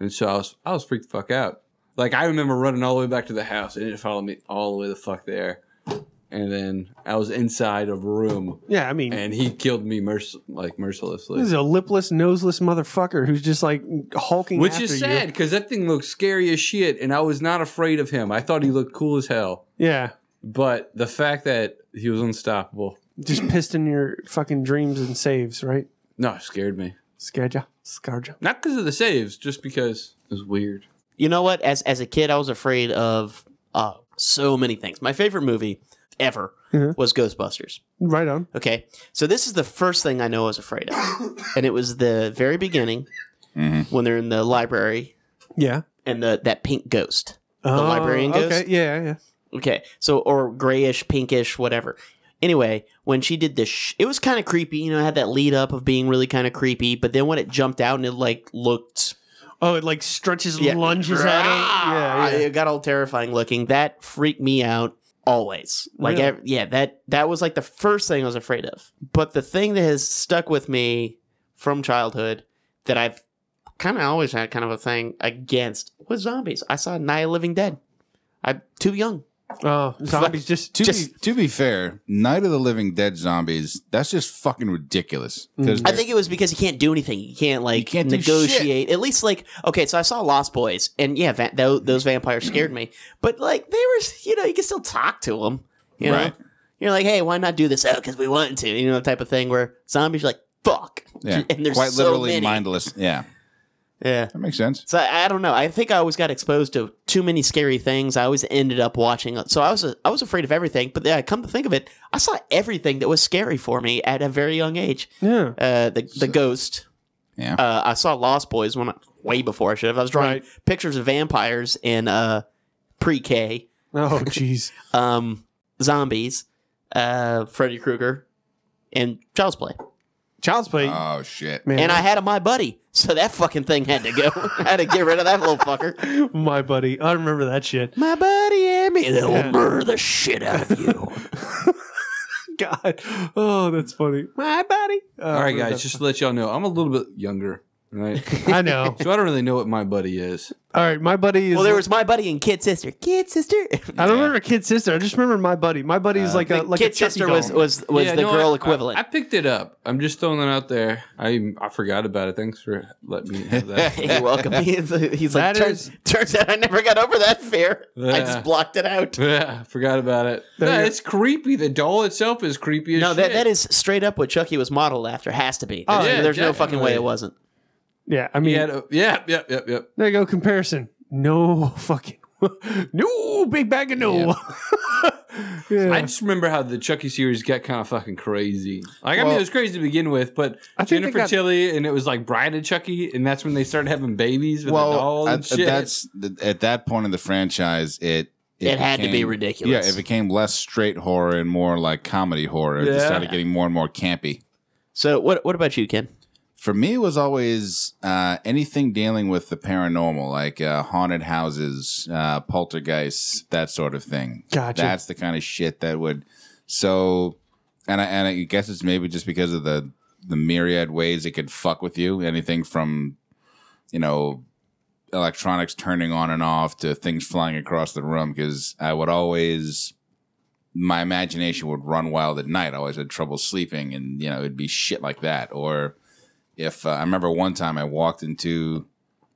S4: And so I was I was freaked the fuck out. Like I remember running all the way back to the house, and it followed me all the way the fuck there. And then I was inside of a room,
S1: yeah, I mean,
S4: and he killed me merc- like mercilessly.
S1: this is a lipless, noseless motherfucker who's just like hulking.
S4: Which
S1: after
S4: is
S1: you.
S4: sad because that thing looked scary as shit, and I was not afraid of him. I thought he looked cool as hell,
S1: Yeah,
S4: but the fact that he was unstoppable,
S1: just pissed in your fucking dreams and saves, right?
S4: no, it scared me.
S1: Scared ya, scared ya.
S4: Not because of the saves, just because it was weird.
S3: You know what? As as a kid, I was afraid of uh, so many things. My favorite movie ever
S1: Mhm.
S3: was Ghostbusters.
S1: Right on.
S3: Okay. So this is the first thing I know I was afraid of. and it was the very beginning when they're in the library
S1: Yeah. Uh,
S3: and the that pink ghost. librarian ghost?
S1: Okay. Yeah, yeah.
S3: Okay. So or grayish, pinkish, whatever. Anyway, when she did this, sh- it was kind of creepy. You know, it had that lead up of being really kind of creepy, but then when it jumped out and it like looked,
S1: Oh, it like stretches,
S3: Yeah.
S1: lunges at him.
S3: Ah,
S1: Yeah, yeah.
S3: it got all terrifying looking. That freaked me out always. Like,
S1: Really?
S3: ev- yeah, that that was like the first thing I was afraid of. But the thing that has stuck with me from childhood that I've kind of always had kind of a thing against was zombies. I saw Night of the Living Dead. I'm too young.
S1: Oh, zombies just
S2: To,
S3: Just-
S2: be, to be fair, Night of the Living Dead zombies, that's just fucking ridiculous. 'Cause
S3: Mm-hmm. I think it was because you can't do anything. You can't like
S2: can't do
S3: negotiate. At least like okay, so I saw Lost Boys, and yeah, va- tho- those vampires scared me. But like they were, you know, you can still talk to them. You know,
S2: Right.
S3: you're like, hey, why not do this? Oh, because we want to. You know, type of thing where zombies are like, fuck.
S2: yeah,
S3: and there's
S2: quite
S3: so
S2: literally
S3: many.
S2: mindless. Yeah,
S3: Yeah.
S2: that makes sense.
S3: So I, I don't know. I think I always got exposed to too many scary things. I always ended up watching. So I was I was afraid of everything. But then I come to think of it, I saw everything that was scary for me at a very young age.
S1: yeah.
S3: Uh, the the ghost.
S2: Yeah.
S3: Uh, I saw Lost Boys when I, way before I should have. I was drawing
S1: Right.
S3: pictures of vampires in uh, pre K,
S1: Oh, jeez.
S3: um, zombies, uh, Freddy Krueger, and Child's Play.
S1: Child's play.
S2: Oh shit!
S1: man,
S3: Uh, And I had a my buddy, so that fucking thing had to go. I had to get rid of that little fucker.
S1: my buddy. I remember that shit.
S3: My buddy and me, they'll murder the shit out of you.
S1: God. Oh, that's funny. My buddy. Uh,
S4: All right, guys, just to let y'all know, I'm a little bit younger, right?
S1: I know.
S4: so I don't really know what my buddy is.
S1: All right, my buddy is.
S3: well, there was my buddy and kid sister. Kid sister.
S1: I don't remember kid sister. I just remember my buddy. My buddy is like a like
S3: kid
S1: a Chucky
S3: sister
S1: doll.
S3: was was was
S4: Yeah,
S3: the
S4: no, I-
S3: girl
S4: I-
S3: equivalent.
S4: I, picked it up. I'm just throwing it out there. I I forgot about it. Thanks for letting me have that.
S3: You're welcome. He's, he's
S1: That
S3: like, turns, turns out I never got over that fear. I
S4: Yeah.
S3: just blocked it out.
S4: Yeah, forgot about it.
S1: you
S4: No,
S1: go.
S4: it's creepy. The doll itself is creepy as
S3: No,
S4: shit.
S3: that, that is straight up what Chucky was modeled after. Has to be. There's,
S4: yeah,
S3: there's no fucking
S4: definitely.
S3: way it wasn't.
S1: yeah, I
S4: He
S1: mean,
S4: had a- yeah, yep, yep, yep.
S1: there you go. Comparison. No fucking. no big bag of no. Yeah.
S4: I just remember how the Chucky series got kind of fucking crazy. Like, I mean, it
S2: Well-
S4: was crazy to begin with, but
S1: I think they
S4: Jennifer
S1: got-
S4: Tilly and it was like Bride of Chucky, and that's when they started having babies with the doll and
S2: at,
S1: uh,
S4: shit.
S2: that's at that point in the franchise, it
S3: It had to be ridiculous.
S2: Yeah, it became less straight horror and more like comedy horror. It
S4: Yeah.
S2: started getting more and more campy.
S3: So what what about you, Ken?
S2: For me, it was always uh, anything dealing with the paranormal, like uh, haunted houses, uh, poltergeists, that sort of thing.
S1: Gotcha.
S2: That's the kind of shit that would. So, and I, and I guess it's maybe just because of the the myriad ways it could fuck with you. Anything from, you know, electronics turning on and off to things flying across the room. Because I would always my imagination would run wild at night. I always had trouble sleeping, and you know it'd be shit like that. Or if uh, I remember one time, I walked into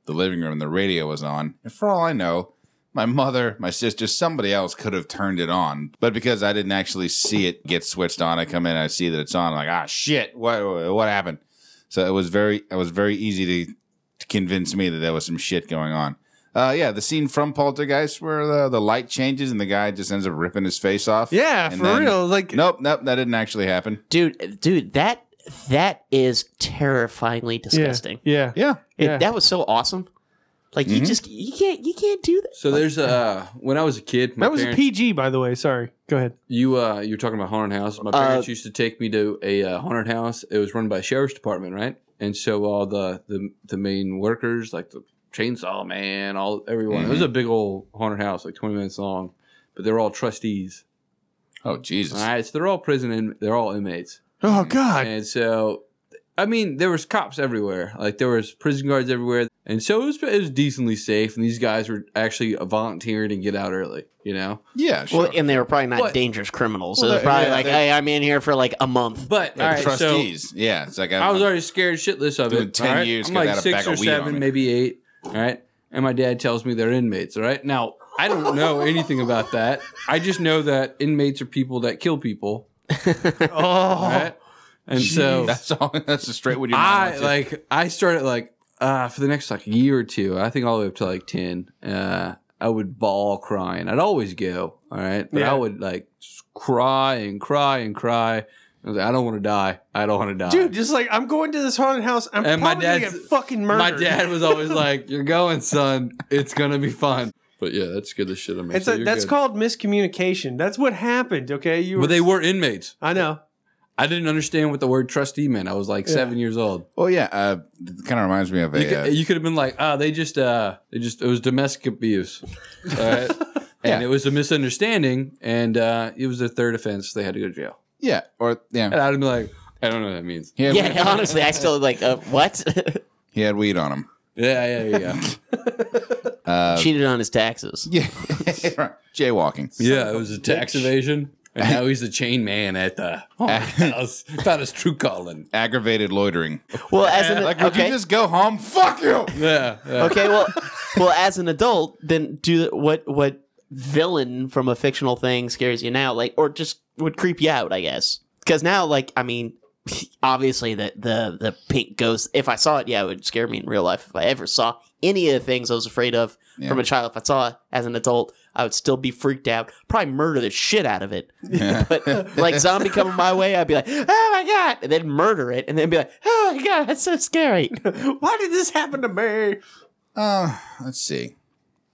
S2: the living room and the radio was on, and for all I know, my mother, my sister, somebody else could have turned it on, but because I didn't actually see it get switched on, I come in, and I see that it's on, I'm like ah shit, what what happened? So it was very it was very easy to, to convince me that there was some shit going on. Uh, yeah, the scene from Poltergeist where the, the light changes and the guy just ends up ripping his face off.
S1: Yeah,
S2: And
S1: for
S2: then-
S1: real. Like,
S2: Nope, nope, that didn't actually happen.
S3: dude, dude, that that is terrifyingly disgusting.
S1: Yeah.
S2: Yeah.
S3: It-
S1: Yeah.
S3: that was so awesome. Like you
S2: Mhm.
S3: just you can't you can't do that.
S4: So there's uh when I was a kid, my
S1: That was a
S4: parents-
S1: PG, by the way. Sorry. Go ahead.
S4: You uh, you were talking about haunted house. My
S1: Uh,
S4: parents used to take me to a uh, haunted house. It was run by sheriff's department, right? And so all the the, the main workers, like the chainsaw man, all everyone.
S1: Mm-hmm.
S4: It was a big old haunted house, like twenty minutes long. But they're all trustees.
S2: Oh Jesus.
S4: All right, so they're all prison in, they're all inmates.
S1: Oh God.
S4: And so, I mean, there was cops everywhere. Like there was prison guards everywhere, and so it was it was decently safe. And these guys were actually volunteering to get out early. You know,
S2: Yeah, sure.
S3: Well, and they were probably not
S4: What?
S3: dangerous criminals. So
S2: Well,
S3: they're probably
S2: yeah,
S3: like,
S2: they-
S3: hey, I'm in here for like a month.
S4: but
S2: Yeah,
S4: all
S2: the
S4: right, so-
S2: trustees. yeah, it's like
S4: I was already scared shitless of
S2: Doing
S4: it.
S2: 10
S4: all right?
S2: years,
S4: I'm
S2: got
S4: like
S2: out a
S4: six
S2: bag
S4: or
S2: of weed on
S4: seven,
S2: me.
S4: maybe eight. All right. And my dad tells me they're inmates. All right. Now, I don't know anything about that. I just know that inmates are people that kill people. All
S1: oh.
S4: right. And so
S2: that's all. That's just straight what you.
S4: I like, I started like, uh, for the next like year or two, I think all the way up to like 10, uh, I would bawl crying. I'd always go. All right. But
S1: Yeah.
S4: I would like just cry and cry and cry. I was like, I don't want to die. I don't want to die.
S1: Dude, just like I'm going to this haunted house. I'm
S4: And my
S1: probably gonna get
S4: dad's-
S1: fucking murdered.
S4: My dad was always like, "You're going, son. It's gonna be fun." But yeah, that's good. The shit I mean,
S1: It's a, that's called miscommunication. That's what happened. Okay, you.
S4: But they were inmates.
S1: I know.
S4: I didn't understand what the word trustee meant. I was like seven years old.
S2: Oh yeah, uh, kind of reminds me of a.
S4: You, could,
S2: uh,
S4: you could have been like, "Ah, they just, uh, they just, it was domestic abuse," All right?
S2: Yeah.
S4: and it was a misunderstanding, and uh, it was their third offense. They had to go to jail,
S2: yeah, or yeah,
S4: and I'd be like, "I don't know what that means."
S2: he had,
S3: yeah,
S2: weed,
S3: honestly, I still like uh, what
S2: he had weed on him. Uh,
S4: Yeah, yeah, yeah.
S3: cheated on his taxes.
S2: Yeah, right. jaywalking.
S4: Yeah, it was a tax evasion, Oh, and now he's the chain man at the house. Found his true calling.
S2: Aggravated loitering.
S3: Well, as an
S2: Like, would
S3: okay,
S2: you just go home? Fuck you.
S4: Yeah, yeah.
S3: okay, well, well, as an adult, then do what what villain from a fictional thing scares you now, like or just would creep you out, I guess. Because now, like, I mean, obviously the the the pink ghost. If I saw it, yeah, it would scare me in real life. If I ever saw any of the things I was afraid of
S2: Yeah.
S3: from a child, if I saw it as an adult, I would still be freaked out. Probably murder the shit out of it. But like zombie coming my way, I'd be like, oh my god, and then murder it, and then be like, oh my god, that's so scary.
S1: Why did this happen to me?
S2: Uh, let's see.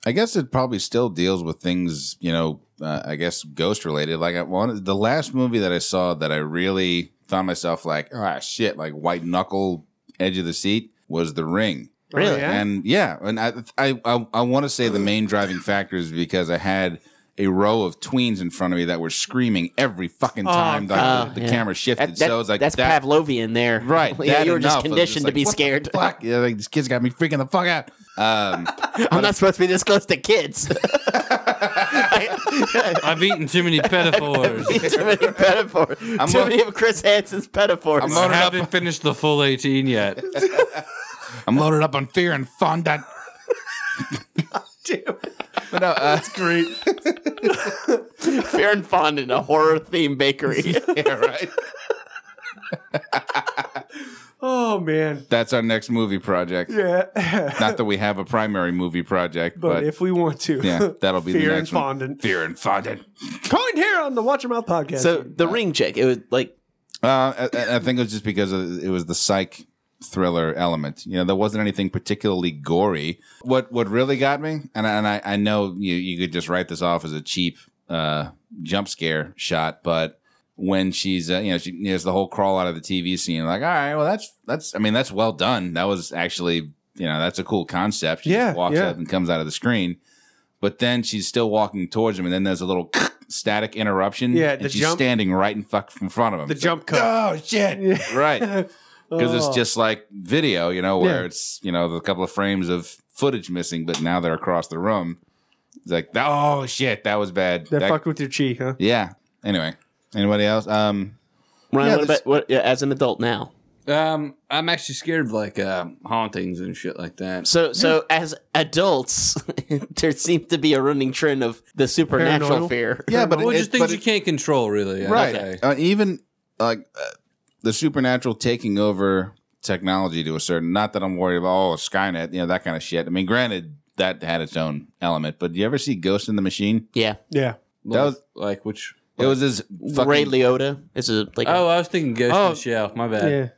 S2: I guess it probably still deals with things, you know, uh, I guess ghost related. Like I wanted the last movie that I saw that I really found myself like, ah, shit, like white knuckle edge of the seat was The Ring.
S3: Really?
S1: Oh, yeah?
S2: And yeah, and I I I, I want to say the main driving factor is because I had a row of tweens in front of me that were screaming every fucking time that
S3: Oh, God.
S2: the, the
S3: Yeah.
S2: camera shifted.
S3: That-
S2: so
S3: that-
S2: it's like
S3: that's
S2: that,
S3: Pavlovian there.
S2: Right.
S3: yeah,
S2: that
S3: you were
S2: enough.
S3: just
S2: I was
S3: conditioned to
S2: like,
S3: be
S2: "What the
S3: scared.
S2: Fuck. Yeah, like, this kid's got me freaking the fuck out. Um,
S3: I'm not supposed to be this close to kids. I,
S4: I've eaten too many pedophores.
S3: too many metaphors. too
S2: a-
S3: many of Chris Hansen's metaphors.
S2: I'm
S4: I
S2: loaded up.
S4: haven't finished the full 18 yet.
S2: I'm loaded up on fear and fondant. But no, uh,
S1: Great.
S3: Fair and fond in a horror themed bakery.
S2: yeah, right.
S1: Oh man.
S2: That's our next movie project.
S1: Yeah.
S2: Not that we have a primary movie project,
S1: but,
S2: but,
S1: if we want to,
S2: yeah, that'll be
S1: fear
S2: the
S1: and
S2: next one.
S1: fondant.
S2: Fear and fondant.
S1: Coined here on the Watch Your Mouth podcast.
S3: so the ring chick, it was like
S2: Uh, I- I, I think it was just because of, it was the psych thriller element. You know, there wasn't anything particularly gory. What what really got me, and I, and I, I know you you could just write this off as a cheap uh, jump scare shot, but when she's uh, you know she has the whole crawl out of the TV scene. Like, all right, well that's that's I mean that's well done. That was actually you know that's a cool concept. She
S1: Yeah,
S2: just walks
S1: yeah.
S2: up and comes out of the screen, but then she's still walking towards him, and then there's a little static interruption.
S1: Yeah, the
S2: and she's
S1: jump-
S2: standing right in fuck in front of him.
S1: The
S2: It's
S1: jump
S2: like,
S1: cut.
S2: Oh shit! Right because
S1: Oh,
S2: it's just like video, you know, where
S1: Yeah.
S2: it's you know a couple of frames of footage missing, but now they're across the room. It's like, oh shit, that was bad.
S1: that,
S2: That-
S1: fucked with your chi, huh?
S2: yeah. Anyway, anybody else? Um,
S3: Ryan,
S2: Yeah,
S3: what
S2: this-
S3: about what, yeah, as an adult now?
S4: Um, I'm actually scared of like uh, hauntings and shit like that.
S3: So, so as adults, there seems to be a running trend of the supernatural
S1: Paranormal?
S3: fear.
S2: yeah, but
S4: well,
S2: it-
S4: just
S2: but
S4: things you
S2: it-
S4: can't control, really. I'd
S2: right?
S4: say.
S2: Uh, even like uh, the supernatural taking over technology to a certain. Not that I'm worried about oh Skynet, you know that kind of shit. I mean, granted that had its own element, but do you ever see Ghost in the Machine?
S3: Yeah,
S1: Yeah.
S2: That was-
S4: like which.
S2: It was this fucking
S3: Ray Liotta is a like
S4: Oh, I was thinking Ghost
S1: Oh.
S4: in the Shell. My bad.
S1: Yeah.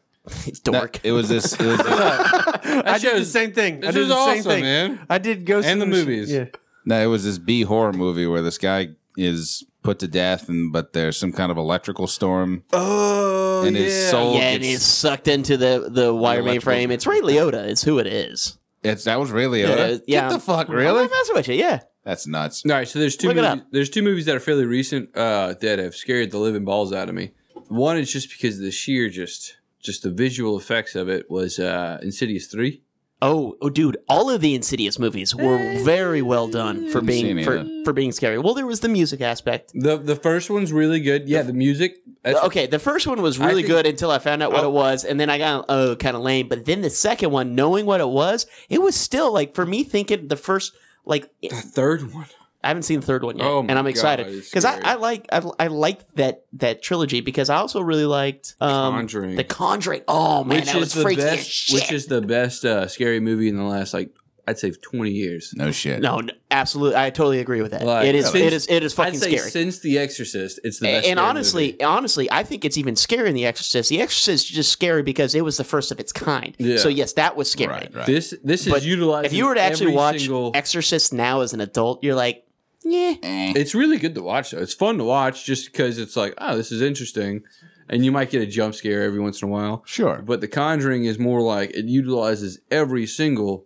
S3: a
S2: no,
S3: dork.
S2: It was this. It was this
S4: That
S1: I
S4: shit
S1: did the
S4: was-
S1: same thing. I
S4: This
S1: did
S4: is
S1: the
S4: awesome,
S1: same thing.
S4: man.
S1: I did Ghost
S4: And
S1: in
S4: the
S1: Sh-
S4: movies.
S1: Yeah.
S2: No, it was this B horror movie where this guy is put to death, and but there's some kind of electrical storm,
S4: Oh,
S2: and
S4: yeah.
S2: his soul
S3: yeah, and
S2: gets.
S3: he's sucked into the the wire
S2: electrical-
S3: mainframe. It's Ray Liotta. It's who it is.
S2: It's that was really
S3: Yeah,
S2: yeah.
S3: yeah.
S2: Get the fuck
S3: I'm
S2: really?
S3: not messing with you. Yeah,
S2: That's nuts.
S4: All right, so there's two
S3: Look it
S4: movies,
S3: up.
S4: there's two movies that are fairly recent uh, that have scared the living balls out of me. One is just because of the sheer just just the visual effects of it was uh, Insidious three.
S3: Oh, oh, dude! All of the Insidious movies were very well done for
S2: Haven't seen
S3: being
S2: any
S3: for,
S2: of
S3: for being scary. Well, there was the music aspect. Uh,
S4: The the first one's really good. Yeah, the music. That's,
S3: Okay, the first one was
S4: I
S3: really
S4: think-
S3: good until I found out what
S4: Oh.
S3: it was, and then I got oh kind of lame. But then the second one, knowing what it was, it was still like for me thinking the first like
S4: The third one.
S3: I haven't seen the third one yet,
S4: Oh my
S3: and I'm
S4: God,
S3: excited
S4: it's
S3: because I,
S4: scary.
S3: I like I, I like that that trilogy because I also really liked um,
S4: Conjuring.
S3: The Conjuring. Oh man, that was freaky as
S4: best.
S3: shit.
S4: Which is the best uh, scary movie in the last like I'd say twenty years.
S2: No shit.
S3: no, no, absolutely, I totally agree with that.
S4: Like,
S3: it is,
S4: really?
S3: it is, it is fucking
S4: I'd say
S3: scary.
S4: since The Exorcist, it's the best.
S3: and
S4: scary
S3: honestly,
S4: movie.
S3: honestly, I think it's even scarier than The Exorcist. The Exorcist is just scary because it was the first of its kind.
S4: Yeah.
S3: So yes, that was scary.
S2: Right, right.
S4: this this
S3: But
S4: is utilizing.
S3: If you were to actually
S4: every
S3: watch
S4: single,
S3: Exorcist now as an adult, you're like, yeah,
S4: It's really good to watch though. It's fun to watch just because it's like, oh, this is interesting, and you might get a jump scare every once in a while.
S2: Sure.
S4: But The Conjuring is more like it utilizes every single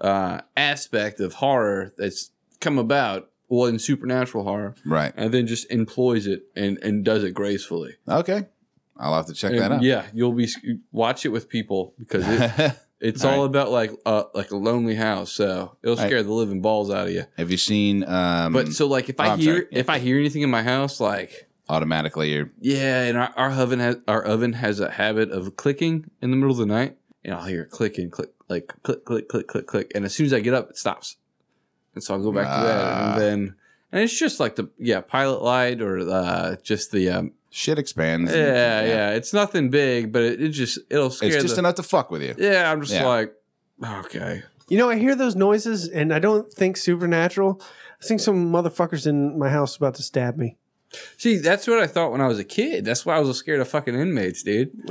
S4: uh, aspect of horror that's come about, well, in supernatural horror,
S2: Right.
S4: and then just employs it and and does it gracefully.
S2: Okay. I'll have to check that
S4: And
S2: out.
S4: yeah, you'll be watch it with people because it, it's all about like uh, like a lonely house, so it'll
S2: right.
S4: scare the living balls out of you.
S2: have you seen? Um,
S4: But so like if
S2: Oh,
S4: I
S2: I'm
S4: hear
S2: sorry. Yeah.
S4: if I hear anything in my house like.
S2: automatically, you're
S4: Yeah, and our, our oven has our oven has a habit of clicking in the middle of the night, and I'll hear it click and click, like click, click, click, click, click, and as soon as I get up, it stops, and so I'll go back to that,
S2: Ah.
S4: and then and it's just like the yeah pilot light or uh, just the um,
S2: shit expands.
S4: yeah, yeah it's nothing big, but it, it just it'll scare
S2: It's just
S4: the,
S2: enough to fuck with you.
S4: yeah I'm just
S2: Yeah.
S4: like okay
S1: You know, I hear those noises and I don't think supernatural. I think some motherfuckers in my house about to stab me.
S4: see that's what I thought when I was a kid that's why I was scared of fucking inmates dude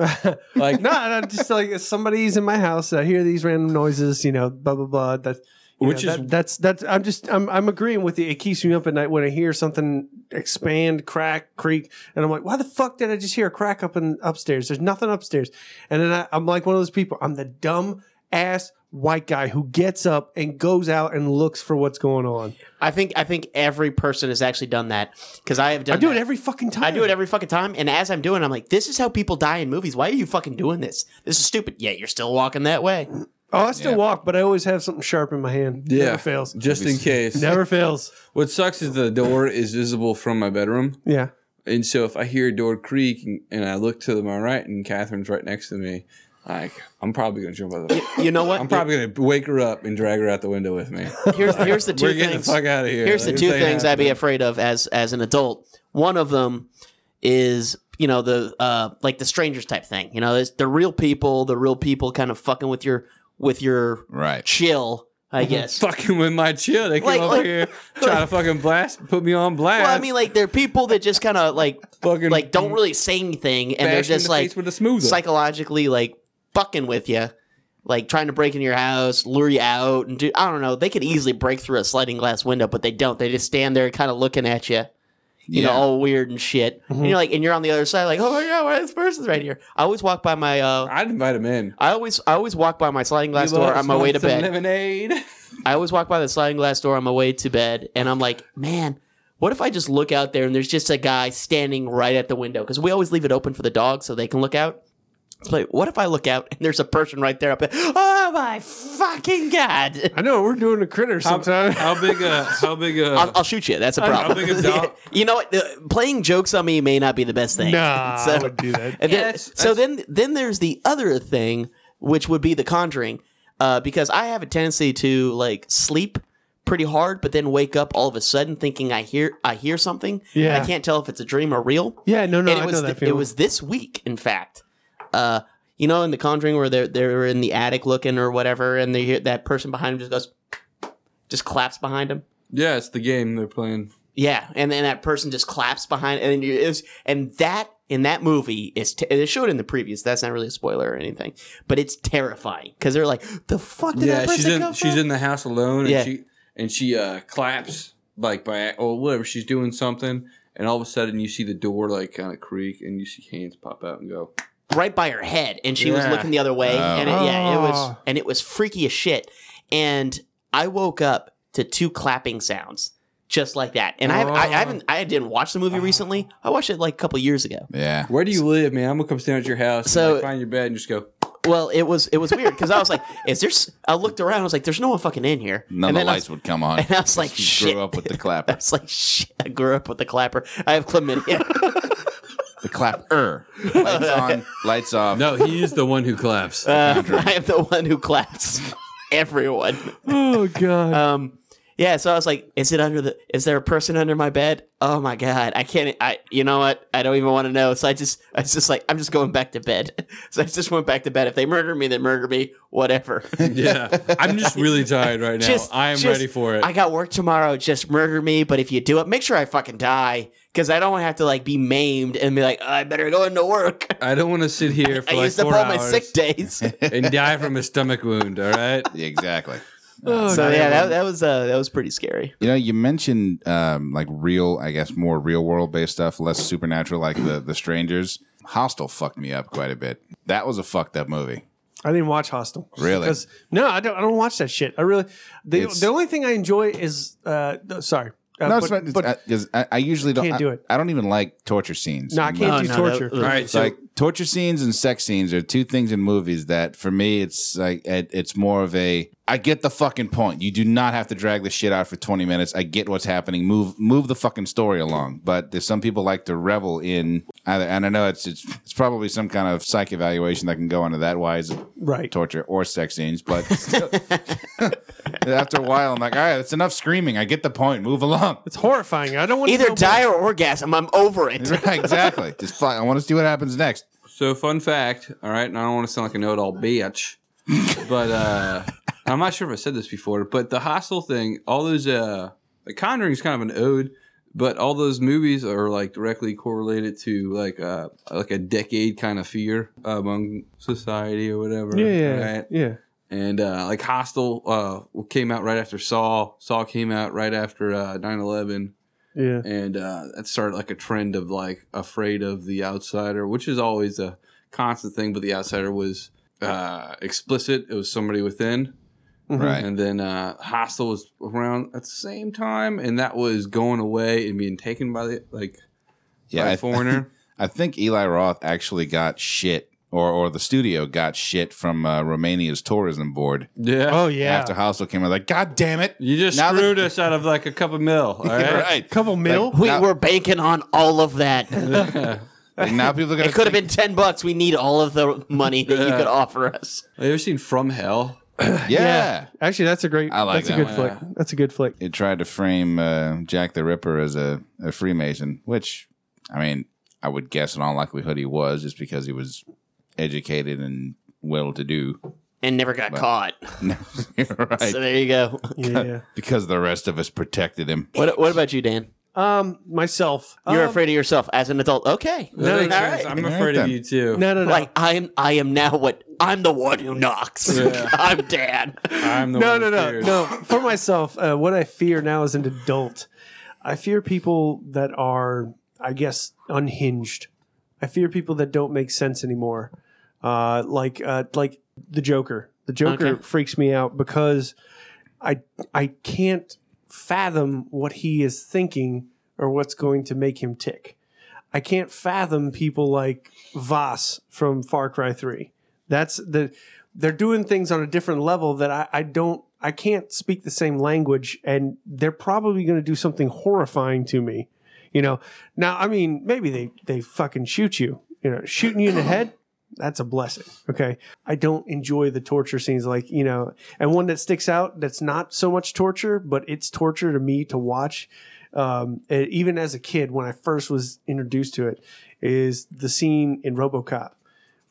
S4: like
S1: no, no, just like somebody's in my house. I hear these random noises, you know, blah blah blah. That's
S4: Which is-
S1: that's that's I'm just I'm I'm agreeing with you. It keeps me up at night when I hear something expand, crack, creak, and I'm like, why the fuck did I just hear a crack up in upstairs? There's nothing upstairs, and then I, I'm like one of those people. I'm the dumb ass white guy who gets up and goes out and looks for what's going on.
S3: I think I think every person has actually done that because I have done.
S1: I do it
S3: that.
S1: every fucking time.
S3: I do it every fucking time, and as I'm doing, it, I'm like, "This is how people die in movies. Why are you fucking doing this? This is stupid." Yet you're still walking that way.
S1: Oh, I still
S2: Yeah.
S1: walk, but I always have something sharp in my hand.
S4: yeah
S1: Never fails.
S4: just in case
S1: Never fails.
S4: what sucks is the door is visible from my bedroom.
S1: Yeah.
S4: And so if I hear a door creak and, and I look to my right and Catherine's right next to me, like I'm probably gonna jump out of the
S3: You know what?
S4: I'm probably gonna wake her up and drag her out the window with me.
S3: here's here's the 2
S4: We're getting
S3: things.
S4: the fuck out of here.
S3: Here's the
S4: Like,
S3: two
S4: this ain't
S3: things I'd be
S4: happening.
S3: afraid of as as an adult. One of them is you know the uh like the strangers type thing. You know, it's the real people, the reil people kind of fucking with your with your
S2: Right.
S3: chill, I
S4: Mm-hmm.
S3: guess.
S4: fucking with my chill. They came
S3: Like-
S4: over
S3: like-
S4: here trying to fucking blast, put me on blast.
S3: Well, I mean, like they're people that just kind of like
S4: fucking
S3: like don't really say anything,
S4: bash
S3: and they're
S4: me in
S3: just
S4: the
S3: like
S4: face with a smoother.
S3: psychologically like fucking with you, like trying to break into your house, lure you out, and do I don't know. They could easily break through a sliding glass window, but they don't. They just stand there, kind of looking at you, you know,
S2: Yeah.
S3: all weird and shit. And you're like, and you're on the other side, like, oh my god, why this person's right here? I always walk by my. uh
S4: I'd invite him in.
S3: I always, I always walk by my sliding glass
S4: You
S3: door
S4: love
S3: on my way to
S4: some
S3: bed.
S4: Lemonade.
S3: I always walk by the sliding glass door on my way to bed, and I'm like, man, what if I just look out there and there's just a guy standing right at the window? Because we always leave it open for the dog so they can look out. It's like, what if I look out and there's a person right there up there? Oh my fucking god!
S1: I know we're doing a critter sometime.
S4: How big a? How big a?
S3: I'll, I'll shoot you. That's a problem.
S4: big a dog-
S3: you know what? Uh, playing jokes on me may not be the best thing.
S1: nah,
S3: So-
S1: I would do that.
S3: and then,
S4: that's-
S3: so then then there's the other thing, which would be the conjuring, uh, because I have a tendency to like sleep pretty hard, but then wake up all of a sudden thinking I hear I hear something.
S1: Yeah.
S3: and I can't tell if it's a dream or real.
S1: Yeah, no, no,
S3: and it
S1: I
S3: was
S1: know that
S3: th- it
S1: feeling.
S3: was this week, in fact. Uh, you know, in the Conjuring, where they're they're in the attic looking or whatever, and they hear that person behind him just goes, just claps behind him.
S4: yeah, it's the game they're playing.
S3: Yeah, and then that person just claps behind, and you, it was, and that in that movie is t- they showed it in the previous. That's not really a spoiler or anything, but it's terrifying because they're like, the fuck did
S4: yeah,
S3: that person
S4: she's in
S3: come
S4: she's
S3: from?"
S4: in the house alone, and
S3: Yeah.
S4: she and she uh, claps like by or whatever she's doing something, and all of a sudden you see the door like kind of creak, and you see hands pop out and go.
S3: right by her head, and she was
S4: Yeah. Ah.
S3: looking the other way,
S2: Oh.
S3: and it, yeah, it was
S1: Oh.
S3: and it was freaky as shit. And I woke up to two clapping sounds just like that, and I, haven't-
S4: Oh.
S3: I, I haven't I didn't watch the movie recently. I watched it like a couple years ago.
S2: Yeah.
S4: Where do you live, man? I'm gonna come stand at your house,
S3: So-
S4: and, like, find your bed, and just go.
S3: Well, it was it was weird because I was like, is there's? I looked around, I was like, there's no one fucking in here.
S2: None of
S3: And
S2: the
S3: then I
S2: lights would come on.
S3: and I was like,
S2: You
S3: shit.
S2: grew up with the
S3: I
S2: clapper.
S3: was like, shit, I grew up with the clapper. I have chlamydia.
S2: The clapper. Lights on, lights off.
S4: No, he is the one who claps.
S3: Uh, I am the one who claps everyone.
S1: Oh god.
S3: Um, yeah, so I was like, is it under the, is there a person under my bed? Oh my God. I can't, I, you know what? I don't even want to know. So I just, I was just like, I'm just going back to bed. So I just went back to bed. If they murder me, they murder me, whatever.
S4: yeah, I'm just really tired right now.
S3: Just-
S4: I am
S3: just-
S4: ready for it.
S3: I got work tomorrow. Just murder me. But if you do it, make sure I fucking die. Cause I don't want to have to like be maimed and be like, I better go into work.
S4: I don't want to sit here for
S3: I
S4: like
S3: used up
S4: four
S3: all
S4: hours
S3: my sick days.
S4: and die from a stomach wound. All right.
S2: Yeah, exactly.
S3: so yeah, that, that was uh, that was pretty scary.
S2: You know, you mentioned um, like real, I guess, more real world based stuff, less supernatural, like the the strangers. Hostel fucked me up quite a bit. That was a fucked up movie.
S1: I didn't watch Hostel.
S2: Really?
S1: Because no, I don't. I don't watch that shit. I really. The,
S2: It's-
S1: the only thing I enjoy is. Uh, th- sorry. Uh,
S2: no,
S1: but,
S2: it's not- it's
S1: but-
S2: because I, I usually don't.
S1: Can't
S2: I,
S1: do it.
S2: I don't even like torture scenes.
S1: no, I
S2: I'm
S1: can't
S2: not-
S1: do
S3: no,
S1: torture.
S3: that-
S4: All right.
S2: It's
S4: So
S2: like torture scenes and sex scenes are two things in movies that, for me, it's like it, it's more of a. I get the fucking point. You do not have to drag the shit out for twenty minutes. I get what's happening. Move move the fucking story along. But there's some people like to revel in. Either, and I know it's, it's it's probably some kind of psych evaluation that can go into that. Why is it
S1: Right.
S2: torture or sex scenes? But still, after a while, I'm like, all right, it's enough screaming. I get the point. Move along.
S1: It's horrifying. I don't want
S3: Either
S1: to
S3: die or orgasm. I'm over it.
S2: Right, exactly. Just fine. I want to see what happens next.
S4: So fun fact, all right, and I don't want to sound like a know-it-all bitch, but uh, I'm not sure if I said this before, but the hostile thing, all those, uh, the Conjuring is kind of an ode, but all those movies are like directly correlated to like uh, like a decade kind of fear among society or whatever.
S1: Yeah, yeah,
S4: right?
S1: yeah.
S4: and uh, like Hostel uh, came out right after Saw. Saw came out right after uh, 9/11
S1: Yeah.
S4: and uh, that started like a trend of like afraid of the outsider, which is always a constant thing. But the outsider was uh, explicit; it was somebody within.
S2: Right.
S4: And then uh, hostile was around at the same time, and that was going away and being taken by the like by
S2: Yeah.
S4: a
S2: I-
S4: foreigner.
S2: I think Eli Roth actually got shit, or or the studio got shit from uh, Romania's tourism board
S4: yeah.
S1: Oh yeah.
S2: after Hostel came out. Like, God damn it!
S4: you just
S2: Now that-
S4: screwed us out of like a cup of mil. All right?
S2: right.
S1: Couple mil.
S3: We
S2: Now-
S3: were banking on all of that. it
S2: Like, now people are gonna.
S3: could have
S2: think-
S3: been ten bucks. We need all of the money that you
S4: Yeah.
S3: could offer us.
S4: Have you ever seen From Hell?
S2: Yeah.
S1: Actually, that's a great.
S2: I like
S1: that's
S2: that
S1: a good
S2: one.
S1: flick. That's a good flick.
S2: It tried to frame uh, Jack the Ripper as a, a Freemason, which, I mean, I would guess in all likelihood he was, just because he was educated and well-to-do.
S3: And never got caught.
S2: You're right.
S3: So there you go.
S1: Yeah.
S2: because the rest of us protected him.
S3: What, what about you, Dan?
S1: um, myself.
S3: You're
S1: Um,
S3: afraid of yourself as an adult. Okay.
S4: That
S3: All
S4: makes sense.
S3: right.
S4: I'm
S2: All right
S4: afraid of
S2: then.
S4: you too.
S1: Um, No, no, no.
S3: Like I'm, I am now what I'm the one who knocks.
S4: Yeah.
S3: I'm Dan.
S4: I'm the
S1: no,
S4: one
S1: no, no,
S4: scared.
S1: no. For myself, uh, what I fear now as an adult, I fear people that are, I guess, unhinged. I fear people that don't make sense anymore. Uh, like uh, like the Joker. The Joker
S3: Okay.
S1: freaks me out because I I can't fathom what he is thinking or what's going to make him tick. I can't fathom people like Voss from Far Cry Three. That's the they're doing things on a different level that I, I don't I can't speak the same language and they're probably gonna do something horrifying to me. You know. Now I mean maybe they, they fucking shoot you. You know, shooting you in the head, that's a blessing. Okay. I don't enjoy the torture scenes like, you know, and one that sticks out that's not so much torture, but it's torture to me to watch. Um, e- even as a kid, when I first was introduced to it, is the scene in RoboCop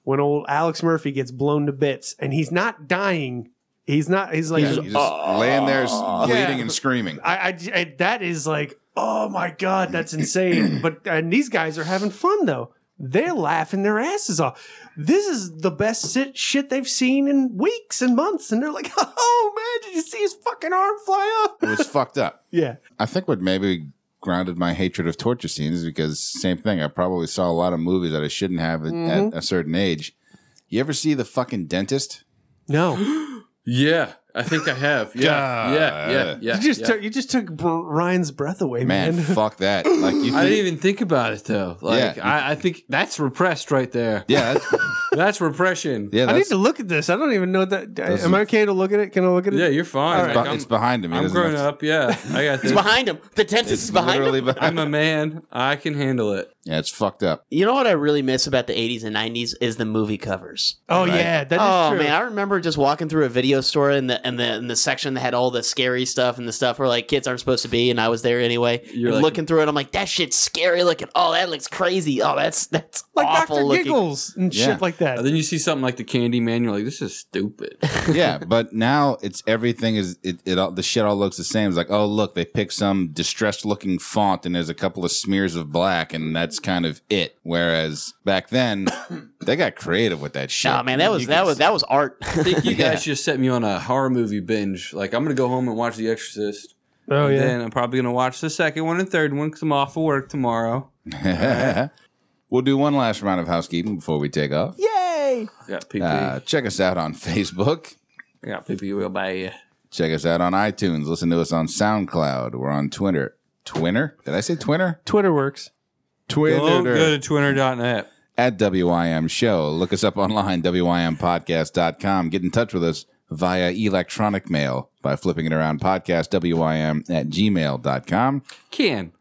S1: when old Alex Murphy gets blown to bits and he's not dying. He's not. He's like
S2: Yeah, you just laying there s- bleeding and screaming.
S1: I, I, I- that is like, oh my god, that's insane. but and these guys are having fun though. They're laughing their asses off. This is the best sit, shit they've seen in weeks and months, and they're like, oh man, did you see his fucking arm fly up?
S2: It was fucked up.
S1: Yeah,
S2: I think what maybe grounded my hatred of torture scenes is because same thing. I probably saw a lot of movies that I shouldn't have at, at a certain age. You ever see the fucking dentist?
S1: no,
S4: Yeah, I think I have. Yeah, yeah, yeah,
S2: God.
S4: yeah.
S1: you just
S4: yeah.
S1: took you just took Br- Ryan's breath away, man.
S2: Man, fuck that. Like you think,
S4: I didn't even think about it though. Like
S2: Yeah.
S4: I, I think that's repressed right there.
S2: yeah, that's,
S4: That's repression.
S2: yeah.
S1: I need
S2: That's,
S1: to look at this. I don't even know what that.
S2: That's-
S1: am I okay to look at it? Can I look at it?
S4: Yeah, you're fine.
S2: it's,
S4: Like,
S2: be-
S4: I'm,
S2: it's behind him. He
S4: I'm
S2: doesn't have
S4: grown
S2: to-
S4: up. Yeah, I got
S3: It's
S4: this.
S3: behind him. The dentist
S2: It's
S3: is behind him.
S2: literally behind
S4: I'm a
S2: him.
S4: man. I can handle it.
S2: Yeah, it's fucked up.
S3: You know what I really miss about the 80s and 90s is the movie covers.
S1: Oh
S2: Right.
S1: yeah, that is
S3: oh
S1: true.
S3: man, I remember just walking through a video store and the and the and the section that had all the scary stuff and the stuff where like kids aren't supposed to be, and I was there anyway.
S4: You're
S3: and
S4: like-
S3: looking through it, I'm like, that shit's scary looking. Oh, that looks crazy. Oh, that's that's
S1: like
S3: awful
S1: Doctor
S3: looking.
S1: Giggles and
S2: Yeah.
S1: shit like that.
S4: And then you see something like the candy man, you're like, this is stupid.
S2: yeah, but now it's everything is it, it all the shit all looks the same. It's like, oh look, they picked some distressed looking font and there's a couple of smears of black and that's kind of it. Whereas back then they got creative with that shit.
S3: Oh man, that was
S2: You
S3: that
S2: could
S3: was that was art.
S4: I think you guys just set me on a horror movie binge. Like, I'm going to go home and watch The Exorcist.
S1: oh
S4: And
S1: yeah,
S4: Then I'm probably going to watch the second one and third one because I'm off of work tomorrow.
S2: we'll do one last round of housekeeping before we take off.
S1: yay!
S4: I got PP.
S2: Uh, check us out on Facebook.
S4: I got PP. We'll buy you.
S2: Check us out on iTunes. Listen to us on SoundCloud. We're on Twitter. Twinner? Did I say Twinner?
S1: Twitter works.
S4: Don't go to Twitter.net.
S2: at WIM Show. Look us up online, WIMPodcast.com. Get in touch with us via electronic mail by flipping it around podcast, WIM at gmail.com.
S4: Ken,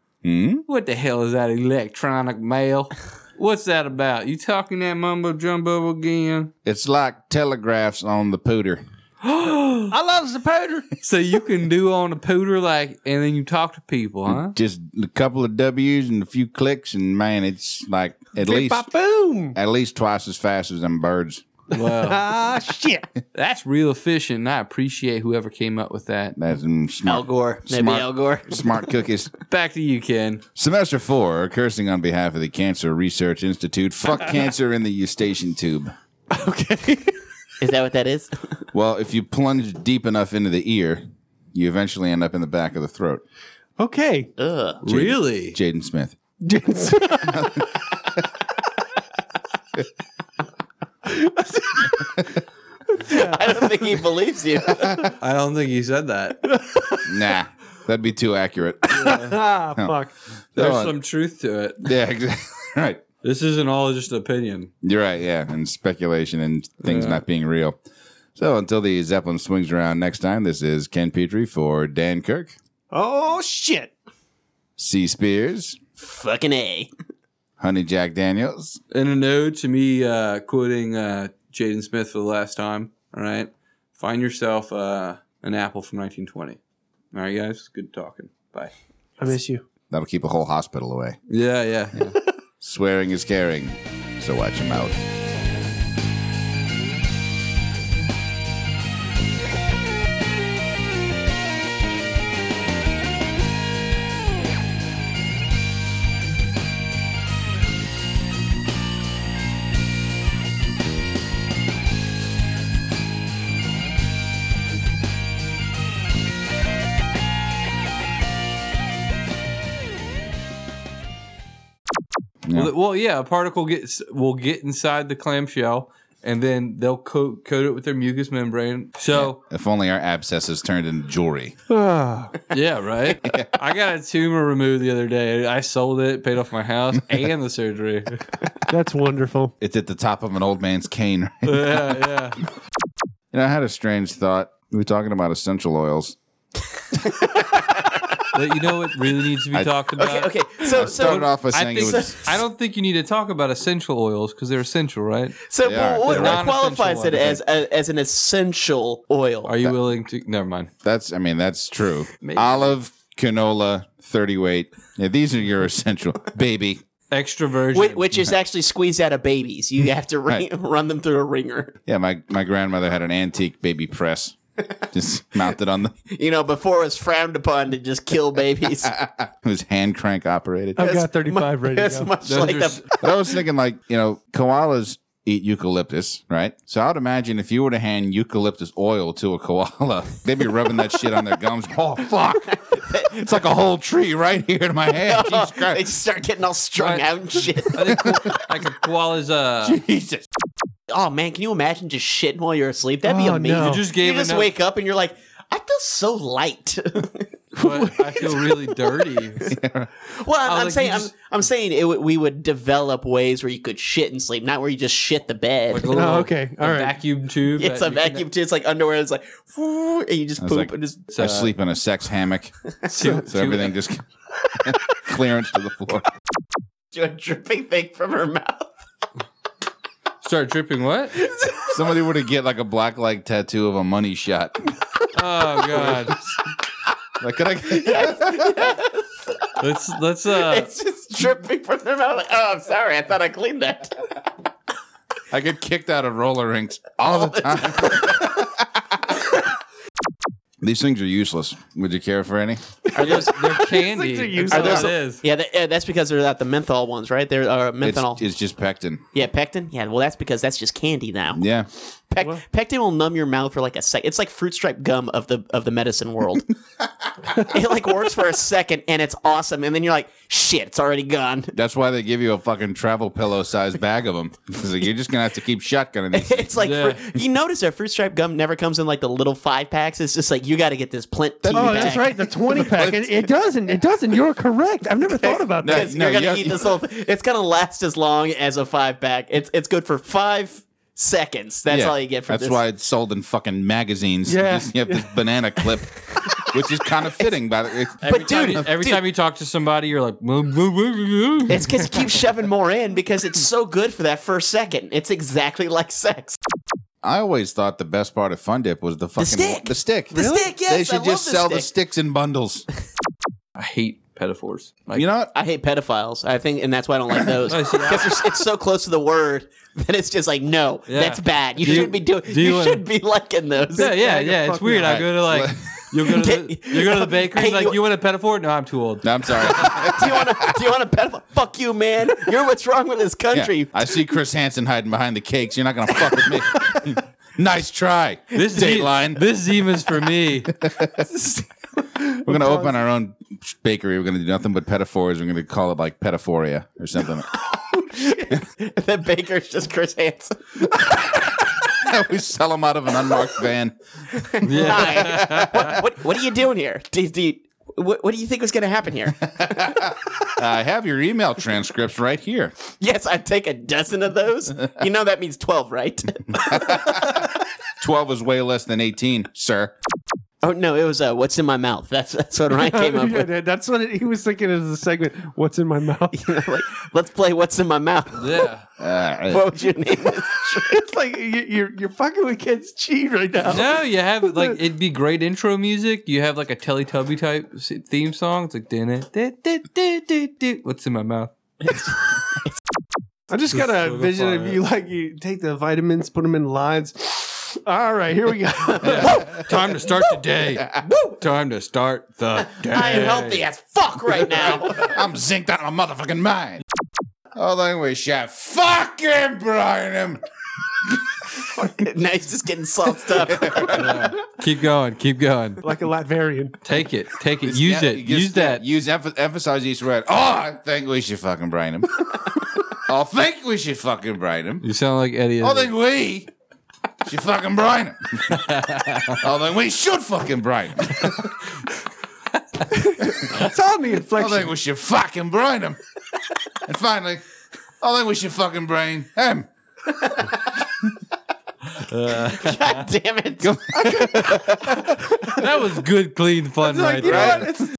S4: what the hell is that electronic mail? What's that about? You talking that mumbo jumbo again?
S2: It's like telegraphs on the pooter.
S1: I love the powder.
S4: So you can do on a pooter like, and then you talk to people, huh?
S2: Just a couple of W's and a few clicks, and man, it's like at least
S1: boom.
S2: at least twice as fast as them birds.
S4: Well,
S1: Ah shit.
S4: that's real efficient. and I appreciate whoever came up with that.
S2: That's some smart,
S3: Al Gore, maybe
S2: Smart.
S3: Al Gore.
S2: smart cookies.
S4: Back to you, Ken.
S2: Semester four, cursing on behalf of the Cancer Research Institute. Fuck cancer in the eustachian tube.
S3: Is that what that is?
S2: Well, if you plunge deep enough into the ear, you eventually end up in the back of the throat.
S1: Okay.
S3: Ugh.
S4: Really?
S2: Jaden Smith.
S3: I don't think he believes you.
S4: I don't think he said that.
S2: Nah, that'd be too accurate.
S1: ah fuck.
S4: There's
S2: Oh,
S4: some truth to it.
S2: yeah, exactly. Right.
S4: This isn't all just opinion.
S2: You're right. Yeah. And speculation and things not being real. So until the Zeppelin swings around next time, this is Ken Petrie for Dan Kirk,
S1: Oh shit.
S2: C. Spears,
S3: Fucking A.
S2: Honey Jack Daniels.
S4: And a note to me uh, quoting uh, Jaden Smith for the last time. All right. Find yourself uh, an apple from 1920. All right, guys. Good talking. Bye.
S1: I miss you.
S2: That'll keep a whole hospital away.
S4: Yeah, yeah, yeah.
S2: Swearing is caring. So watch him out. Yeah.
S4: Well, well, yeah, a particle gets will get inside the clamshell, and then they'll coat coat it with their mucous membrane. So
S2: If only our abscesses turned into jewelry.
S1: Ah,
S4: yeah, right. I got a tumor removed the other day. I sold it, paid off my house, and the surgery.
S1: that's wonderful.
S2: It's at the top of an old man's cane. Right?
S4: yeah, yeah.
S2: You know, I had a strange thought. We were talking about essential oils.
S4: But you know what really needs to be
S2: I-
S4: talked about?
S3: Okay, okay. So,
S2: I started
S3: so,
S2: off by
S4: I
S2: saying
S4: think
S2: it was.
S4: I don't think you need to talk about essential oils because they're essential, right?
S3: so
S2: They are.
S3: what- what,
S4: They're
S3: what
S4: non-essential
S3: qualifies it
S4: oils.
S3: as a, as an essential oil?
S4: Are you willing to? Never mind.
S2: That's. I mean, that's true. Olive, canola, thirty weight. Yeah, these are your essential, baby.
S4: Extra virgin.
S3: Which, which is actually squeezed out of babies. You have to ring, run them through a ringer.
S2: Yeah, my my grandmother had an antique baby press, just mounted on the.
S3: You know, before it was frowned upon to just kill babies.
S2: It was hand crank operated.
S1: I've got 35 ready to
S3: That's
S1: go.
S3: much
S4: Those
S3: like
S4: are
S3: the
S4: s-
S2: But I was thinking, like, you know, koalas eat eucalyptus, right? So I would imagine if you were to hand eucalyptus oil to a koala, they'd be rubbing that shit on their gums. Oh, fuck. It's like a whole tree right here in my hand. Jesus
S3: they
S2: Christ.
S3: just start getting all strung
S4: Right.
S3: out and shit.
S4: I think ko- like a koala's. Uh,
S2: Jesus.
S3: Oh man, can you imagine just shitting while you're asleep? That'd be
S1: Oh,
S3: amazing.
S1: no.
S4: You just gave
S3: You just
S4: enough-
S3: wake up and you're like, I feel so light.
S4: but I feel really dirty.
S3: well,
S4: Oh,
S3: I'm, I'm
S4: like,
S3: saying,
S4: you just-
S3: I'm, I'm saying, it, would- we would develop ways where you could shit and sleep, not where you just shit the bed.
S4: Like a little-
S1: okay. All
S4: a
S1: right.
S4: Vacuum tube.
S3: it's
S4: that
S3: a
S4: you can-
S3: vacuum too. It's like underwear. It's like, whoo, and you just
S2: was
S3: poop
S2: like-
S3: and just.
S2: I sleep in a sex hammock,
S4: Two-
S2: so
S4: two-
S2: everything just clearance to the floor.
S3: do a dripping thing from her mouth.
S4: Start dripping. What?
S2: Somebody were to get like a black leg tattoo of a money shot.
S4: Oh god.
S2: Like, could I?
S4: Let's let's uh.
S3: It's just dripping from her mouth. Like, oh, I'm sorry. I thought I cleaned that.
S2: I get kicked out of roller rinks all the time. These things are useless. Would you care for any?
S4: Are those, they're candy.
S1: These things are
S4: That's what
S3: useless.
S4: it is.
S3: Yeah, that, yeah, that's because they're not the menthol ones, right? They're uh,
S2: It's,
S3: menthanol.
S2: it's just pectin.
S3: yeah, pectin. Yeah, well, that's because that's just candy now.
S2: Yeah.
S3: Pec- pectin will numb your mouth for like a sec. It's like fruit stripe gum of the of the medicine world. it like works for a second and it's awesome, and then you're like, shit, it's already gone.
S2: That's why they give you a fucking travel pillow sized bag of them. It's like, you're just going to have to keep shotgunning these.
S3: It's like
S4: Yeah.
S3: fru- you notice that fruit stripe gum never comes in like the little five packs. It's just like you got to get this plint. tea
S1: Oh, that's
S3: bag.
S1: right. The 20 pack. It, it doesn't. It doesn't. You're correct. I've never thought about
S2: No,
S1: that.
S3: Because you're gonna
S2: you-
S3: eat this whole. It's gonna last as long as a five pack. It's it's good for five seconds. That's
S2: Yeah.
S3: all you get from
S2: That's
S3: this.
S2: why it's sold in fucking magazines.
S1: Yeah.
S2: You, just, you have this banana clip, which is kind of fitting. By the it-
S3: But
S4: Every
S3: dude,
S4: time, every
S3: dude,
S4: time you talk to somebody, you're like, "Blah, blah, blah, blah, blah."
S3: it's because you keep shoving more in because it's so good for that first second. It's exactly like sex.
S2: I always thought the best part of Fun Dip was the fucking
S3: stick.
S2: The stick.
S3: The Really? stick, yes,
S2: They
S3: I
S2: should
S3: love
S2: just
S3: the
S2: sell the
S3: stick.
S2: sticks in bundles.
S4: I hate pedophores. Like,
S2: You know what?
S3: I hate pedophiles. I think, and that's why I don't like those
S4: I see.
S3: because it's so close to the word that it's just like no,
S4: Yeah.
S3: that's bad. You
S4: Do you-
S3: shouldn't be doing.
S4: do
S3: you
S4: you
S3: should be liking those.
S4: yeah, yeah, yeah. It's weird. I
S2: Alright.
S4: go to like, you go to the,
S3: Get-
S4: you go to the bakery.
S3: Hey,
S4: like,
S3: you-
S4: you want a pedophore? No, I'm too old.
S2: No, I'm sorry.
S3: do you want to? Do you want to pedophile? Fuck you, man. You're what's wrong with this
S2: Yeah.
S3: country.
S2: I see Chris Hansen hiding behind the cakes. You're not gonna fuck with me. nice try.
S4: This
S2: Dateline.
S4: Zim, this Zim is for me.
S2: We're gonna open our own bakery. We're gonna do nothing but pedophores. We're gonna call it like pedophoria or something.
S3: the baker's just Chris Hansen.
S2: we sell them out of an unmarked van.
S4: Yeah.
S3: Hi. what, what, what are you doing here? Do, do you- what, what do you think was going to happen here?
S2: I have your email transcripts right here.
S3: yes, I'd take a dozen of those. You know that means 12, right?
S2: Twelve is way less than eighteen, sir.
S3: oh, no, it was uh, what's in my mouth. That's, that's what Ryan came up with.
S1: Yeah, that's what it, he was thinking as a segment. What's in my mouth?
S3: like, let's play what's in my mouth.
S4: Yeah.
S2: Uh,
S3: What would your name is?
S1: it's like you, you're you're fucking with kids' cheat right now.
S4: No, you have like it'd be great intro music. You have like a Teletubby type s- theme song. It's like din it, din- din- din- din- din. what's in my mouth?
S1: I just got a
S4: We'll go
S1: vision
S4: far,
S1: of
S4: yeah.
S1: you like you take the vitamins, put them in lines. All right, here we go.
S4: Time to start the day. Time to start the day.
S3: I am healthy as fuck right now.
S2: I'm zinced out of my motherfucking mind. Oh, then we shot fucking Brian him.
S3: now he's just getting soft up.
S4: Keep going. Keep going.
S1: like a Latverian.
S4: Take it. Take it. Use
S2: Yeah,
S4: it.
S2: you just-
S4: Use that.
S2: Use emph- emphasize each word. Oh, I think we should fucking brain him. I think we should fucking brain him.
S4: You sound like Eddie.
S2: I think we should fucking brain him. I think we should fucking brain him.
S1: It's on the
S2: I think
S1: inflection.
S2: we should fucking brain him. And finally, I think we should fucking brain him.
S3: God damn it.
S4: that was good, clean fun right
S1: Like, you
S4: there.
S1: know what? It's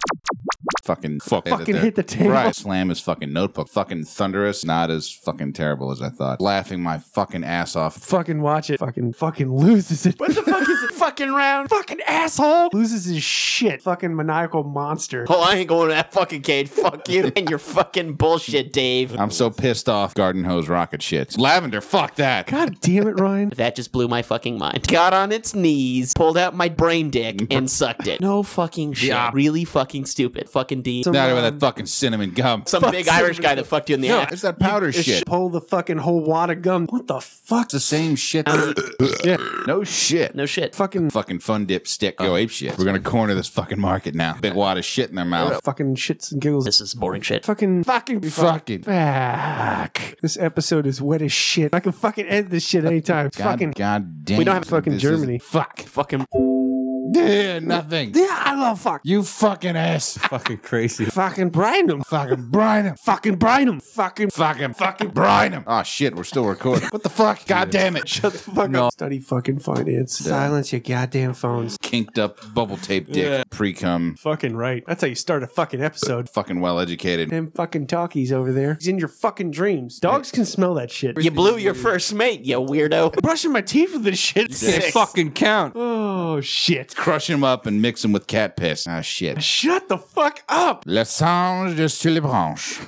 S2: Fucking fuck.
S1: Fucking hit the table.
S2: Right. Slam his fucking notebook. Fucking thunderous. Not as fucking terrible as I thought. Laughing my fucking ass off.
S1: fucking watch it. Fucking fucking loses it. What the fuck is it?
S3: fucking round.
S1: fucking asshole loses his shit. Fucking maniacal monster.
S3: Oh, I ain't going to that fucking cage. Fuck you and your fucking bullshit, Dave.
S2: I'm so pissed off. Garden hose rocket shit. Lavender. Fuck that.
S1: God damn it, Ryan.
S3: That just blew my fucking mind. Got on its knees, pulled out my brain dick, and sucked it. No fucking shit. Really fucking stupid. Fucking D. Some,
S2: Not even that fucking cinnamon gum.
S3: big Irish guy that fucked you in the ass.
S2: It's that powder shit.
S1: Pull the fucking whole wad of gum. What the fuck?
S2: It's the same shit. yeah. Um, No shit.
S3: No shit.
S1: Fucking
S2: Fucking fun dip stick. Go ape shit. We're gonna corner this fucking market now. Big wad of shit in their mouth.
S1: fucking shits and giggles.
S3: This is boring shit.
S1: fucking fucking
S2: Fucking.
S1: back. This episode is wet as shit. I can fucking end this shit anytime.
S2: God,
S1: fucking
S2: God damn.
S1: we don't have fucking
S2: This is-
S1: Germany. Fuck.
S3: Fucking
S2: Yeah, nothing.
S1: Yeah, I love fuck.
S2: You fucking ass.
S4: Fucking crazy.
S1: Fucking brine them.
S2: Fucking brine him.
S1: Fucking brine them. Fucking
S2: Fucking fucking brine him. Oh shit, we're still recording. What the fuck? God damn it.
S1: shut the fuck up. Study fucking finance. Silence your goddamn phones.
S2: Kinked up bubble tape dick. Pre cum.
S1: Fucking right. That's how you start a fucking episode.
S2: Fucking well educated.
S1: Them fucking talkies over there. He's in your fucking dreams. Dogs can smell that shit.
S3: You blew your first mate, you weirdo.
S1: brushing my teeth with this shit.
S4: Can't fucking count.
S1: Oh shit.
S2: Crush him up and mix him with cat piss. Ah shit.
S1: Shut the fuck up.
S2: Le singe de sur les branches.